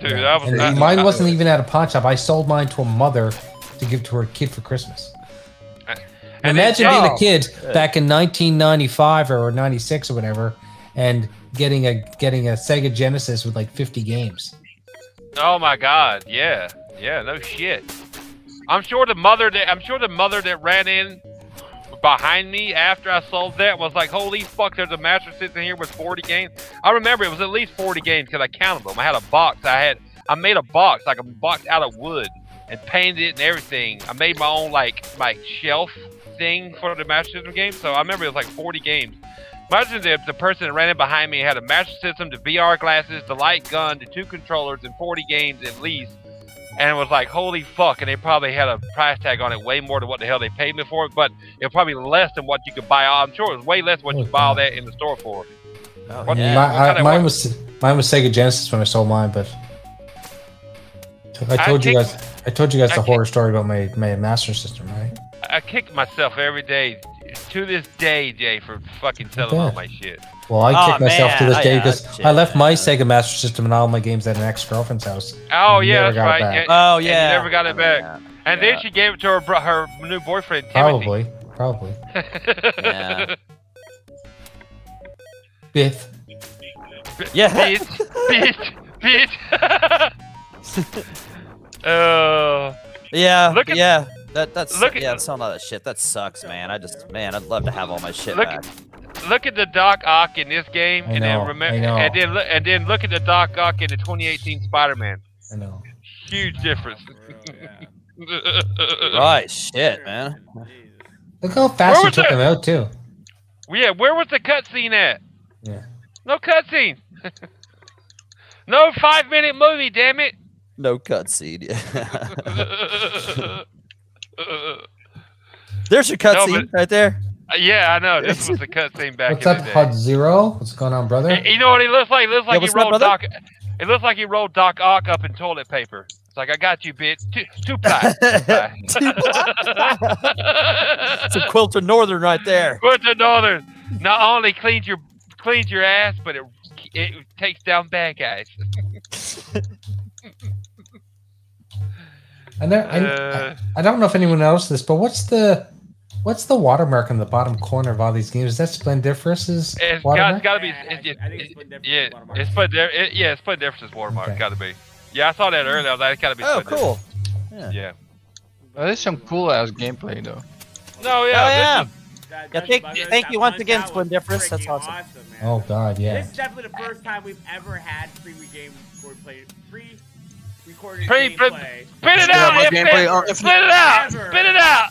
Dude, I was.
And
I,
mine
I-
wasn't even at a pawn shop. I sold mine to a mother to give to her kid for Christmas.
and then-
Imagine being
oh,
a kid back in 1995 or 96 or whatever, and getting a getting a Sega Genesis with like 50 games.
Oh my god, yeah, yeah, no shit. I'm sure the mother that I'm sure the mother that ran in behind me after I sold that was like, holy fuck, there's a master system here with 40 games. I remember it was at least 40 games because I counted them. I had a box. I had I made a box like a box out of wood and painted it and everything. I made my own like like shelf thing for the Master System game. So I remember it was like 40 games. Imagine the, the person that ran in behind me had a Master System, the VR glasses, the light gun, the two controllers, and 40 games at least. And was like, holy fuck! And they probably had a price tag on it way more than what the hell they paid me for it, but it was probably less than what you could buy. I'm sure it was way less what you buy all that in the store for.
Oh,
What-
Oh, My-
what
I-
kinda
mine
work-
was mine was Sega Genesis when I sold mine, but I
I
told you
kicked-
guys I told you guys
I
the
kicked-
horror story about my, my master system, right?
I kick myself every day, to this day, Jay, for fucking selling all
Yeah.
my shit.
Well, I
Aw,
kick myself to
man.
this
Oh,
day
yeah,
because
shit,
I left my
man.
Sega Master System and all my games at an ex girlfriend's house.
Oh
Never
yeah, that's
got it
right.
back.
And-
Oh
and you
yeah.
never got it back. And then she gave it to her bro- her new boyfriend Timothy.
Probably, probably.
Yeah.
Biff.
Yeah.
bitch, bitch, bitch. uh,
Yeah.
Look at-
yeah. That that's
look at-
yeah. Selling all that shit. That sucks, man. I just man, I'd love to have all my shit
Look
back.
look at the Doc Ock in this game,
I
and
know,
then
I
remember,
know.
and then look, and then look at the Doc Ock in the 2018 Spider-Man.
I know.
Huge difference.
Right. Shit, man.
Look how
Where
fast you
was
took
that?
him out too.
yeah, where was the cutscene at?
Yeah.
No cutscene. no five-minute movie, damn it.
No cutscene. Yeah. There's your cutscene
No, but-
right there.
yeah, I know. This was the cutscene back
What's
in
up,
the day.
Hud Zero? What's going on, brother?
You know what he looks like? He looks like he
what's up,
rolled
brother?
Doc. It looks like he rolled Doc Ock up in toilet paper. It's like I got you, bitch. Two, two ply. Two ply.
It's a quilter northern right there.
With the northern, not only cleans your cleans your ass, but it it takes down bad guys.
And there, I,
Uh.
I, I don't know if anyone knows this, but what's the what's the watermark in the bottom corner of all these games? Is that Splendiferous's
It's got,
watermark?
it's got to be.
Yeah,
It, it,
I think it's
it-
split difference
yeah,
with watermark.
it's split. Di- it, yeah, it's split differences watermark.
Okay.
Got to be. Yeah, I saw that earlier. I was like, it's got to be.
Oh,
split difference.
cool.
Yeah.
That is some cool ass gameplay though.
No, yeah.
Oh
this
yeah.
is-
Yeah, thank- thank you once again, Splendid Difference. That's awesome.
man.
Oh God, yeah.
This is definitely the first time we've ever had pre-game play, pre-recorded
Pre- pre-
gameplay.
Spit it
Yeah,
out,
my
you
gameplay uh,
bitch!
are infinite.
Spit it out!
Never.
Spit it out!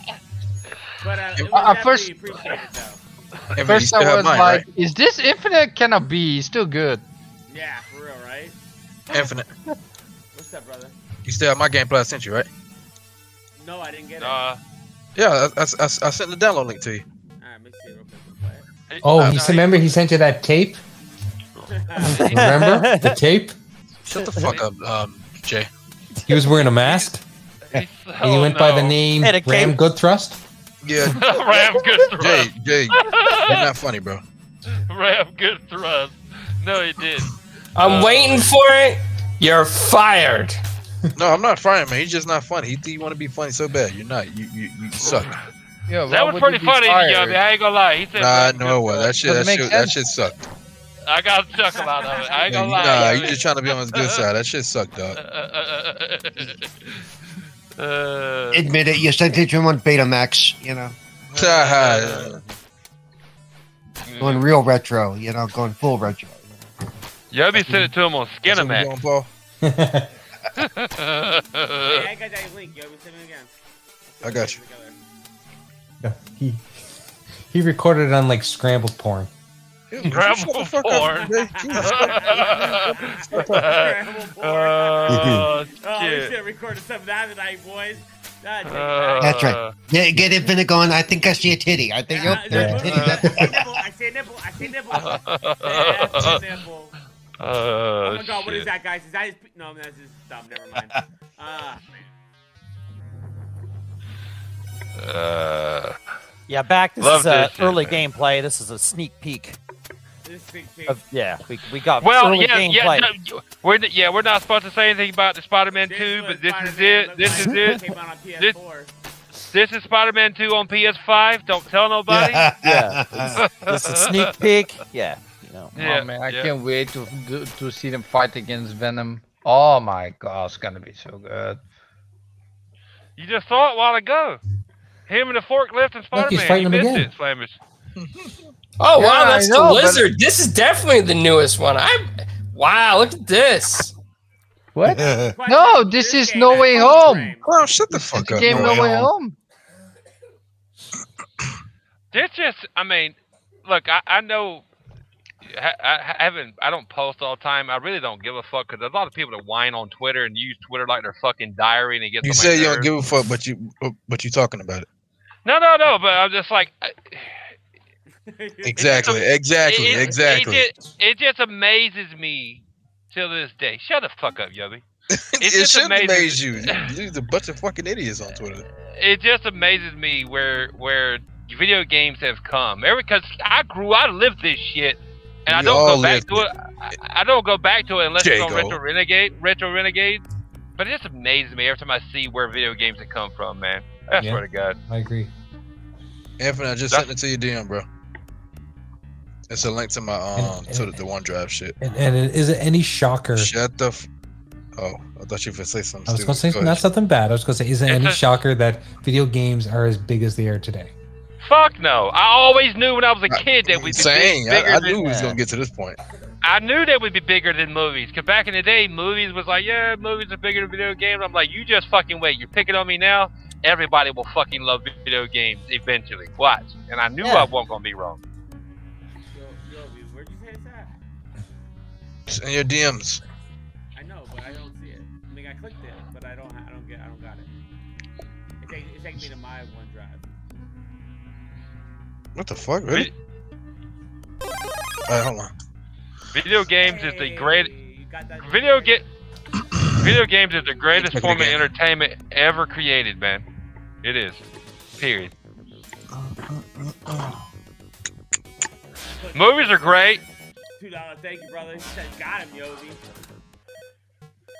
But uh, it
I- I
was
first-
first appreciated though.
Evan, you
First
still
I
have
was
mine,
like, is this infinite? Cannot be. It's still good.
Yeah, for real, right?
right? Infinite.
What's up, brother?
You still have my gameplay I sent you, right?
No, I didn't get it.
Uh,
Yeah, I, I, I, I sent the download link to you.
All right, let me see real quick. We'll play it.
Oh,
Uh,
he remember he sent you that tape. Remember the tape?
Shut the fuck up, um, Jay.
He was wearing a mask.
He's-
and he
oh,
went by the
no.
name
Hey, the
Ram
cape.
Goodthrust.
Yeah,
Ram good
Jay,
thrust.
Jay, you're not funny, bro.
Ram good thrust. No, he did. Uh,
I'm waiting for it. You're fired.
No, I'm not firing man. He's just not funny. He, he want to be funny so bad. You're not. You you, you suck.
Yeah,
That was pretty funny, yo. man, I ain't gonna lie. He said,
Nah,
Ram
no, it
Goodthrust.
was. That shit, that
Doesn't make
shit, that
sense.
shit sucked.
I got a chuckle out of it. I ain't
Yeah,
gonna
you-
lie.
nah,
yo.
you just trying to be on his good side. That shit sucked, dog.
Uh, uh, uh, uh, uh,
Admit it, you sent it to him on Betamax, you know, going real retro, you know, going full retro.
you let me send it to him on
That's what we
Skinamax.
doing, Paul.
Hey, I got that link, yo. Send me again.
I got you.
he he recorded it on like scrambled porn.
Ew, you
Grab
shut
him
the fuck
for
up, Jay. Jesus
uh, oh,
Oh, we should
shit.
have recorded some of that tonight, boys. God, damn it.
That's right.
Uh,
Yeah, get infinite going. I think I see a titty. I think,
Yeah,
yep,
no,
there's a
no, no,
titty.
no,
uh,
That's-
Uh, I see a nipple. I see a nipple. I see a nipple. Yeah, I see a nipple.
Oh,
Oh my god, what
shit.
is that, guys? Is that his? p- No, that's his thumb. Never mind. Ah,
Uh,
Yeah, back. This
Love
is uh,
this shit,
early
man.
gameplay. This is a sneak peek
this is big pig.
of yeah. We, we got
well,
early
yeah, yeah,
gameplay.
no, we're yeah, we're not supposed to say anything about the Spider-Man
This
2,
is
but
what
this is
Spider-Man looked
it. This is
like when
it.
Came out on PS4.
This is Spider-Man 2 on PS5. Don't tell nobody.
Yeah. This is a sneak peek. Yeah. You know.
Yeah,
oh man, I
yeah.
can't wait to, to to see them fight against Venom. Oh my god, it's gonna be so good.
You just saw it a while ago. Him and the forklift and
Look, he's
Spider-Man.
fighting
you
him
missed
again.
it, Flamish.
Oh
Yeah,
wow,
I
that's
know,
the
but-
lizard. This is definitely the newest one. I wow, look at this.
What? no, Oh, this is No Way Home.
Oh, shut the fuck
This game No Way Home.
There's just, I mean, look, I, I know, I, I haven't, I don't post all the time. I really don't give a fuck because there's a lot of people that whine on Twitter and use Twitter like their fucking diary and it gets.
You
on my
say you don't
nerves.
give a fuck, but you but you talking about it.
No, no, no. But I'm just like, I-
Exactly, exactly,
it- it-
exactly.
It just, it just amazes me till this day. Shut the fuck up, Yubby.
It,
just
should
amazing.
amaze you. You- You're a bunch of fucking idiots on Twitter.
it just amazes me where where video games have come. Every because I grew, I lived this shit, and I
We
don't
all
go
lived
back to it. I, I don't go back to it unless it's on
Jago.
Retro Renegade. Retro Renegade, but it just amazes me every time I see where video games have come from, man. I
Yeah.
swear to God.
I agree.
Anthony, I just sent it to your DM, bro. It's a link to my um
And-
to the,
and-
the OneDrive shit.
And, and it, is it any shocker?
Shut the. F- oh, I thought you were gonna say something.
I was
stupid.
going to say
Go
not
ahead.
something bad. I was going to say, is it any
It's a-
shocker that video games are as big as they are today?
Fuck no! I always knew when I was a
I-
kid that we'd be
Saying,
big,
Uh, I,
bigger
I
than
knew we was gonna get to this point.
I knew they would be bigger than movies. Cause back in the day, movies was like, yeah, movies are bigger than video games. I'm like, you just fucking wait. You're picking on me now. Everybody will fucking love video games eventually. Watch. And I knew I wasn't gonna be wrong.
Yo, yo, where'd you say it's at?
It's in your DMs.
I know, but I don't see it. I mean, I clicked it, but I don't. I don't get. I don't got it. It takes it takes me to my OneDrive.
What the fuck? Really? Alright, hold on.
Video games is the great.
Hey, you got that
Video get. Video games is the greatest
Check it
form of
again.
entertainment ever created, man. It is. Period. Movies are great.
Two dollar. Thank you, brother. Said, Got him, Yogi.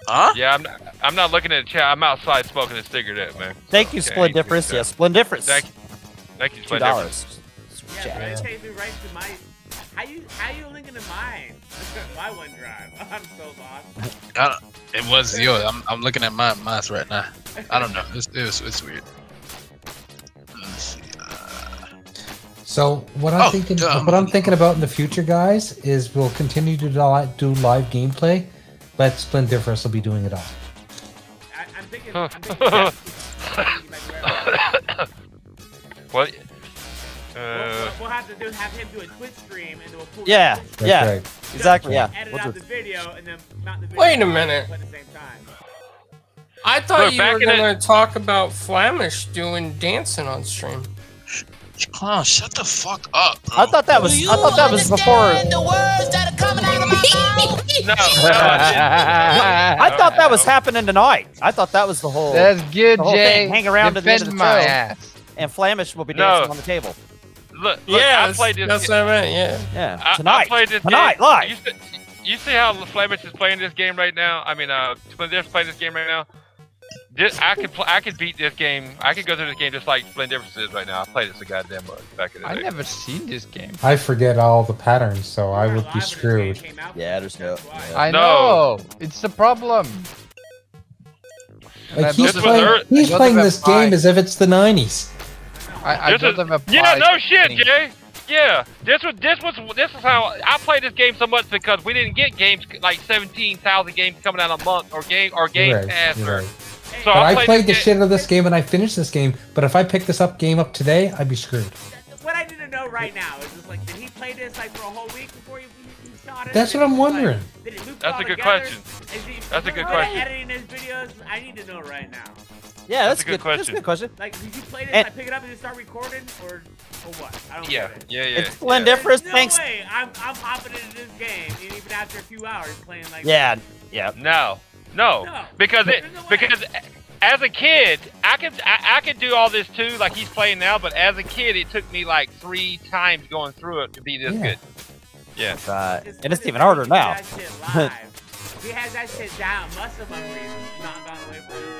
Huh?
Yeah, I'm not, I'm not looking at the chat. I'm outside smoking a cigarette, man.
Thank you,
Okay,
Splendiferous. Yeah, Splendiferous.
Thank you. Thank you,
Two
Splendid.
dollars.
Yeah, but it takes me right to my. How you how you linking to mine? my OneDrive. I'm so lost.
It was yo. I'm, I'm looking at my math right now. I don't know. It's, it was, it's weird.
So what I'm
Oh,
thinking,
dumb.
what I'm thinking about in the future, guys, is we'll continue to li- do live gameplay, but Splendiferous will be doing it all.
I, I'm thinking. I'm thinking. I'm thinking like, where-
What?
we'll,
Uh,
we'll have to do have him do a Twitch stream and do a pool.
Yeah,
That's
yeah,
right.
exactly. Yeah.
Edit
We'll
out
do-
the video and then mount the video.
Wait a minute.
At the same time.
I thought
Look,
you
back
were
in the-
going to talk about Flamish doing dancing on stream.
Clown, shut the fuck up.
I thought that was. I thought that was before.
no, no, I
I thought that was happening tonight. I thought that was the whole.
That's good,
The whole
Jay.
thing, hang around to the end
Defend
of the
my
show.
ass.
and Flamish will be
No.
dancing on the table.
didn't. look, look,
yeah,
I played this.
That's
game.
what I meant. Yeah.
Yeah,
I- I
tonight.
played this
tonight,
game.
live.
You see, you see how Flamish is playing this game right now? I mean, uh, Splendiferous playing this game right now. This, I could pl- I could beat this game. I could go through this game just like Splendiferous is right now. I played it so goddamn much back in the
I
day.
never seen this game.
I forget all the patterns, so I would be screwed.
Yeah, there's no. Yeah.
I
No.
know. It's the problem. And I
Like he's
This
don't-
was
playing,
ear-
he's
this
playing
was
this
my-
game as if it's the '90s.
I, I
This
don't
is-
have a
Yeah,
prize
no
or
shit,
anything.
Jay. Yeah, this was this was this is how I played this game so much because we didn't get games like seventeen thousand games coming out a month or game or game
You're right,
pass.
you're
or-
right.
So
But I
played
played the
this game-
shit out of this game and I finished this game. But if I pick this up game up today, I'd be screwed.
What I need to know right now is just like, did he play this like for a whole week before you, you shot it?
That's what I'm
Like,
wondering.
did it loop
That's
all
a good
together?
question.
Is he,
That's a
is
good
he
question.
Editing his videos, I need to know right now.
Yeah,
That's
that's,
a good
good. That's a good question.
Like, did you play this?
And-
I pick it up and just start recording, or or what? I don't
Yeah,
get it.
yeah, yeah.
It's
yeah.
Splendiferous.
There's no
Thanks.
way. I'm I'm hopping into this game, and even after a few hours playing like.
Yeah, yeah.
No, no,
No.
because it
There's no way.
because as a kid, I could I, I could do all this too, like he's playing now. But as a kid, it took me like three times going through it to be this
Yeah.
good.
Uh,
This
and it's
kid
even
is
harder
making
now.
that shit live. he has that shit down. Must have unreal. Not gone away from him.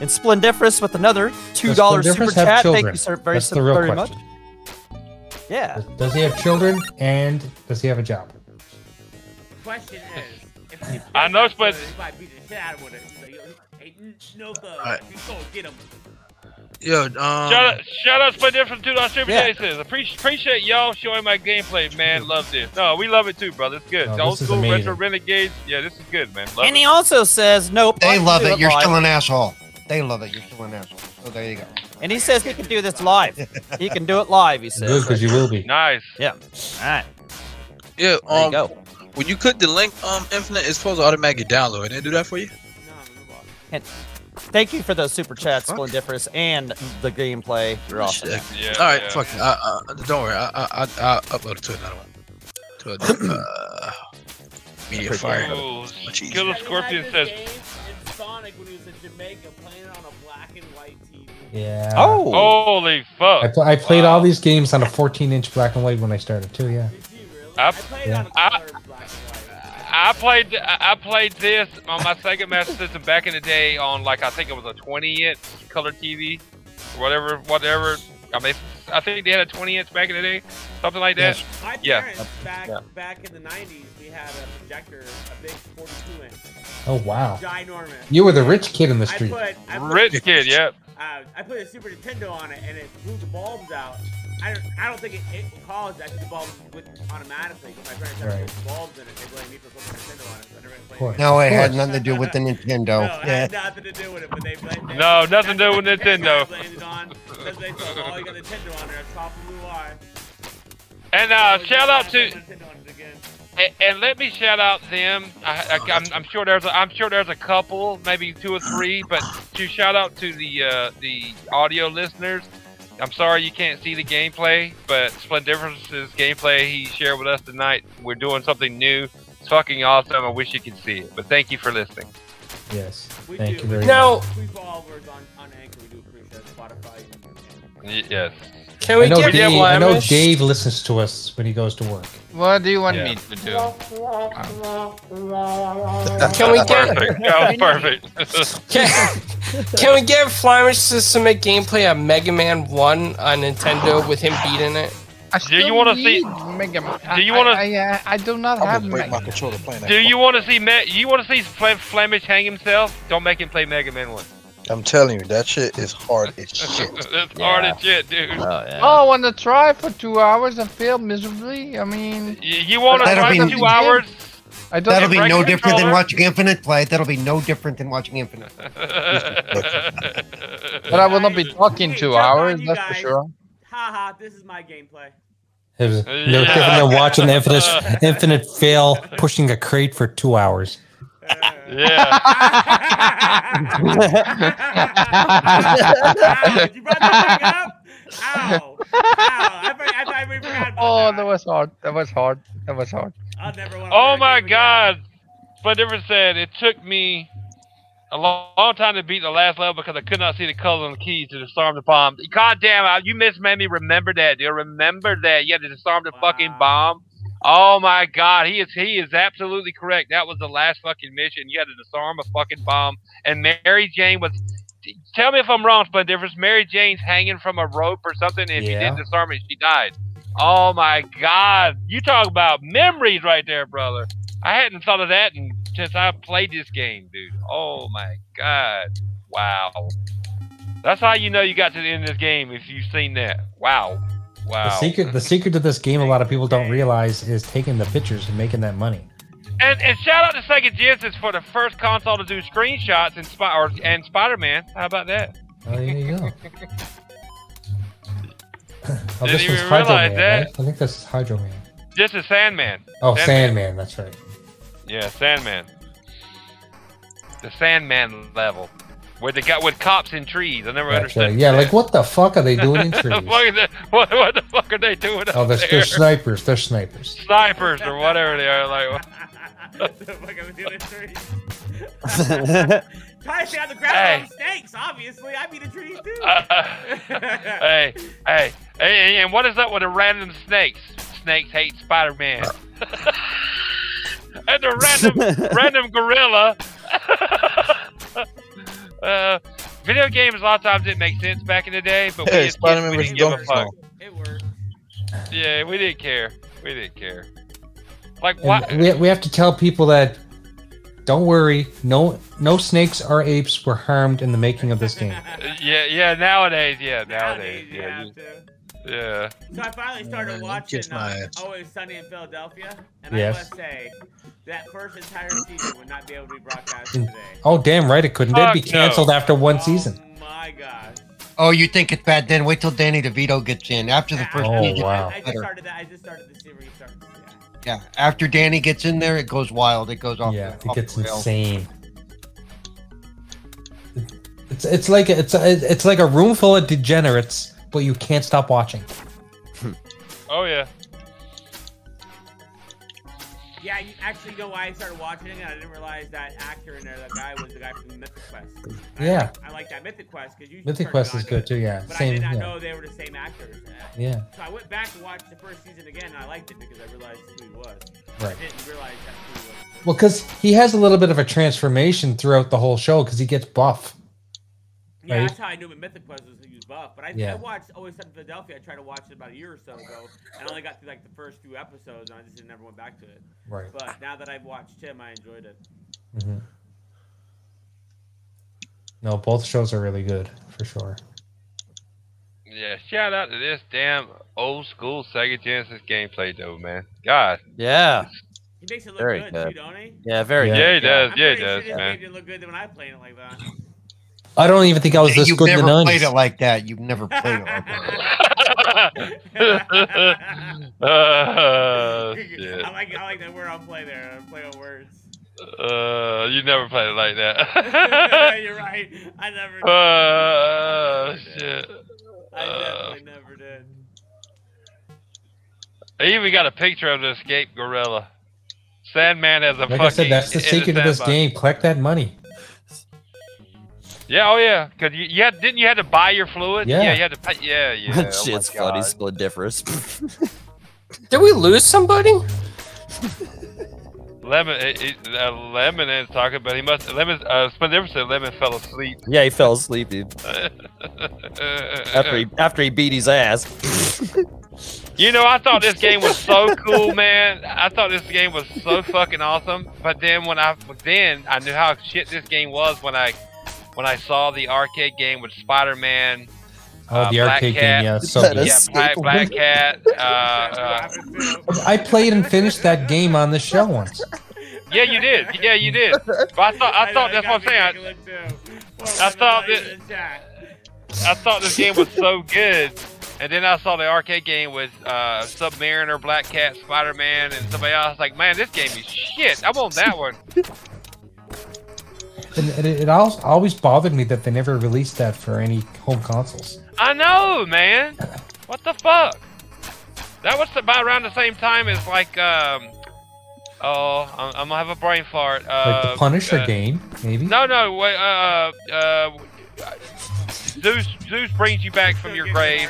And Splendiferous with another two
Does
dollars super
Splendiferous have
chat. Thank
children?
you, sir, very,
That's
so
the real
very much.
question.
Yeah.
Does he have children and does he have a job?
question is, if he
I know, but-
he might beat the shit out of one of them. He's like, yo, ain't no thug.
Alright.
You go get him.
Yo, um,
Shout out, shout out Splendid from two dollars super
Yeah.
yeah. says appreciate appreciate y'all showing my gameplay, man. Love this. No, we love it too, brother. It's good.
No,
the old
this is
school retro
amazing.
renegades. Yeah, this is good, man. Love
And
it.
he also says, nope. I
They
can
love
do
it. You're
live.
still an asshole. They love it. You're still an asshole. So Oh, there you go.
And he says he can do this live. he can do it live, he
Good,
says.
because you will be.
Nice.
All right.
yeah,
There you
um,
go.
when you click the link, um, Infinite, it's supposed to automatically download. Did it do that for you?
Thank you for those super chats, Splendiferous, and the gameplay. You're awesome.
Shit.
Yeah.
All right,
yeah.
fuck it. I, I, don't worry. I, I, I, I'll upload it to another one. To a, uh, Media Fire.
Ooh,
Much easier.
Killer Scorpion says
In Sonic, when he was in Jamaica, playing it on a black and white TV.
Yeah.
Oh.
Holy fuck!
I, pl- I played all these games on a 14 inch black and white when I started too. Yeah.
Did you really?
I-
I played it on a
I-
color black and white.
I played I I played this on my Sega Master System back in the day on like I think it was a 20 inch color TV, whatever whatever. I mean, I think they had a 20 inch back in the day, something like that.
My
Yeah.
parents back back in the '90s, we had a projector, a big 42 inch,
Oh wow.
ginormous.
You were the rich kid in the
I
street.
put, I put,
Rich kid, yeah.
Uh, I put a Super Nintendo on it, and it blew the bulbs out. I don't, I don't think it, it caused that. 'cause The bulbs would automatically. 'cause My parents had
Right.
big bulbs in it. They blamed me for putting Nintendo on it. So I never played
course.
it.
No, it
Of
had
course.
nothing to do with the
No,
Nintendo.
it had nothing to do with it, but they blamed it.
No, nothing to do with
That's what my
Nintendo.
parents blamed it on, 'cause they said, "Oh, you got Nintendo on there. That's probably why."
And uh, shout out to
Nintendo on it again.
and, and let me shout out them. I, I, I'm, I'm sure there's a, I'm sure there's a couple, maybe two or three, but to shout out to the uh, the audio listeners. I'm sorry you can't see the gameplay, but Splendiference's gameplay he shared with us tonight. We're doing something new. It's fucking awesome. I wish you could see it, but thank you for listening.
Yes.
We
Thank
do.
you very
Now-
much.
We followers on, on Anchor. We do appreciate it. Spotify.
Y- yes.
Can
I
we
know,
get
Dave, I know
Blamish?
Dave listens to us when he goes to work.
What do you want
Yeah.
me to do?
Can we get
Perfect. That was perfect.
Can, can we get Flamish to submit gameplay of Mega Man 1 on Nintendo with him beating it?
I
Do you
still
wanna
need
see-
Mega Man. I-
do you wanna-
I, I, I, I do not
I'm
have
gonna break
Mega
my
Man.
controller playing that.
Do you want to see Matt? You want to see Flam- Flamish hang himself? Don't make him play Mega Man One.
I'm telling you, that shit is hard as shit. Uh,
That's hard as shit, dude.
Oh, yeah.
Oh, I want to try for two hours and fail miserably. I mean,
You, you want to
That'll
try
be-
for two hours?
I don't.
That'll be
Right
no different than
controller.
watching Infinite play. That'll be no different than watching Infinite.
But I will not be talking
Hey,
two
jump on
hours.
you
That's for
guys.
sure.
Haha, this is my gameplay.
It was
Yeah.
no different than watching the infinite, infinite fail pushing a crate for two hours.
yeah.
Ow, you brought that back up? Ow. Ow. I thought, I thought we forgot about
Oh,
that.
that was hard. That was hard. That was hard.
I'll never want to
Oh my God! But never said it took me a long, long time to beat the last level because I could not see the color on the keys to disarm the bomb. God damn it! You miss made me remember that, dude. Remember that? You had to disarm the fucking
Wow.
bomb. Oh my God! He is he is absolutely correct. That was the last fucking mission. You had to disarm a fucking bomb, and Mary Jane was. Tell me if I'm wrong, but there was Mary Jane's hanging from a rope or something. If you
Yeah.
didn't disarm it, she died. Oh my God! You talk about memories right there, brother. I hadn't thought of that in, since I played this game, dude. Oh my God! Wow. That's how you know you got to the end of this game if you've seen that. Wow. Wow.
The secret, the secret to this game, a lot of people don't realize, is taking the pictures and making that money.
And, and shout out to Sega Genesis for the first console to do screenshots and Spi- or, and Spider Man. How about that?
Oh, there you go. oh,
Didn't
this
even
was Hydro
realize
Man.
that.
Right? I think this is Hydro Man.
This is Sandman.
Oh,
Sandman.
Sandman. That's right.
Yeah, Sandman. The Sandman level, where they got with cops in trees. I never
That's
understood.
right. Yeah, like what the fuck are they doing in trees?
what, is that- what, what the fuck are they doing
Oh,
up
they're,
there?
they're snipers. They're snipers.
snipers or whatever they are. Like,
Ty said the ground on snakes, obviously. I beat a tree too.
hey, hey, hey, and what is up with the random snakes? Snakes hate Spider Man. and the random random gorilla. uh, video games a lot of times didn't make sense back in the day, but we,
Hey,
as kids,
Spider-Man
we
versus
didn't give a
Donkey
fuck.
Kong.
it worked.
Yeah, we didn't care. We didn't care. Like
And
what?
we, we have to tell people that Don't worry, no no snakes or apes were harmed in the making of this game.
Yeah, yeah. Nowadays, yeah. Nowadays, yeah. you- Yeah.
So I finally started
Man, you
watching
kissed my
uh,
ass.
Always Sunny in Philadelphia, and
Yes.
I must say that first entire season would not be able to be broadcast
Mm.
today.
Oh damn right it couldn't. It'd be
Fuck no.
canceled after one season.
Oh my gosh.
Oh, you think it's bad? Then wait till Danny DeVito gets in. After the
I-
first
I- I-
Oh,
season,
Ah,
wow.
I, I just started that. I just started the series. Started, yeah.
yeah. After Danny gets in there, it goes wild. It goes off.
Yeah,
the,
it
off the
gets
rails.
insane. It's it's like a, it's a, it's like a room full of degenerates, but you can't stop watching.
Oh yeah.
Yeah, you actually you know why I started watching it, and I didn't realize that actor in there, that guy was the guy from Mythic Quest. And I
Yeah.
like- I like that Mythic Quest because you. should
Mythic
turn
Quest
it
is
on.
good too. Yeah,
But I
same.
did not
Yeah,
know they were the same actors. Uh,
yeah,
So I went back and watched the first season again, and I liked it because I realized who he was.
right.
I didn't realize that who he was.
Well, because he has a little bit of a transformation throughout the whole show because he gets buff.
Yeah,
Right.
that's how I knew what Mythic was was he was buff. But I,
Yeah.
I watched Always Sunny in Philadelphia. I tried to watch it about a year or so ago, and I only got through like the first few episodes, and I just never went back to it.
Right.
But now that I've watched him, I enjoyed it.
hmm No, both shows are really good for sure.
Yeah. Shout out to this damn old school Sega Genesis gameplay though, man. God.
Yeah.
He makes it look
Very
good, too,
good.
don't he?
Yeah. Very.
Yeah.
good.
Yeah, he does.
I'm
Yeah, he
pretty sure
does,
this
man.
made it look good when I played it like that.
I don't even think I was this
You've
good in the
never played it
nuns.
like that. You've never played it like that.
uh, shit.
I like I like that word on play there. i play on words.
Uh, you never played it like that.
You're right. I never. did.
uh, shit.
I
Uh,
definitely never did.
I even got a picture of the escaped gorilla. Sandman as a
Like
fucking.
I said, that's the
in
secret of this
sandbox.
game. Collect that money.
Yeah, oh yeah, because you, you had, didn't you had to buy your fluid?
Yeah.
you had to pay. Yeah, yeah. oh my
That Shit's funny.
God.
Splendiferous.
Did we lose somebody?
Lemon, it, it, uh, Lemon is talking, but he must. Lemon, uh, Spender said Lemon fell asleep.
yeah, he fell asleep dude, after he after he beat his ass.
You know, I thought this game was so cool, man. I thought this game was so fucking awesome. But then when I then I knew how shit this game was when I when I saw the arcade game with Spider-Man,
Oh,
Uh,
the
Black
arcade
Cat.
game. Yeah, it's so
That
good.
yeah,
is-
Black, Black Cat. Uh, uh,
I played and finished that game on the show once.
yeah, you did. Yeah, you did. But I thought I thought that's what I'm saying. I- I thought that- I thought this game was so good, and then I saw the arcade game with uh, Submariner, Black Cat, Spider Man, and somebody else. I was Like, man, this game is shit. I want that one.
And it, it al- always bothered me that they never released that for any home consoles.
I know, man. What the fuck? That was about around the same time as like, um, oh, I'm, I'm gonna have a brain fart. Uh,
Like the Punisher
uh,
game, maybe?
No, no, wait, uh, uh, Zeus, Zeus brings you back from your grave.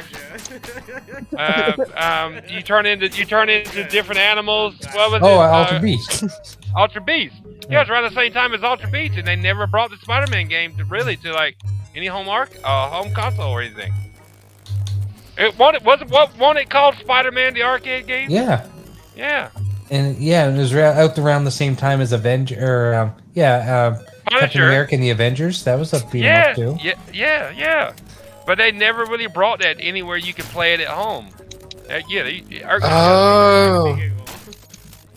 Uh, um, you turn into you turn into different animals. What was
oh,
it?
Alter
Uh,
Beast.
Ultra Beast. Yeah, it's around the same time as Ultra Beast, and they never brought the Spider-Man game to really to like any home arc, uh, home console or anything. It what it was what one it called Spider-Man the arcade game.
Yeah.
Yeah.
And yeah, and it was ra- out around the same time as Avenger. Or, um, yeah, um, Captain
Punisher.
America and the Avengers. That was a beat 'em
Yeah,
up too.
yeah, yeah, yeah. But they never really brought that anywhere you could play it at home. Uh, yeah, they, it irked me.
Uh,
Oh,
I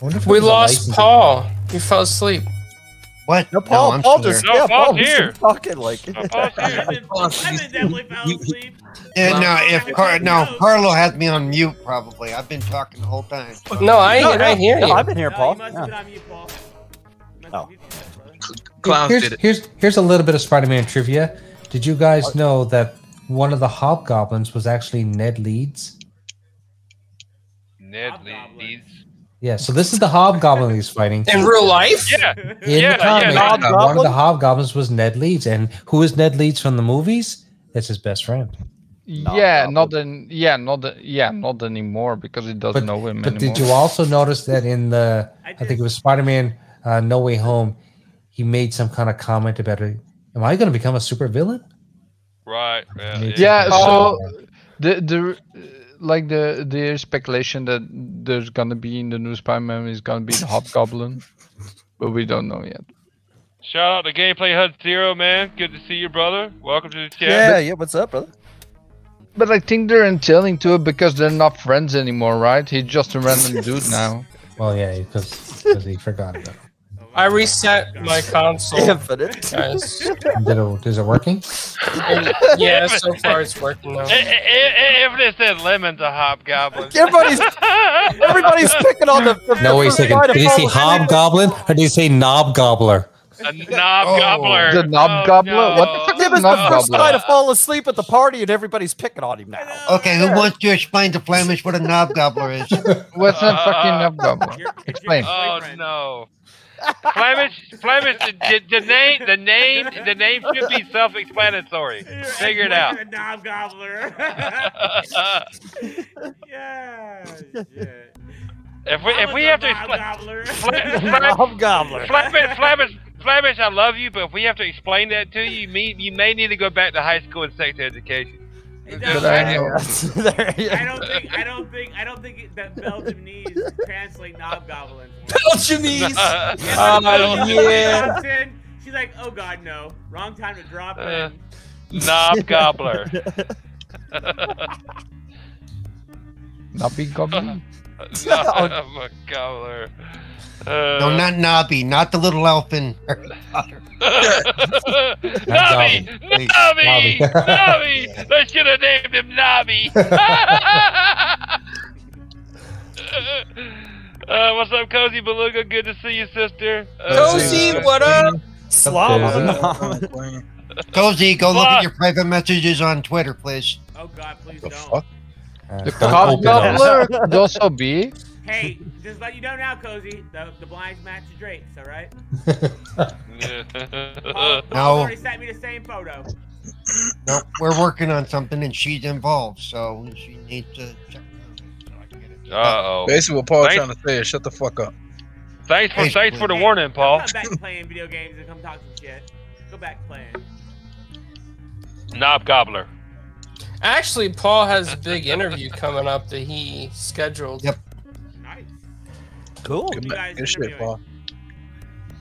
wonder if it
we
was a
lost
licensing.
Paul. He fell asleep.
What?
No,
Oh,
Paul.
I'm
Paul
still
just
No,
yeah.
Paul's
Paul he's
here.
just talking like.
Oh, Paul's here.
Lemon, Lemon definitely fell asleep.
Yeah, no, if Car- no, Carlo has me on mute probably. I've been talking the whole time.
No, I,
No, no,
I hear
no,
you.
I've been here,
No,
Paul.
You must
Yeah.
have been on mute, Paul. You must
Oh.
have muted yourself, brother.
Clowns
here's,
did it.
Here's here's a little bit of Spider-Man trivia. Did you guys know that one of the hobgoblins was actually Ned Leeds?
Ned
Hobgoblin.
Leeds.
Yeah, so this is the hobgoblin he's fighting.
In real life?
Yeah,
In
yeah,
the comic,
yeah,
one of
Hobgoblin?
the hobgoblins was Ned Leeds. And who is Ned Leeds from the movies? That's his best friend.
yeah, not an, yeah, not the, yeah, not anymore because he doesn't
But-
know him
But
anymore.
did you also notice that in the,
I
I think it was Spider-Man uh, No Way Home, he made some kind of comment about it. Am I going to become a supervillain?
Right. Yeah.
Me
yeah.
too.
yeah,
Oh.
so the the uh, like the the speculation that there's gonna be in the new Spider-Man is gonna be the Hobgoblin, but we don't know yet.
Shout out to Gameplay Hut Zero, man. Good to see you, brother. Welcome to the chat.
Yeah, yeah. What's up, brother?
But I think they're entailing to it because they're not friends anymore, right? He's just a random dude now.
Well, yeah, because he forgot about it.
I reset my console.
Infinite.
Guys.
Did it. Is it working?
And, yeah, so far it's working
Eh,
now.
If it said lemons a hobgoblin.
Everybody's everybody's picking on the. the
No, wait a second.
Right
Did he say
above-
hobgoblin or did he say knob gobbler?
A knob gobbler.
the knob
Oh,
gobbler?
no.
What
It was the
Knob
first
gobbler.
guy to fall asleep at the party, and everybody's picking on him now.
Okay, who wants to explain to Flemish what a knob gobbler is?
What's that
Uh,
fucking hobgoblin?
Your- it's your
Explain.
Oh
boyfriend.
no. Flemish, Flemish. The, the, the name, the name, the name should be self-explanatory.
Your
Figure it out.
ex-boyfriend, Knob gobbler. yeah. shit.
if we, if
I'm
we
a
have to
knob
explain,
gobbler.
Fle- Fle-
Hobgoblin.
Flemish, Flemish, Flemish. I love you, but if we have to explain that to you, you may, you may need to go back to high school and sex education.
It
But
does-
I
I don't-
There you
I
go.
don't think I don't think I don't think it- that Belgium needs translate knob goblin.
Belgianese.
Uh,
Oh, yeah.
Drops in, She's like, oh god, no, wrong time to drop
Uh,
in.
knob gobbler. Uh.
Knob goblin?
knob gobbler.
No,
Uh,
not Nobby, not the little elf in Harry Potter.
Nobby!
Wait,
Nobby!
Nobby.
Nobby! They should have named him Nobby! uh, what's up, Cozy Beluga? Good to see you, sister. Uh,
Cozy, what up?
Slob.
Cozy, go look
Fuck.
at your private messages on Twitter, please.
Oh god, please
The
don't.
fuck?
Uh,
The
don't
cob
open those.
gobbler could also be.
Hey, just let you know now, Cozy, the, the blinds match the drapes, all right? Paul, Paul
No.
already sent me the same photo.
No, we're working on something and she's involved, so she needs to check. it out.
Uh-oh.
Basically, what Paul
Thank-
trying to say is shut the fuck up.
Thanks for, thanks for the warning, Paul.
Come back to playing video games and come talk some shit. Go back to playing.
Knob Gobbler.
Actually, Paul has a big interview coming up that he scheduled.
Yep.
Nice.
Cool.
Good,
you
man.
guys
Good shit,
interviewing?
Paul.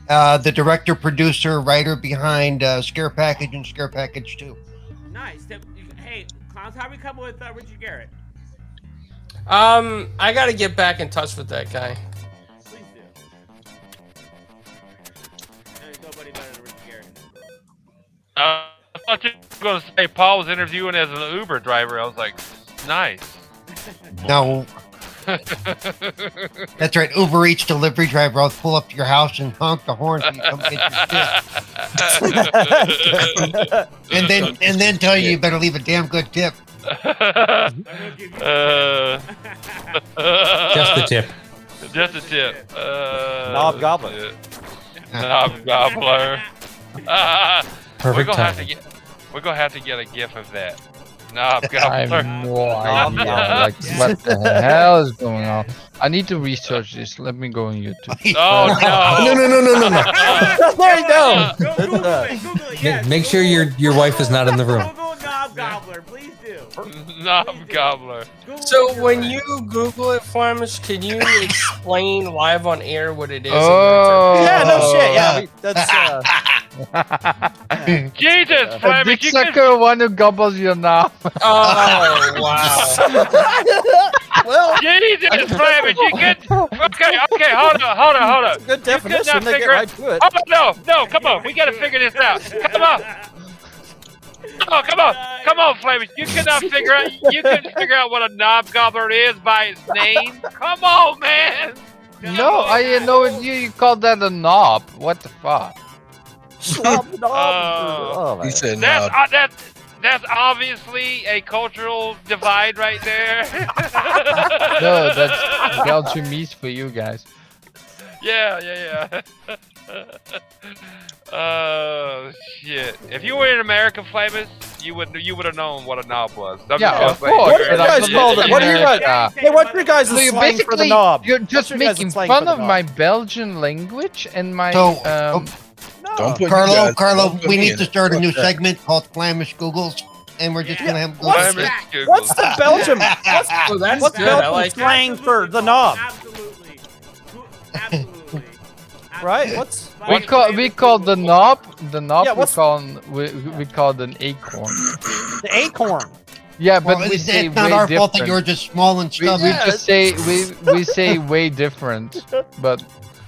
Uh, the director, producer, writer behind uh, Scare Package and Scare Package 2.
Nice. Then- Hey, clowns, how we come with uh, Richard Garrett?
Um, I gotta get back in touch with that guy.
Please do. There's nobody better than Richard Garrett.
Uh, I thought you were going to say Paul was interviewing as an Uber driver. I was like, nice.
No, that's right. Uber Eats delivery driver. I'll pull up to your house and honk the horn so you come get your tip. And then, and then tell you you better leave a damn good tip.
I will give you.
Uh,
Just the tip.
Just a tip. Uh,
Knob gobbler.
shit. Knob gobbler. Ah, we're
Perfect
gonna have to
timing.
get. We're gonna have to get a gif of that. Knob
I
gobbler.
have no idea. Like, what the hell is going on? I need to research this. Let me go on YouTube.
Oh
No,
no!
no, no, no, no, no.
there you go.
Go Google it. Google it. Yes.
Make- Make sure your your wife is not in the room.
Google knob gobbler. Please do.
Knob gobbler.
Google
So
Richard
when
Garrett.
you Google it, Flemish, can you explain live on air what it is? in your terms?
Oh,
Yeah, no shit. Yeah, we- that's. Uh,
Jesus,
A
Flemish,
Uh, dick
you can.
sucker one who gobbles your knob.
Oh wow!
well,
Jesus, Flemish, you can. Okay, okay, hold on, hold on, hold on.
good
You could
definition.
not
They get
figure
right
it.
to it.
Oh no, no! Come on, we gotta figure this out. Come on. Come on, come on, come on, Flemish. You cannot figure out you couldn't figure out what a knob gobbler is by its name. Come on, man.
No, I had no idea you called that a knob. What the fuck?
Slob knob.
Oh.
Oh, man.
He said,
That's
nah,
uh, that's that's obviously a cultural divide right there.
No, that's Belgiumese for you guys.
yeah, yeah, yeah. Oh shit! If you were in America, Flemish, you would you would have known what a knob was. I'm
Yeah,
just
of
saying.
course,
What are you guys called it? What are you guys?
Yeah.
Hey, what's your guys'
So you
slang for the
basically-
knob?
You're just
your guys'
making
slang for
fun
the
of
knob?
my Belgian language and my.
So, oh,
um,
don't put you
Carlo,
guys-
Carlo,
don't put
we
me
need
in
to
it.
start a new
Fuck that.
segment called Flamish Googles, and we're just
Yeah.
gonna have
What's
Google.
Flemish
that?
Google.
What's the Belgium? What's,
Oh, that's
what's
good. I
Belgium
like.
slang for the
Absolutely,
knob?
Absolutely. Go- Absolutely.
right? What's
We call we call the knob the knob
Yeah,
we
what's-
call an- we, we call it an acorn.
the acorn?
Yeah,
Well,
but we
it's,
say
it's not
way
our
different.
fault that you're just small and
we,
stubby.
we just say we we say way different, but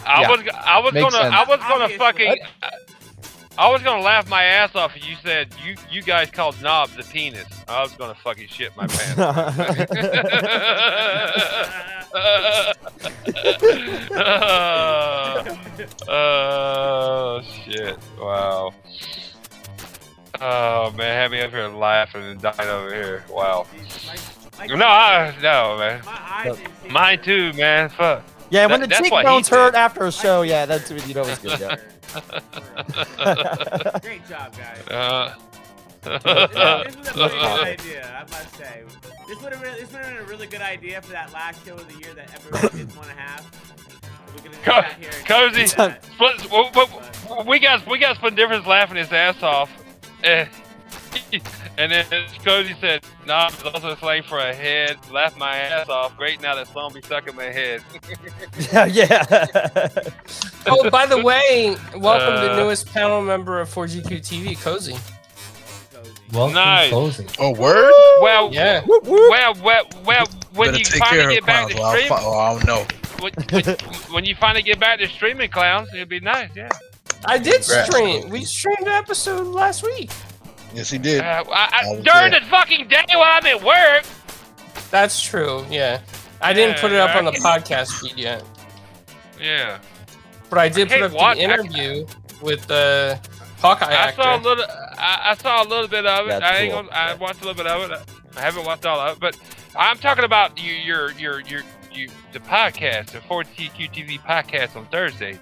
I
Yeah.
was g- I was
Makes
gonna I
sense.
was gonna
Obviously.
fucking I, I was gonna laugh my ass off if you said you you guys called knobs a penis. I was gonna fucking shit my pants. Oh shit! Wow. Oh man, had me up here laughing and dying over here. Wow. No, I, no, man.
My eyes didn't see
Mine
her.
too, man. Fuck.
yeah, when
That-
the
that's what he
cheekbones
said.
hurt after a show, yeah, that's what you know it's good. Yeah.
Great job, guys.
Uh,
this was a pretty good idea, I must say. This would have really, this would have been a really good idea for that last show of the year that everyone didn't want to have. We could have
Co-
sat here and
cozy.
did that.
Split, w- w- w- we got we got Split Difference laughing his ass off, Eh. and then Cozy said, "Nah, it's also slang for a head. Laugh my ass off. Great now that song be sucking my head."
yeah, yeah.
Oh, by the way, welcome
Uh,
the newest panel member of 4GQ TV, Cozy.
Welcome,
Nice.
Cozy.
Oh, word?
Well,
Yeah.
Whoop, whoop.
well, well, well. When
Better
you
take care
finally
of
get back
clowns.
to
Well, I'll,
streaming,
fi- well, I don't know.
when, when- when you finally get back to streaming, clowns, it'd be nice. Yeah.
I did
Congrats,
stream.
Cozy.
We streamed an episode last week.
Yes, he did.
Uh, I, I,
Oh,
during
yeah.
the fucking day while I'm at work.
That's true. Yeah. I didn't put it up on the podcast feed yet,
Yeah.
but I did put
I can't
up
watch- I
the interview with the Hawkeye
I
actor.
saw a little. I, I saw a little bit of it.
That's
I ain't
cool.
gonna, I watched a little bit of it. I haven't watched all of it, but I'm talking about your your your your, your the podcast, the 4TQ TV podcast on Thursday.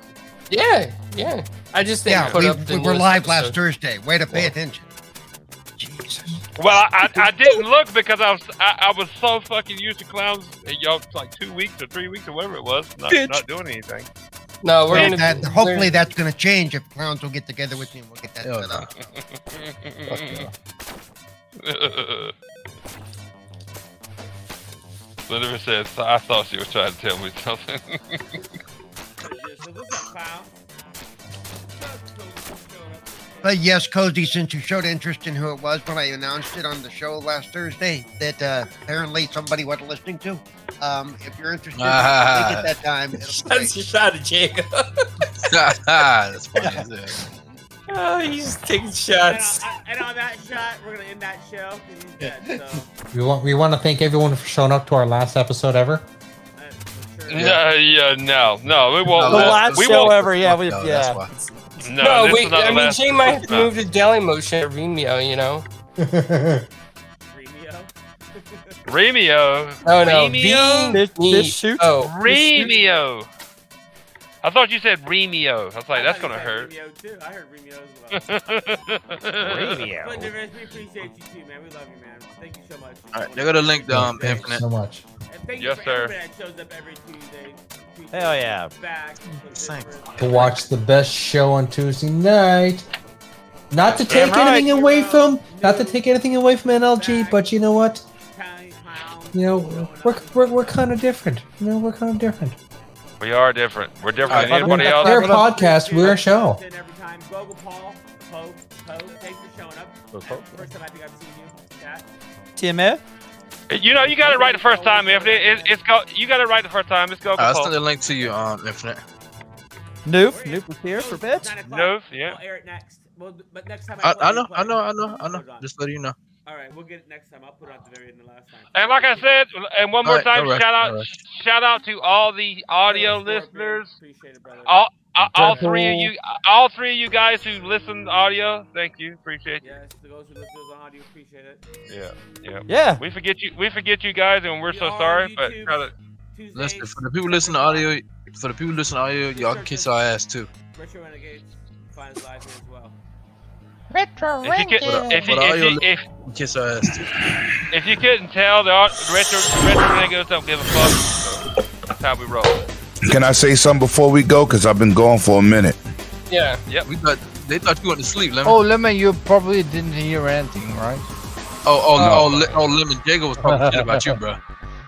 yeah, yeah. I just didn't
yeah,
put
we,
up the
we were
newest
live last
episode.
Thursday. Way to pay attention. Jesus.
Well, I, I, I didn't look because I was I, I was so fucking used to clowns. uh, Y'all it's like two weeks or three weeks or whatever it was, not,
Bitch.
not doing anything.
No, we're
Well,
gonna
that- hopefully
we're- Oh,
that's going to change if clowns will get together with me and we'll get that
Hell
set
no.
up.
Literally says, "I thought she was trying to tell me something."
So what's up, clown?
But yes, Cozy, since you showed interest in who it was when I announced it on the show last Thursday that uh, apparently somebody wasn't listening to, um, if you're interested,
Ah.
take it that time. It'll be
That's
great.
a shot at Jacob.
That's funny. as hell.
oh, he's taking
And
shots.
on, and on that shot, we're gonna end that show. 'cause He's dead, so
We want we want to thank everyone for showing up to our last episode ever.
uh, for sure.
Yeah, yeah, no, no, we won't.
No,
the
let-
last
we
show
won't,
ever. Yeah, we
No, that's
yeah.
why.
No,
no,
this
wait.
is not
I
the
mean,
last-
Jay might have to
no.
move to Daily Motion or Vimeo, you know?
Remio.
Remio.
Oh, no.
Remio.
This, this
Me-
shoot.
Oh,
Remio. I thought you said Remio. I was like,
I
that's
thought you said
gonna hurt.
Remio too. I heard Remio as well.
Remio.
But Derez, we appreciate you too, man. We love you, man. Thank you so much.
All right, they're gonna link the um,
Thanks
Infinite.
so much.
And thank
Yes,
you for
sir.
everybody that shows up every Tuesday. Tuesday
uh,
Hell Oh, yeah.
Back.
To watch the best show on Tuesday night. Not to take
Damn right.
anything away from, not to take anything away from NLG, but you know what? You know, we're we're, we're kind of different. You know, we're kind of different.
We are different. We're
All
different
right,
than anybody
I'm-
else.
They're a podcast. We're a show.
Every time. Gogo Paul, Poe, Poe, thanks for showing up. That's the First time I think I've seen you. That.
TMF.
You know, you got it right the first time, Anthony. It, it's go. You got it right the first time. It's go.
I'll send the link to you, um, Infinite.
Noof.
We're in.
Noof was here for a
It's
bit.
nine o'clock.
No, yeah.
We'll air it next. Well, but next time I,
I,
play,
I know,
play.
I know, I know, I know.
Hold on.
Just let you know.
All right, we'll get it next time. I'll put it out the very end the last time.
And like I said, and one more
All right,
time,
no rush,
shout
no
out,
rush.
shout out to all the audio
Thanks for it, man.
listeners.
Appreciate it, brother.
All, all, all
Purple.
three of you, all three of you guys who listen to audio. Thank you. Appreciate you.
Yes, to those who listen to us on audio, appreciate it.
Yeah. Yeah.
Yeah.
We forget you. We forget you guys, and we're
We
so
are
sorry. But
YouTube.
try to,
Tuesday,
Listen, for the people listening to audio, for the people listening to audio, y'all can kiss our ass too.
Retro Renegades finds live here as well.
if you can, if you,
But
if,
audio
you, if,
Kiss our ass too.
if you couldn't tell, the au- retro retro renegades don't give a fuck. So that's how we roll.
Can I say something before we go? Cause I've been gone for a minute.
yeah.
We thought they thought you went to sleep. Lemon.
oh Lemon, you probably didn't hear anything, right?
oh, oh, oh, Le- oh, Lemon. Jago was talking shit about you, bro.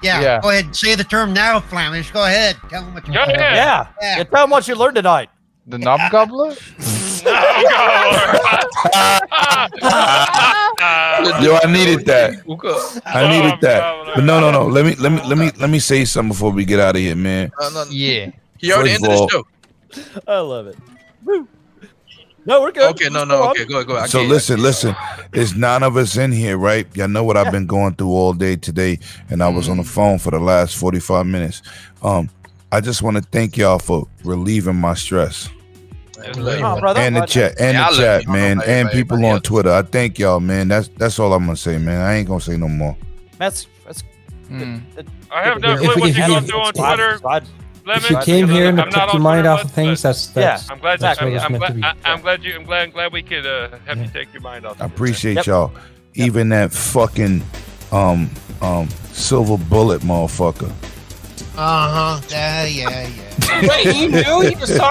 Yeah,
Yeah.
go ahead and say the term now, Flammers. Go ahead. Tell them what you
Go ahead.
Yeah.
Yeah.
Yeah. Tell them what you learned tonight.
The knob gobbler?
Yo, I needed that. I needed that. But no, no, no. Let me, let me, let me, let me say something before we get out of here, man.
Yeah.
He already
First
ended
of
the
all-
show.
I love it. Woo. No, we're good.
Okay, no, no, okay, go, go. I
So
can't-
listen, listen. There's nine of us in here, right? Y'all know what I've been going through all day today, and I was
Mm.
on the phone for the last 45 minutes. Um, I just want to thank y'all for relieving my stress
Oh, brother,
and the
but-
chat and
Yeah,
the
I love
chat,
you.
man,
I
and
love everybody
people on
else.
Twitter. I thank y'all, man. That's that's all I'm gonna say, man. I ain't gonna say no more.
That's that's
Mm.
Hmm. I have no
done
If
clue
we-
what
if
you're
you-
going through on
Squad-
Twitter,
squad.
Lemon.
If you came here and
I'm not
took your
on
mind
Twitter,
off of
but-
things, that's that's
I'm glad.
Exactly,
I'm,
it's
I'm,
meant to
glad
be.
I, I'm glad you. I'm glad. I'm glad we could uh, help you take your mind off.
I
of it.
appreciate
Yep.
y'all. Even that fucking um um silver bullet motherfucker.
Uh huh. Yeah, yeah, yeah.
Wait, you knew he was talking.